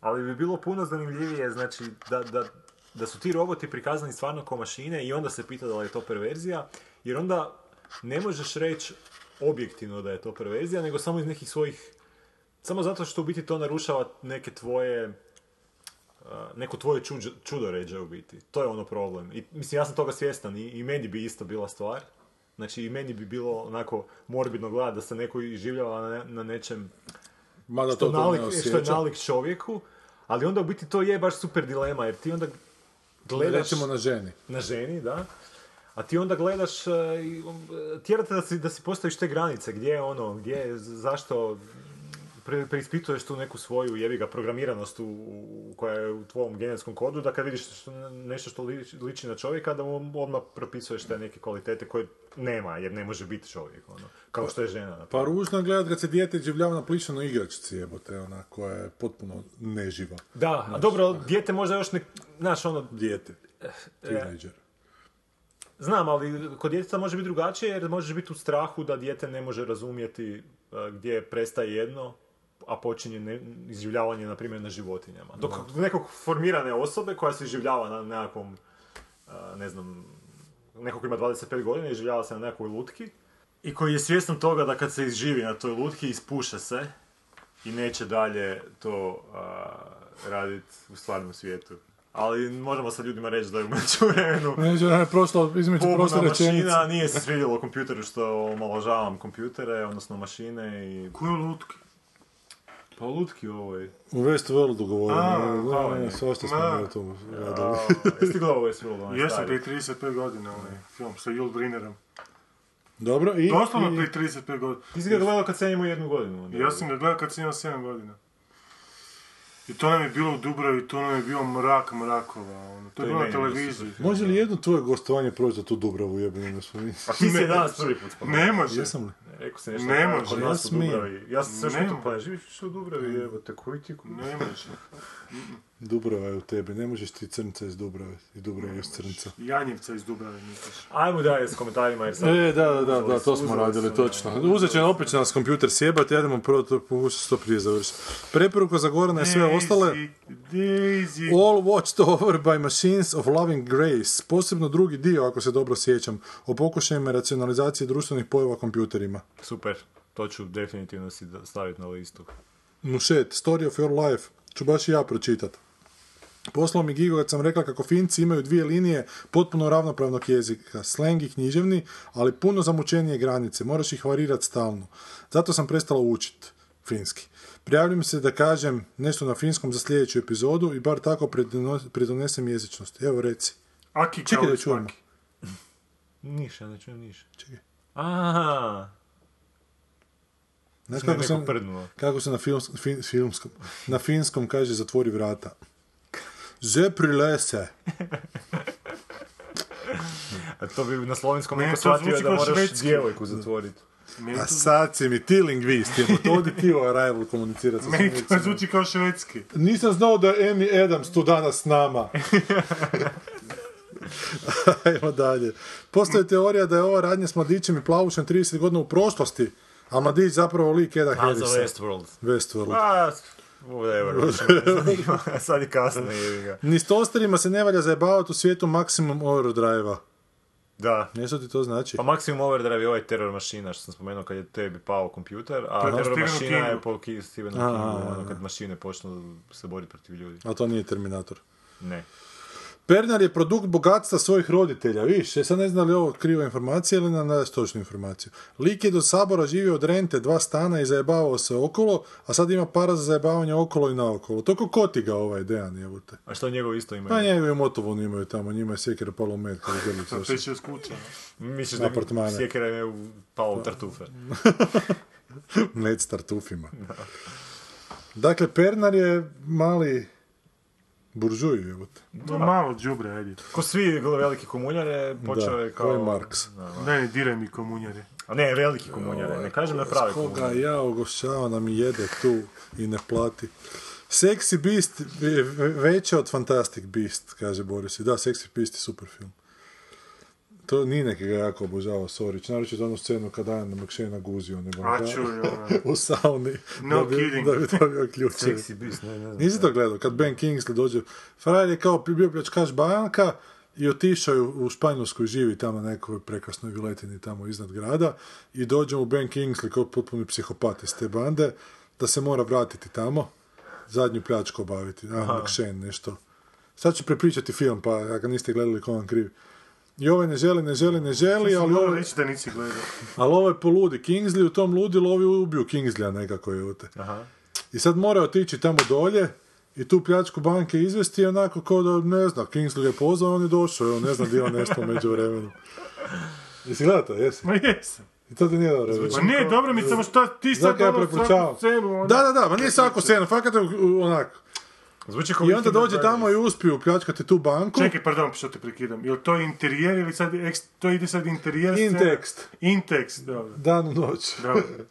Speaker 7: ali bi bilo puno zanimljivije, znači, da, da, da su ti roboti prikazani stvarno kao mašine i onda se pita da li je to perverzija, jer onda ne možeš reći objektivno da je to perverzija, nego samo iz nekih svojih, samo zato što u biti to narušava neke tvoje, a, neko tvoje čuđo, čudo ređe u biti. To je ono problem. I, mislim, ja sam toga svjestan i, i meni bi isto bila stvar. Znači, i meni bi bilo onako morbidno gledati da se neko iživljava na, na nečem
Speaker 4: Mada
Speaker 7: što,
Speaker 4: Pa to, to
Speaker 7: nalik,
Speaker 4: ne
Speaker 7: što je
Speaker 4: osjeća.
Speaker 7: nalik čovjeku, ali onda u biti to je baš super dilema, jer ti onda gledaš
Speaker 4: Rećemo na ženi.
Speaker 7: na ženi, da. A ti onda gledaš, e, i, um, e, tjerate da si, da si postaviš te granice, gdje je ono, gdje, je, z- zašto pre- preispituješ tu neku svoju jeviga programiranost u, u- koja je u tvom genetskom kodu, da kad vidiš što- nešto što liči, liči na čovjeka, da mu odmah propisuješ te neke kvalitete koje nema, jer ne može biti čovjek, ono, kao što je žena. na
Speaker 4: Pa
Speaker 7: primjer.
Speaker 4: ružno je gledat kad se dijete življava na plišanoj igračci jebote, ona koja je potpuno neživa.
Speaker 7: Da, a dobro, dijete možda još ne, znaš, ono,
Speaker 4: Dijete. Teenager.
Speaker 7: Znam, ali kod djeteta može biti drugačije jer možeš biti u strahu da dijete ne može razumjeti uh, gdje prestaje jedno, a počinje ne, izživljavanje, na primjer, na životinjama. Dok kod nekog formirane osobe koja se izživljava na nekakvom, uh, ne znam, neko ko ima 25 godina i življava se na nekoj lutki i koji je svjestan toga da kad se izživi na toj lutki ispuše se i neće dalje to raditi u stvarnom svijetu. Ali možemo sad ljudima reći da je u međuvremenu
Speaker 4: Među je prošlo, između prošle
Speaker 7: pobuna
Speaker 4: rečenice.
Speaker 7: mašina, nije se svidjelo kompjuteru što omaložavam kompjutere, odnosno mašine i...
Speaker 3: Koju lutke?
Speaker 7: Pa lutki ovoj.
Speaker 4: U Westworldu govorimo,
Speaker 3: A,
Speaker 4: ne,
Speaker 3: hvala
Speaker 4: ne, ne,
Speaker 3: mi.
Speaker 4: svašta smo
Speaker 3: Ma.
Speaker 4: mi o tom
Speaker 7: A,
Speaker 4: radili.
Speaker 7: Jesi ti gledao ovaj Westworld, onaj
Speaker 3: Jesam
Speaker 7: stari?
Speaker 3: prije 35 godina onaj film sa Yul Brynnerom.
Speaker 4: Dobro, i...
Speaker 3: Doslovno
Speaker 4: i-
Speaker 3: prije 35 godina.
Speaker 7: Ti si ga gledao kad sam imao jednu godinu. onda.
Speaker 3: Ja sam ga gledao kad sam imao 7 godina. I to nam je bilo u Dubravi, to nam je bio mrak mrakova. Ono. To je
Speaker 7: i
Speaker 3: bilo na
Speaker 7: meni isto
Speaker 3: televiziji.
Speaker 4: Može li jedno tvoje gostovanje proći za tu Dubravu jebeno ne svojim?
Speaker 7: Pa ti si je danas prvi put spomenuo.
Speaker 3: Ne može.
Speaker 4: Jesam li?
Speaker 7: Rekao sam nešto.
Speaker 3: Ne
Speaker 7: tako,
Speaker 3: može,
Speaker 7: kod
Speaker 4: ja
Speaker 7: nas u
Speaker 4: smijem.
Speaker 7: Dubravi. Ja sam sve
Speaker 3: Ne
Speaker 7: što
Speaker 3: može.
Speaker 7: pa živiš u Dubravi, evo te koji ti...
Speaker 3: Ne može.
Speaker 4: Dubrava je u tebi, ne možeš ti crnca iz Dubrave i Dubrava iz crnca.
Speaker 3: Janjevca iz Dubrave misliš.
Speaker 7: Ajmo dalje s komentarima jer sad...
Speaker 4: E, da, da, da, da, to
Speaker 7: Uzeli su,
Speaker 4: smo
Speaker 7: uzeli
Speaker 4: radili,
Speaker 7: su,
Speaker 4: točno. Uzet će nam opet će nas kompjuter sjebati, idemo prvo to pokušati što prije završiti. Preporuka za Gorana i sve ostale...
Speaker 3: Daisy, Daisy.
Speaker 4: All watched over by machines of loving grace, posebno drugi dio, ako se dobro sjećam, o pokušajima racionalizacije društvenih pojava kompjuterima.
Speaker 7: Super, to ću definitivno si da- staviti na listu.
Speaker 4: Nušet, Story of Your Life, ću baš i ja pročitat. Poslao mi Gigo kad sam rekla kako Finci imaju dvije linije potpuno ravnopravnog jezika, sleng i književni, ali puno zamučenije granice, moraš ih varirati stalno. Zato sam prestala učit finski. Prijavljujem se da kažem nešto na finskom za sljedeću epizodu i bar tako pridono- pridonesem jezičnosti. Evo reci.
Speaker 3: Aki
Speaker 4: Čekaj da
Speaker 3: Kaurić
Speaker 4: čujemo.
Speaker 3: Maki.
Speaker 7: Niš, ja ne čujem niš.
Speaker 4: Čekaj.
Speaker 7: Aha,
Speaker 4: Znaš
Speaker 7: kako
Speaker 4: kako sam,
Speaker 7: prdnuo.
Speaker 4: kako se na filmskom, fin- filmskom, na finskom kaže zatvori vrata. Zeprilese.
Speaker 7: A to bi na slovenskom
Speaker 3: Ne,
Speaker 7: neko
Speaker 3: to
Speaker 7: shvatio
Speaker 3: zvuči
Speaker 7: da
Speaker 3: kao
Speaker 7: moraš
Speaker 3: švedski.
Speaker 7: djevojku zatvoriti.
Speaker 3: Meni
Speaker 4: A
Speaker 3: to
Speaker 4: sad si mi ti lingvist, jebo to odi ti o Arrival komunicirati sa
Speaker 3: Meni to
Speaker 4: Slovencima.
Speaker 3: zvuči kao švedski.
Speaker 4: Nisam znao da je Amy Adams tu danas s nama. Ajmo dalje. Postoji teorija da je ova radnja s mladićem i plavućem 30 godina u prošlosti, a mladić zapravo lik Eda
Speaker 7: A za
Speaker 4: Harrisa.
Speaker 7: Westworld.
Speaker 4: Westworld.
Speaker 7: Pa, whatever, više me ne zanima. sad je kasno, jebi ga.
Speaker 4: Ni s tosterima se ne valja zajebavati u svijetu maksimum overdrive-a.
Speaker 7: Da.
Speaker 4: Nešto ti to znači?
Speaker 7: Pa Maximum Overdrive je ovaj teror mašina što sam spomenuo kad je tebi pao kompjuter, a teror
Speaker 3: Stephenu
Speaker 7: mašina je
Speaker 3: Kingu.
Speaker 7: po Ki- Stephenu
Speaker 4: A,
Speaker 7: Kingu,
Speaker 4: a,
Speaker 7: ono
Speaker 4: a.
Speaker 7: kad mašine počnu se boriti protiv ljudi.
Speaker 4: A to nije Terminator.
Speaker 7: Ne.
Speaker 4: Pernar je produkt bogatstva svojih roditelja, viš, ja sad ne znam da li je ovo kriva informacija ili nam daš točnu informaciju. Lik je do sabora živio od rente dva stana i zajebavao se okolo, a sad ima para za zajebavanje okolo i naokolo. To ko kotiga ovaj Dejan jebute.
Speaker 7: A što njegovo isto
Speaker 4: Pa
Speaker 7: ima?
Speaker 4: njegovi motovun imaju tamo, njima je sjekir palo u med pa kada grli
Speaker 3: To
Speaker 4: troši.
Speaker 3: je šest kuća.
Speaker 7: Misliš da
Speaker 4: Apartmane.
Speaker 7: mi sjekera je u- pao u tartufe.
Speaker 4: Med startufima. Dakle, Pernar je mali buržuj jebute.
Speaker 3: To je malo džubre, ajde.
Speaker 7: Ko svi veliki komunjar je počeo
Speaker 4: Da,
Speaker 7: je
Speaker 4: kao i
Speaker 7: kao...
Speaker 4: Marks.
Speaker 3: Ne, ne diraj mi komunjare.
Speaker 7: A ne, veliki komunjar je, ne kažem ne pravi
Speaker 4: Koga
Speaker 7: komunjar.
Speaker 4: ja ogošćava nam i jede tu i ne plati. Sexy Beast je ve- veća od Fantastic Beast, kaže Boris. Da, Sexy Beast je super film. To ni neki ga jako obožavao Sorić. Naročito onu scenu kad Ajan na McShane guzi one
Speaker 3: A
Speaker 4: bankare
Speaker 3: čuj, ono.
Speaker 4: u sauni.
Speaker 3: No
Speaker 4: da bi,
Speaker 3: kidding.
Speaker 4: Da bi to bio ključ.
Speaker 7: Sexy beast, ne, ne znam.
Speaker 4: Nisi to gledao? Kad Ben Kingsley dođe, frajer je kao bio pljačkaš banka i otišao je u Španjolsku i živi tamo na nekoj prekrasnoj viletini tamo iznad grada i dođe mu Ben Kingsley kao potpuni psihopat iz te bande da se mora vratiti tamo, zadnju pljačku obaviti, a McShane nešto. Sad ću prepričati film, pa ako niste gledali ko vam krivi. I ovaj ne želi, ne želi, ne želi, ali
Speaker 3: Moram
Speaker 4: ovaj,
Speaker 3: reći da nisi gledao.
Speaker 4: ali ovaj poludi Kingsley, u tom ludilu ovi ubiju Kingsleya nekako je
Speaker 7: Aha.
Speaker 4: i sad mora otići tamo dolje i tu pljačku banke izvesti i onako kao da ne zna, Kingsley je pozvao, on je došao, evo, ne zna di je on nešto među vremenu. Jesi gledao to, jesi?
Speaker 3: Ma jesam.
Speaker 4: I to ti nije dobro. Znači,
Speaker 3: Ma ne, Pa dobro mi samo što ti Znači, sad
Speaker 4: Zato ja
Speaker 3: ono svaku
Speaker 4: preporučavam.
Speaker 3: scenu. ono.
Speaker 4: Da, da, da, ma nije svako scenu, fakat je u- u- onako.
Speaker 7: Zvuči kao
Speaker 4: I onda
Speaker 7: Vikingov
Speaker 4: dođe
Speaker 7: Diaries.
Speaker 4: tamo i uspiju pljačkati tu banku.
Speaker 3: Čekaj, pardon, što te prekidam. Jel to interijer ili sad, eks- to ide sad interijer
Speaker 4: In
Speaker 3: scena?
Speaker 4: tekst.
Speaker 3: In tekst, dobro.
Speaker 4: Dan u noć.
Speaker 3: Dobro.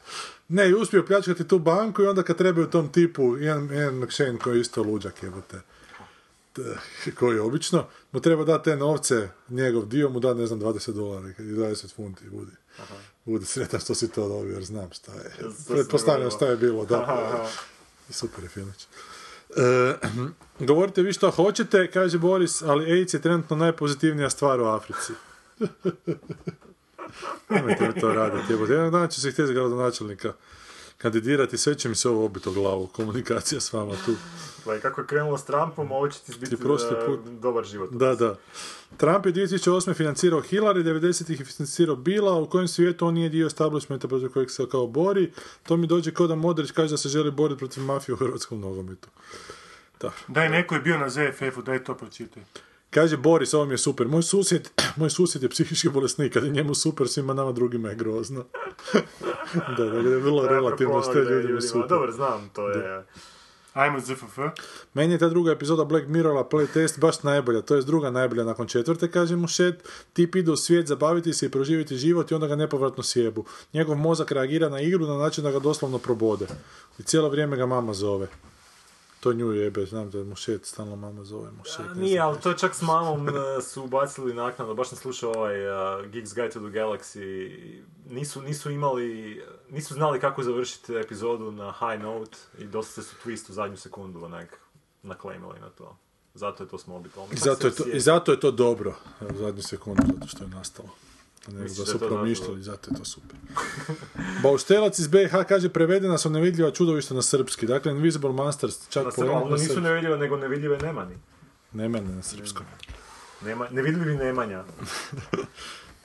Speaker 4: Ne, i uspio pljačkati tu banku i onda kad trebaju tom tipu, jedan, jedan McShane koji je isto luđak jebote. koji je obično, mu treba dati te novce, njegov dio mu da, ne znam, 20 dolara i 20 funti, budi. Aha. Budi sretan što si to dobio, jer znam šta je. Pretpostavljam šta je bilo, da. Aha. Super je filmić. E, govorite vi što hoćete, kaže Boris, ali AIDS je trenutno najpozitivnija stvar u Africi. Nemojte mi to raditi, jebote. Jednog dana ću se htjeti za gradonačelnika kandidirati, sve će mi se ovo obito glavu, komunikacija s vama tu.
Speaker 7: Gle, kako je krenulo s Trumpom, ovo će ti biti put... dobar život.
Speaker 4: Da, da. Trump je 2008. financirao Hillary, 90. je financirao Bila, u kojem svijetu on nije dio establishmenta protiv kojeg se kao bori. To mi dođe kao da Modrić kaže da se želi boriti protiv mafije u hrvatskom nogometu.
Speaker 3: Da. Daj, neko je bio na ZFF-u, daj to pročitaj.
Speaker 4: Kaže Boris, ovo mi je super. Moj susjed, moj susjed je psihički bolesnik, ali njemu super, svima nama drugima je grozno. da, da, je vrlo relativno što je ljudima super.
Speaker 7: Dobro, znam, to je...
Speaker 3: Ajmo ZFF.
Speaker 4: Meni je ta druga epizoda Black Mirrora playtest baš najbolja, to je druga najbolja nakon četvrte, kaže mu Šet. Tip ide u svijet zabaviti se i proživjeti život i onda ga nepovratno sjebu. Njegov mozak reagira na igru na način da ga doslovno probode. I cijelo vrijeme ga mama zove. To nju jebe, znam da mu šet, stalno mama zove mu šet.
Speaker 7: Nije, ali to je čak s mamom e, su ubacili naknadno, baš sam slušao ovaj uh, Geeks Guide to the Galaxy, nisu, nisu imali, nisu znali kako završiti epizodu na high note i dosta su twist u zadnju sekundu onak naklejmili na to. Zato je to s mobitelom.
Speaker 4: I zato, je to, I zato je to dobro, u zadnju sekundu, zato što je nastalo. Ne znam da su promišljali, zato je to super. Bauštelac iz BiH kaže prevedena su nevidljiva čudovišta na srpski. Dakle, Invisible Monsters, čak
Speaker 7: na srpski. Ono nisu nevidljive, nego nevidljive nemani.
Speaker 4: Nemane na srpskom.
Speaker 7: Nema, nevidljivi nemanja.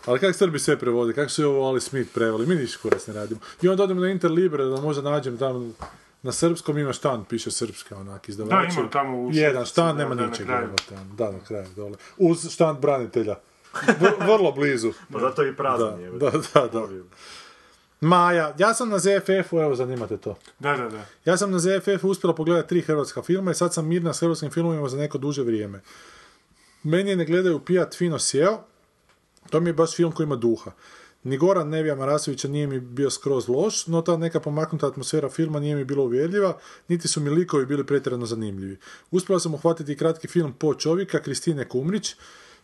Speaker 4: Ali kako Srbi sve prevode, kako su i ovo Ali Smith preveli, mi niš kurac ne radimo. I onda odem na Interlibre da možda nađem tamo na srpskom ima štand, piše srpska onak izdavač.
Speaker 7: Znači,
Speaker 3: Da, ima tamo u
Speaker 4: Jedan štand, nema ničega. Da, na kraju dole. Uz štand branitelja. vrlo blizu.
Speaker 7: Pa zato je i prazan je.
Speaker 4: Da, da, da. Maja, ja sam na ZFF-u, evo zanimate to.
Speaker 3: Da, da, da.
Speaker 4: Ja sam na ZFF-u uspjela pogledati tri hrvatska filma i sad sam mirna s hrvatskim filmovima za neko duže vrijeme. Meni je ne gledaju Pijat Fino sjeo, to mi je baš film koji ima duha. Ni Goran Nevija Marasovića nije mi bio skroz loš, no ta neka pomaknuta atmosfera filma nije mi bila uvjerljiva, niti su mi likovi bili pretjerano zanimljivi. Uspjela sam uhvatiti kratki film Po čovjeka Kristine Kumrić,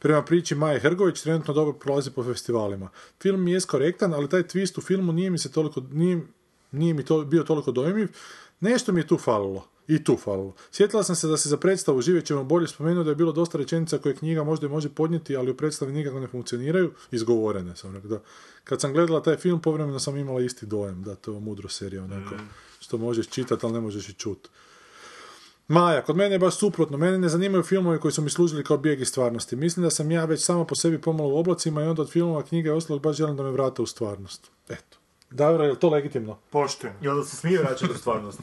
Speaker 4: Prema priči Maje Hrgović trenutno dobro prolazi po festivalima. Film mi je korektan, ali taj twist u filmu nije mi se toliko nije, nije mi to bio toliko dojmiv. Nešto mi je tu falilo. I tu falilo. Sjetila sam se da se za predstavu Živećemo bolje spomenuo da je bilo dosta rečenica koje knjiga možda i može podnijeti, ali u predstavi nikako ne funkcioniraju. Izgovorene sam rekao. Da. Kad sam gledala taj film, povremeno sam imala isti dojam. Da, to je mudro serija onako. Mm. Što možeš čitati, ali ne možeš i čuti. Maja, kod mene je baš suprotno. Mene ne zanimaju filmovi koji su mi služili kao bijeg iz stvarnosti. Mislim da sam ja već samo po sebi pomalo u oblacima i onda od filmova, knjige i ostalog baš želim da me vrate u stvarnost. Eto. Davora, je li to legitimno?
Speaker 3: Poštujem.
Speaker 7: I onda se smije vraćati u stvarnost.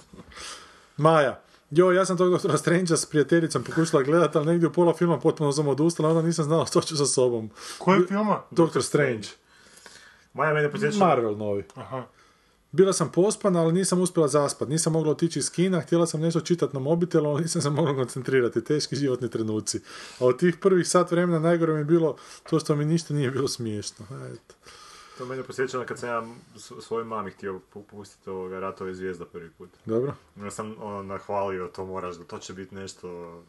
Speaker 4: Maja, Jo, ja sam tog doktora Strange s prijateljicom pokušala gledati, ali negdje u pola filma potpuno sam odustala, onda nisam znala što ću sa sobom.
Speaker 3: Koji filma?
Speaker 4: Doktor Strange.
Speaker 7: Maja mene podsjeća.
Speaker 4: Marvel novi. Aha. Bila sam pospana, ali nisam uspjela zaspat. Nisam mogla otići iz kina, htjela sam nešto čitati na mobitelu, ali nisam se mogla koncentrirati. Teški životni trenuci. A od tih prvih sat vremena najgore mi je bilo to što mi ništa nije bilo smiješno. Eto.
Speaker 7: To mene posjećalo kad sam ja svojoj mami htio pustiti ovoga Ratove zvijezda prvi put.
Speaker 4: Dobro.
Speaker 7: Ja sam ono nahvalio, to moraš da to će biti nešto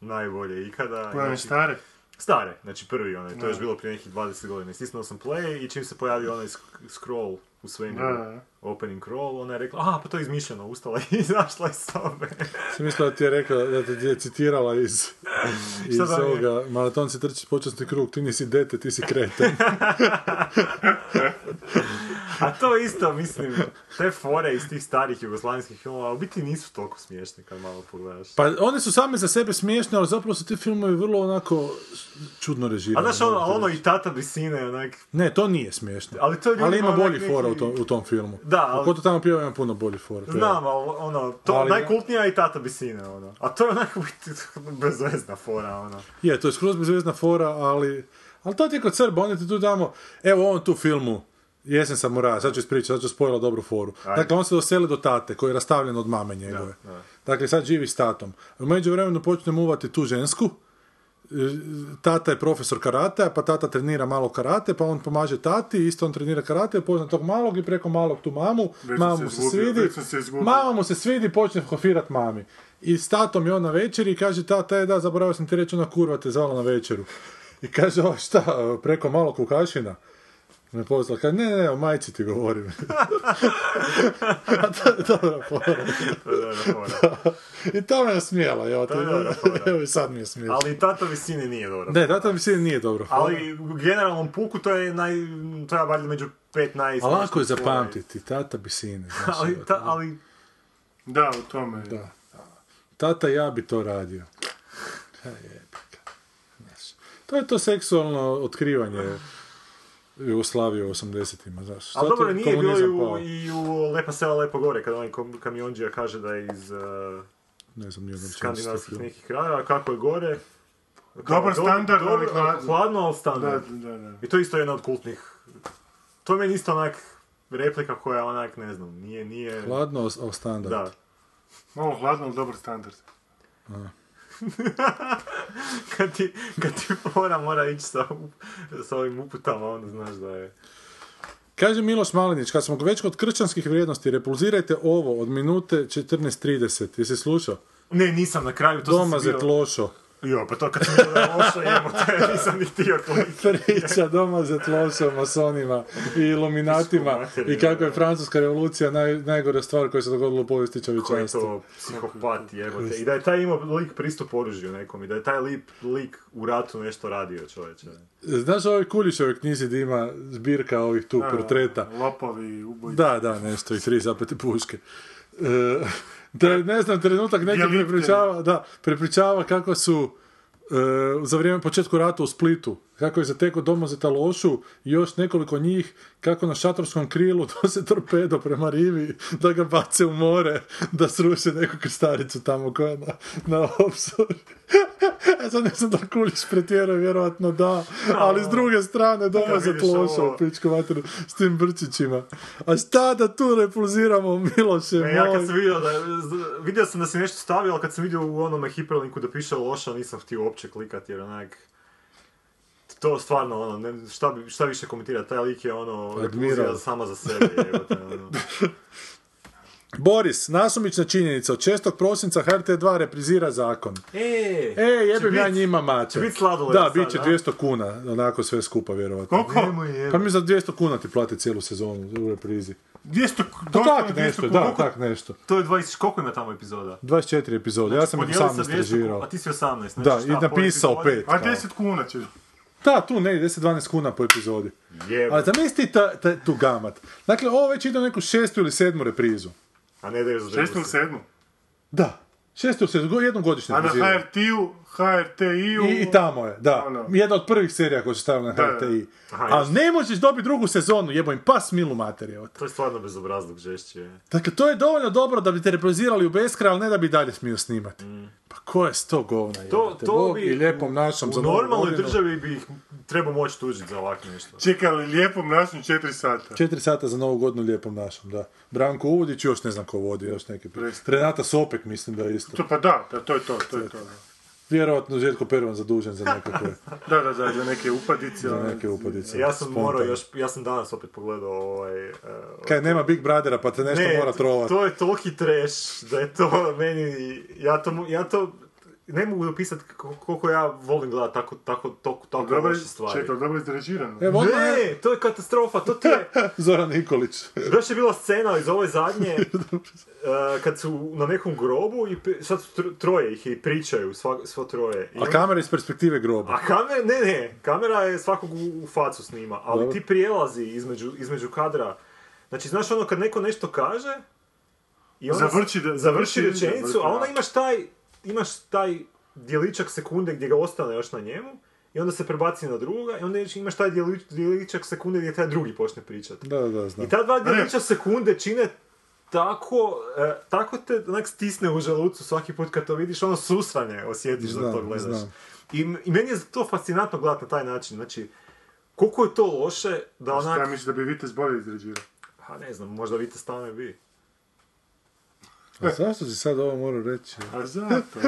Speaker 7: najbolje ikada. Znači,
Speaker 3: Koje je stare?
Speaker 7: Stare, znači prvi onaj, to je još bilo prije nekih 20 godina. Stisnuo sam play i čim se pojavio onaj sk- scroll u svemiru, opening crawl, ona je rekla, aha, pa to je izmišljeno, ustala i izašla iz sobe.
Speaker 4: Sam mislila da ti je rekla, da ti je citirala iz, iz ovoga, maraton se trči počasni krug, ti nisi dete, ti si kreten.
Speaker 7: A to isto, mislim, te fore iz tih starih jugoslavijskih filmova, u biti nisu toliko smiješne kad malo pogledaš.
Speaker 4: Pa one su same za sebe smiješne, ali zapravo su ti filmovi vrlo onako čudno režirani.
Speaker 7: A znaš, ono, ono i Tata Brisine, onak...
Speaker 4: Ne, to nije smiješno.
Speaker 7: Ali, to
Speaker 4: ali ima bolji neki... fora u, to, u tom filmu.
Speaker 7: Da, ali...
Speaker 4: Ko to tamo pjeva ima puno bolji fora.
Speaker 7: Znam, ali ono, to ali... najkultnija je i Tata Brisine, ono. A to je onako bezvezna fora, ono.
Speaker 4: Je, to je skroz bezvezna fora, ali... Ali to ti je kod Srba, oni ti tu damo, evo on tu filmu, Jesen sam mora, sad ću ispričati, sad ću spojila dobru foru. Ajde. Dakle, on se doseli do tate, koji je rastavljen od mame njegove. Da, da. Dakle, sad živi s tatom. U međuvremenu počne muvati tu žensku, tata je profesor karate, pa tata trenira malo karate, pa on pomaže tati, isto on trenira karate, pozna tog malog i preko malog tu mamu,
Speaker 3: Već sam
Speaker 4: mama mu
Speaker 3: se
Speaker 4: se
Speaker 3: izgubio,
Speaker 4: svidi,
Speaker 3: već sam se izgubio.
Speaker 4: mama mu se svidi, počne hofirat mami. I s tatom je on na večeri i kaže, tata, je da, zaboravio sam ti reći, ona kurva te zvala na večeru. I kaže, o, šta, preko malog kukašina? Me pozvala, kaže, ne, ne, o majci ti govorim. A to je dobra fora. I to me je smijela, evo,
Speaker 7: To je dobra fora.
Speaker 4: evo i sad mi je smijela.
Speaker 7: Ali tata visine nije dobro.
Speaker 4: Ne, Data mi se nije dobro. hvala.
Speaker 7: Ali u generalnom puku to je naj... To je valjda među 15...
Speaker 4: A lako je zapamtiti, tata bi sine. znaš.
Speaker 7: ali, ta, ali
Speaker 3: Da, u tome je.
Speaker 4: Da. Tata, ja bi to radio. Ja jebika. Znaš, To je to seksualno otkrivanje Jugoslavije u 80-ima, znaš.
Speaker 7: A
Speaker 4: Zato
Speaker 7: dobro,
Speaker 4: je
Speaker 7: nije bilo i
Speaker 4: komunizam
Speaker 7: u,
Speaker 4: pao.
Speaker 7: i u Lepa sela, Lepo gore, kada onaj kom- kamionđija kaže da je iz uh,
Speaker 4: Ne znam, nijednom čemu se to
Speaker 7: skandinavskih
Speaker 4: film.
Speaker 7: nekih kraja, kako je gore.
Speaker 3: Dobar
Speaker 7: Do-
Speaker 3: standard,
Speaker 7: dobro,
Speaker 3: ali hladno.
Speaker 7: hladno, ali
Speaker 3: Da,
Speaker 7: standard.
Speaker 3: da, da.
Speaker 7: I to je isto jedna od kultnih. To je meni isto onak replika koja onak, ne znam, nije, nije...
Speaker 4: Hladno, a- a standard.
Speaker 7: Da.
Speaker 3: Malo hladno, ali dobar standard.
Speaker 7: Kad ti, kad ti fora mora ići sa, sa ovim uputama, onda znaš da je...
Speaker 4: Kaže Miloš Malinić, kad smo već kod kršćanskih vrijednosti, repulzirajte ovo od minute 14.30. Jesi slušao?
Speaker 7: Ne, nisam na kraju, to
Speaker 4: Doma
Speaker 7: sam
Speaker 4: za
Speaker 7: se bio...
Speaker 4: tlošo.
Speaker 7: Jo, pa to kad sam vidio da je loša, jebote, nisam ni htio kliknuti.
Speaker 4: priča doma za tlošo, masonima i iluminatima i kako je francuska revolucija naj, najgora stvar koja se dogodila u povijesti
Speaker 7: Koji je
Speaker 4: čovječanstva.
Speaker 7: to psihopat jebote. I da je taj imao lik pristup oružju nekom i da je taj lip, lik u ratu nešto radio čovječe.
Speaker 4: Znaš ovoj Kuljišovoj knjizi gdje ima zbirka ovih tu portreta?
Speaker 3: Lopovi, ubojice.
Speaker 4: Da, da, nešto i tri zapete puške. E, da, je, ne znam, trenutak neki
Speaker 3: Djelitelj.
Speaker 4: prepričava, da, prepričava kako su e, za vrijeme početku rata u Splitu, kako je zateko doma za Talošu i još nekoliko njih, kako na šatorskom krilu se torpedo prema rivi da ga bace u more, da sruše neku krstaricu tamo koja je na, na obzor. E sad ne znam da Kulić pretjeruje, vjerojatno da, ali s druge strane doma za
Speaker 7: vidiš
Speaker 4: Talošu,
Speaker 7: ovo-
Speaker 4: pičku materinu, s tim brčićima. A šta da tu repulziramo, Miloše
Speaker 7: E,
Speaker 4: moj?
Speaker 7: ja kad sam vidio da, z- vidio sam da si nešto stavio, ali kad sam vidio u onome hiperlinku da piše loša, nisam htio uopće klikati jer onak... To stvarno ono, ne, šta, bi, šta više komentira, taj lik je ono, repulzija sama za sebe, jebote, ono.
Speaker 4: Boris, nasumična činjenica, od 6. prosinca HRT2 reprizira zakon.
Speaker 7: E,
Speaker 4: E, jebim
Speaker 7: će
Speaker 4: ja
Speaker 7: bit-
Speaker 4: njima mater.
Speaker 7: će bit sladoled
Speaker 4: Da,
Speaker 7: sad,
Speaker 4: bit će
Speaker 7: a?
Speaker 4: 200 kuna, onako sve skupa, vjerojatno.
Speaker 3: Koliko?
Speaker 4: Pa mi za 200 kuna ti plate cijelu sezonu u reprizi.
Speaker 3: 200
Speaker 4: Pa
Speaker 3: doslovno
Speaker 4: tak
Speaker 3: 200
Speaker 4: nešto,
Speaker 3: kuna.
Speaker 4: da, tak nešto.
Speaker 7: To je 20, koliko ima tamo epizoda?
Speaker 4: 24 epizode, ja sam ih
Speaker 7: Podijeli sa
Speaker 4: 18
Speaker 7: 200, a
Speaker 4: režirao.
Speaker 7: ti si 18, nešto
Speaker 4: Da,
Speaker 7: šta,
Speaker 4: i
Speaker 7: po
Speaker 4: napisao
Speaker 7: epizodi?
Speaker 4: pet.
Speaker 3: A
Speaker 4: kao.
Speaker 3: 10 kuna će.
Speaker 4: Da, tu ne, 10-12 kuna po epizodi.
Speaker 7: Jebote.
Speaker 4: Ali zamisli ta, ta, tu gamat. Dakle, ovo već ide u neku šestu ili sedmu reprizu.
Speaker 7: A ne da je za
Speaker 3: 6 ili
Speaker 7: 90.
Speaker 3: 7.
Speaker 4: Da. Šestu ili sedmu, jednom godišnje
Speaker 7: Pa
Speaker 3: A na
Speaker 4: repriziraju.
Speaker 3: HRT-u, HRTI-u...
Speaker 4: I, I tamo je, da.
Speaker 3: Ono.
Speaker 4: Jedna od prvih serija koju su stavili na
Speaker 3: Da, da.
Speaker 4: HRTI.
Speaker 7: Aha,
Speaker 4: Ali ne možeš dobiti drugu sezonu, jebo im pas milu mater, evo te.
Speaker 7: To je stvarno bezobrazluk žešće. je.
Speaker 4: Dakle, to je dovoljno dobro da bi te reprizirali u beskraj, ali ne da bi dalje smio snimati. Pa ko je sto govna,
Speaker 7: Mm. To,
Speaker 4: jebote?
Speaker 7: to
Speaker 4: Bog
Speaker 7: bi...
Speaker 4: i lijepom našom za
Speaker 7: U
Speaker 4: Novu
Speaker 7: normalnoj
Speaker 4: godinu.
Speaker 7: državi bi ih trebao moći tužiti za ovako nešto.
Speaker 3: Čekali lijepom našom 4 sata.
Speaker 4: Četiri sata za novu godinu lijepom našom, da. Branko Udić, još ne znam ko vodi, još neki. Renata Sopek mislim da je isto.
Speaker 3: To, pa da, da, to je to, to je to.
Speaker 4: Vjerojatno Željko Pervan zadužen za nekakve,
Speaker 3: Da, da, da, za neke upadice.
Speaker 4: za
Speaker 3: ali-
Speaker 4: neke upadice.
Speaker 7: Ja sam morao
Speaker 4: spontane.
Speaker 7: još, ja sam danas opet pogledao ovaj... eh,
Speaker 4: Kaj, nema Big Brothera, pa te nešto
Speaker 7: ne,
Speaker 4: mora trovat.
Speaker 7: to je toliki trash da je to meni... Ja to, mo- ja to ne mogu opisati kako- koliko ja volim gledati tako, tako, tako, tako
Speaker 3: Dobro, je-
Speaker 7: loše stvari.
Speaker 3: čekaj, dobro je izrežirano.
Speaker 4: Evo, odmah je
Speaker 7: Ne, to je katastrofa, to ti je...
Speaker 4: E, Zoran Nikolić.
Speaker 7: Još je bila scena iz ove zadnje, eh, kad su na nekom grobu i pri- sad su tr- troje ih je i pričaju, sva, svo troje. I
Speaker 4: A
Speaker 7: onda-
Speaker 4: kamera iz perspektive groba.
Speaker 7: A kamera, ne, ne, kamera je svakog u, u facu snima, ali
Speaker 4: Dobro.
Speaker 7: ti prijelazi između, između kadra. Znači, znaš ono kad neko nešto kaže, i ona
Speaker 3: Završi da- završi
Speaker 7: završi rečenicu,
Speaker 3: rečenicu,
Speaker 7: a onda
Speaker 3: da.
Speaker 7: imaš taj, imaš taj dijeličak sekunde gdje ga ostane još na njemu, i onda se prebaci na druga, i onda još imaš taj dijelič, dijeličak sekunde gdje taj drugi počne pričati.
Speaker 4: Da, da, znam.
Speaker 7: I ta dva djelića sekunde čine tako, e, tako te onak stisne u želucu svaki put kad to vidiš, ono susranje osjetiš da
Speaker 4: Znam,
Speaker 7: to gledaš.
Speaker 4: znam.
Speaker 7: I, m- I meni je to fascinantno gledati na taj način, znači, koliko je to loše da
Speaker 3: Šta
Speaker 7: onak,
Speaker 3: misliš da bi Vitez bolje izrežirao?
Speaker 7: pa ne znam, možda vidite stane bi.
Speaker 4: A zašto si sad ovo morao reći?
Speaker 3: A zato,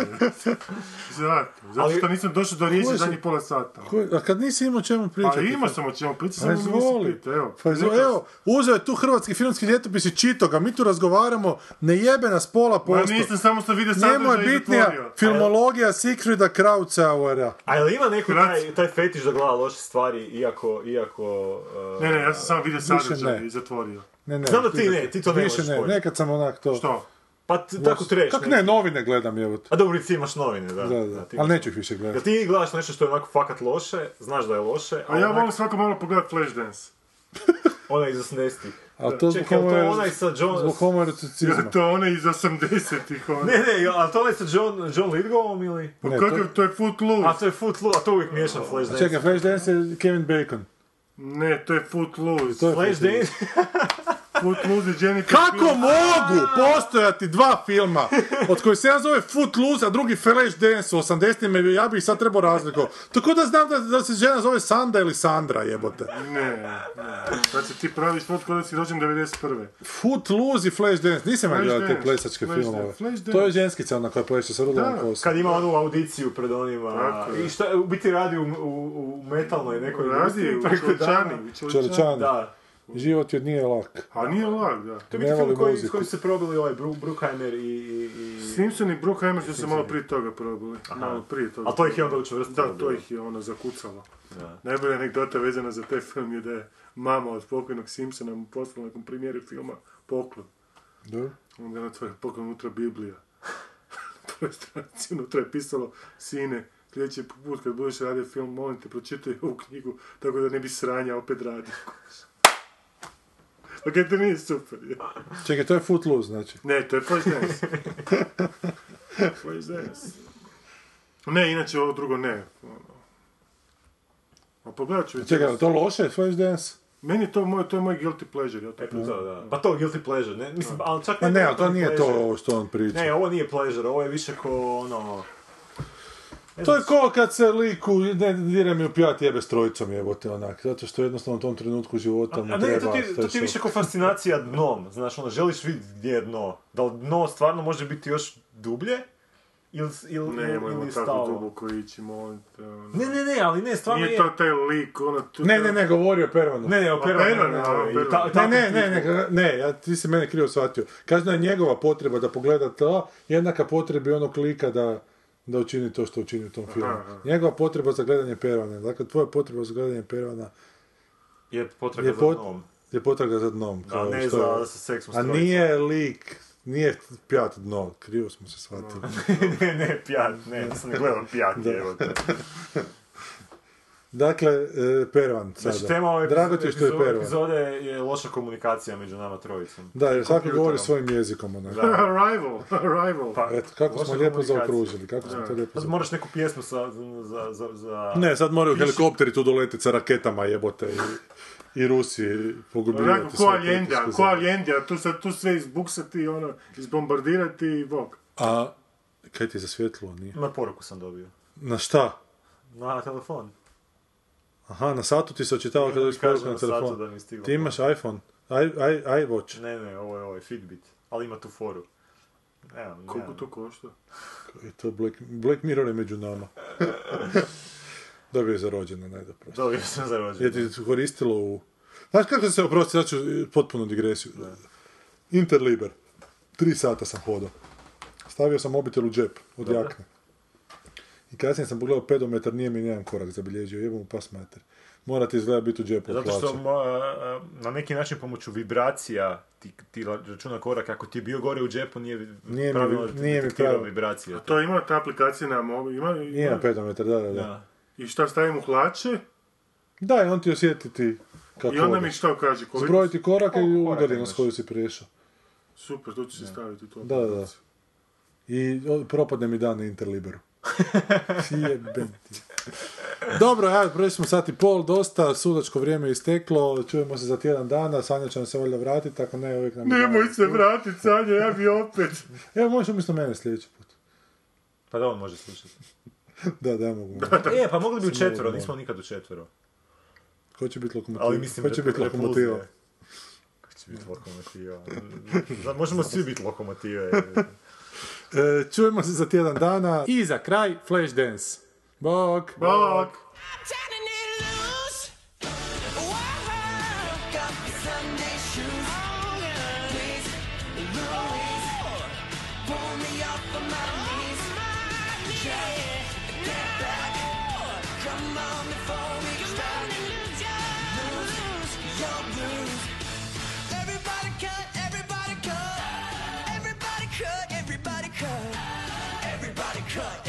Speaker 3: zato. Zato što nisam došao do riječi zadnjih pola sata.
Speaker 4: Koji, a kad nisi imao čemu pričati?
Speaker 3: Pa imao sam o čemu pričati, samo nisam pitao, evo.
Speaker 4: Pa izvoli,
Speaker 3: Neka-
Speaker 4: evo, uzeo je tu hrvatski filmski ljetopis i čito ga, mi tu razgovaramo, ne jebe nas pola
Speaker 3: Ma
Speaker 4: posto.
Speaker 3: nisam, samo sam vidio sadržaj
Speaker 4: Njemu je
Speaker 3: i
Speaker 4: bitnija
Speaker 3: zatvorio.
Speaker 4: filmologija Siegfrieda Krautauera.
Speaker 7: A je li ima neko
Speaker 3: Krat-
Speaker 7: taj, taj fetiš da gleda loše stvari, iako... iako uh,
Speaker 3: Ne, ne, ja sam samo vidio
Speaker 4: ne.
Speaker 3: sadržaj i zatvorio.
Speaker 4: Ne, ne,
Speaker 7: Znam da ti ne, ti to ne
Speaker 4: Više
Speaker 7: možeš
Speaker 4: ne,
Speaker 7: pojmati.
Speaker 4: nekad sam onak to...
Speaker 3: Što?
Speaker 7: Pa t- tako treš.
Speaker 4: Kak ne, novine gledam, evo
Speaker 7: A dobro, i ti imaš novine, da.
Speaker 4: Da, da,
Speaker 7: ti imaš-
Speaker 4: ali neću ih više
Speaker 7: Jel
Speaker 4: gledati.
Speaker 7: ti gledaš nešto što je onako fakat loše, znaš da je loše,
Speaker 3: A
Speaker 7: ali
Speaker 3: ja
Speaker 4: Ovaj-
Speaker 7: ja
Speaker 3: volim svako malo pogledat Flashdance.
Speaker 7: ona iz 80-ih.
Speaker 4: Ali to zbog
Speaker 7: Čekaj, jel to
Speaker 4: homo-
Speaker 7: onaj sa John...
Speaker 4: Zbog homoerotizma.
Speaker 3: Ja, to je onaj iz 80-ih, onaj.
Speaker 7: Ne, ne, jel- a to onaj sa John, John Lidgovom ili...
Speaker 3: Pa
Speaker 4: Ne,
Speaker 3: kakav, to je Footloose.
Speaker 7: A to je Footloose, a to uvijek miješam Flashdance.
Speaker 4: Čekaj, Flashdance je Kevin Bacon.
Speaker 3: Ne, to je Footloose.
Speaker 4: To je
Speaker 7: Flashdance,
Speaker 3: Footloose je Jennifer
Speaker 4: Kako
Speaker 3: Fillips.
Speaker 4: mogu postojati dva filma, od kojih se jedan zove Footloose, a drugi Flashdance u 80-im, ja bih sad trebao razliku. Tako da znam da, da se žena zove Sanda ili Sandra, jebote.
Speaker 3: Ne, ne. Sad se ti praviš fot kod da si rođen 91.
Speaker 4: Footloose i Flashdance, nisam ja gledao te
Speaker 3: Flashdance,
Speaker 4: plesačke
Speaker 3: Flashdance,
Speaker 4: filmove.
Speaker 3: Flashdance.
Speaker 4: To je ženskica ona koja pleše sa Rudolom
Speaker 3: Da.
Speaker 4: Kosom.
Speaker 7: kad ima onu audiciju pred onima,
Speaker 3: Tako je.
Speaker 7: i šta, u biti radi u, u, u metalnoj nekoj industriji
Speaker 3: Radi u
Speaker 7: preko dana.
Speaker 3: Čeličani. u Čeličani.
Speaker 4: Čeličani,
Speaker 7: Da.
Speaker 4: život joj nije lak.
Speaker 3: A nije lag, da.
Speaker 7: To je
Speaker 4: Ne
Speaker 7: biti film
Speaker 4: voli
Speaker 7: koji,
Speaker 4: muziku.
Speaker 7: s kojim su se probili ovaj Bru- Bruckheimer i... i, i...
Speaker 3: Simpson i Brookheimer su se malo prije toga probili. Malo prije toga.
Speaker 7: A to ih je onda učvrstilo.
Speaker 3: Da, to ih je ono zakucalo. Najbolja anegdota vezana za taj film je da je mama od pokojnog Simpsona mu poslala nakon premijere filma poklon.
Speaker 4: Da?
Speaker 3: Onda je otvara poklon unutra Biblija. Na prvoj stranici unutra je pisalo, sine, sljedeći put kad budeš radio film, molim te, pročitaj ovu knjigu, tako da ne bi sranja opet radio. Pa kaj to nije super, je.
Speaker 4: Čekaj, to je Footloose, znači.
Speaker 3: Ne, to je Flashdance. Flashdance. Ne, inače ovo drugo ne. ono. A pogledat ću
Speaker 4: Čekaj, je li to loše, Flashdance?
Speaker 3: Meni je to moj, to je moj guilty pleasure, ja to
Speaker 7: E, pa to, da. Pa to guilty pleasure, ne? Mislim, ali čak
Speaker 4: Ma Pa ne, ali
Speaker 7: guilty
Speaker 4: to nije to
Speaker 7: pleasure.
Speaker 4: ovo što on priča.
Speaker 7: Ne, ovo nije pleasure, ovo je više ko ono...
Speaker 4: To je ko kad se liku, ne dira mi u pijat jebe s trojicom jebote onak, zato što jednostavno u tom trenutku života mu
Speaker 7: A ne, to
Speaker 4: treba.
Speaker 7: ti, to ti je
Speaker 4: je
Speaker 7: više ko fascinacija dnom, znaš, ono, želiš vidjeti gdje je dno. Da li dno stvarno može biti još dublje? Ili, ili,
Speaker 3: Ne,
Speaker 7: ili,
Speaker 3: nemojmo
Speaker 7: ili
Speaker 3: tako
Speaker 7: stalo?
Speaker 3: duboko ići, molim te. ono.
Speaker 7: Ne, ne, ne, ali ne, stvarno
Speaker 3: Nije
Speaker 7: je...
Speaker 3: to taj lik, ono tu...
Speaker 4: Ne, ne, ne, govori o Pervanu.
Speaker 7: Ne, ne, opera,
Speaker 3: Opera,
Speaker 7: ne,
Speaker 3: da,
Speaker 7: ne,
Speaker 3: opera.
Speaker 7: i ta-
Speaker 4: Ne,
Speaker 7: tako
Speaker 4: ne, ne,
Speaker 7: ti-
Speaker 4: ne, ne, ja, ti si mene krivo shvatio. Kažno je njegova potreba da pogleda to, jednaka potrebi onog lika da, da učini to što učini u tom filmu. Njegova potreba za gledanje Pervana, dakle tvoja potreba za gledanje Pervana
Speaker 7: Je potraga
Speaker 4: je,
Speaker 7: za
Speaker 4: pot-
Speaker 7: dnom.
Speaker 4: je potraga za dnom.
Speaker 7: A
Speaker 4: kao
Speaker 7: ne
Speaker 4: što
Speaker 7: za
Speaker 4: je-
Speaker 7: sa seksom
Speaker 4: A
Speaker 7: s
Speaker 4: nije lik, nije pijat dno, krivo smo se shvatili.
Speaker 7: trojicom. ne, ne, pijat, ne, nisam ne gledao pijat, evo te.
Speaker 4: Dakle, e, Pervan sada.
Speaker 7: Znači, tema ove
Speaker 4: Drago ti je što je
Speaker 7: epizode,
Speaker 4: Pervan.
Speaker 7: epizode je loša komunikacija među nama trojicom.
Speaker 4: Da, jer svaki
Speaker 7: kompjuterom.
Speaker 4: govori svojim jezikom. Onak.
Speaker 3: Arrival, Arrival.
Speaker 7: Pa,
Speaker 4: Eto, kako
Speaker 7: loša
Speaker 4: smo lijepo
Speaker 7: komunikacija.
Speaker 4: zaokružili, kako smo to lijepo
Speaker 7: Sad
Speaker 4: zaokružili.
Speaker 7: Pa moraš neku pjesmu sa, za, za, za...
Speaker 4: Ne, sad moraju helikopteri tu doletiti sa raketama jebote i, i Rusi
Speaker 3: Onako,
Speaker 4: pogubljivati
Speaker 3: ko Aljendija, ko Aljendija, tu sad tu sve izbuksati, ono, izbombardirati i bok.
Speaker 4: A, kaj ti je za svjetlo nije?
Speaker 7: Na poruku sam dobio.
Speaker 4: Na šta?
Speaker 7: Na telefon.
Speaker 4: Aha, na satu ti se očitava kada
Speaker 7: mi
Speaker 4: dobiš
Speaker 7: kaže
Speaker 4: poruku na
Speaker 7: na satu
Speaker 4: telefon.
Speaker 7: da mi je stigla
Speaker 4: ti imaš iPhone, i, i, iWatch.
Speaker 7: Ne, ne, ovo je ovaj Fitbit, ali ima tu foru. Evo, ne,
Speaker 3: Koliko
Speaker 7: ne.
Speaker 3: to košta?
Speaker 4: I to Black, Black Mirror je među nama. Dobio je za rođendan, ajde oprosti.
Speaker 7: Dobio sam za
Speaker 4: Je
Speaker 7: rođendan.
Speaker 4: ti se koristilo u... Znaš kako se, oprosti, sad ću e, potpuno digresiju. Interliber. Tri sata sam hodao. Stavio sam mobitel u džep od jakne. I kasnije sam pogledao pedometar, nije mi nijedan korak zabilježio, jebom pas mater. Mora ti izgleda biti u džepu od
Speaker 7: Zato što
Speaker 4: hlača.
Speaker 7: mo- a, a, na neki način pomoću vibracija ti, ti računa korak, ako ti je bio gore u džepu nije,
Speaker 4: Nije mi-
Speaker 7: pravilno
Speaker 4: nije mi
Speaker 7: detektirao
Speaker 4: pravilno.
Speaker 7: vibracije.
Speaker 3: To ima ta aplikacija na mogu, ima,
Speaker 4: Nije
Speaker 3: ima
Speaker 4: na pedometar, da, da, da.
Speaker 7: Da.
Speaker 3: i šta stavim u hlače
Speaker 4: Da, i on ti osjetiti kako
Speaker 3: i onda mi
Speaker 4: odeš.
Speaker 3: što kaže, koliko
Speaker 4: Zbrojiti korake i
Speaker 7: koraka
Speaker 4: udaljenost
Speaker 7: imaš?
Speaker 4: koju si prešao.
Speaker 3: Super, to ću si staviti to.
Speaker 4: Da, da, da. I o, propadne mi dan na Interliberu. Jebem ti. Dobro, ja, prošli smo sat i pol, dosta, sudačko vrijeme je isteklo, čujemo se za tjedan dana, Sanja će nam se valjda vratiti, ako ne, uvijek nam je
Speaker 3: Nemoj
Speaker 4: dan.
Speaker 3: se vratit, Sanja, ja bi opet.
Speaker 4: Evo, možeš umjesto mene sljedeći put.
Speaker 7: Pa da on može slušati.
Speaker 4: Da, da, mogu.
Speaker 7: E, pa mogli bi u četvero, nismo nikad u četvero.
Speaker 4: Ko će biti lokomotiva?
Speaker 7: Ali mislim,
Speaker 4: Ko će biti
Speaker 7: Repulse
Speaker 4: lokomotiva?
Speaker 7: je. Ko će neće biti lokomotiva. Da, možemo svi biti lokomotive.
Speaker 4: E, čujemo se za tjedan dana i za kraj Flashdance. Bok!
Speaker 2: Bok! cut.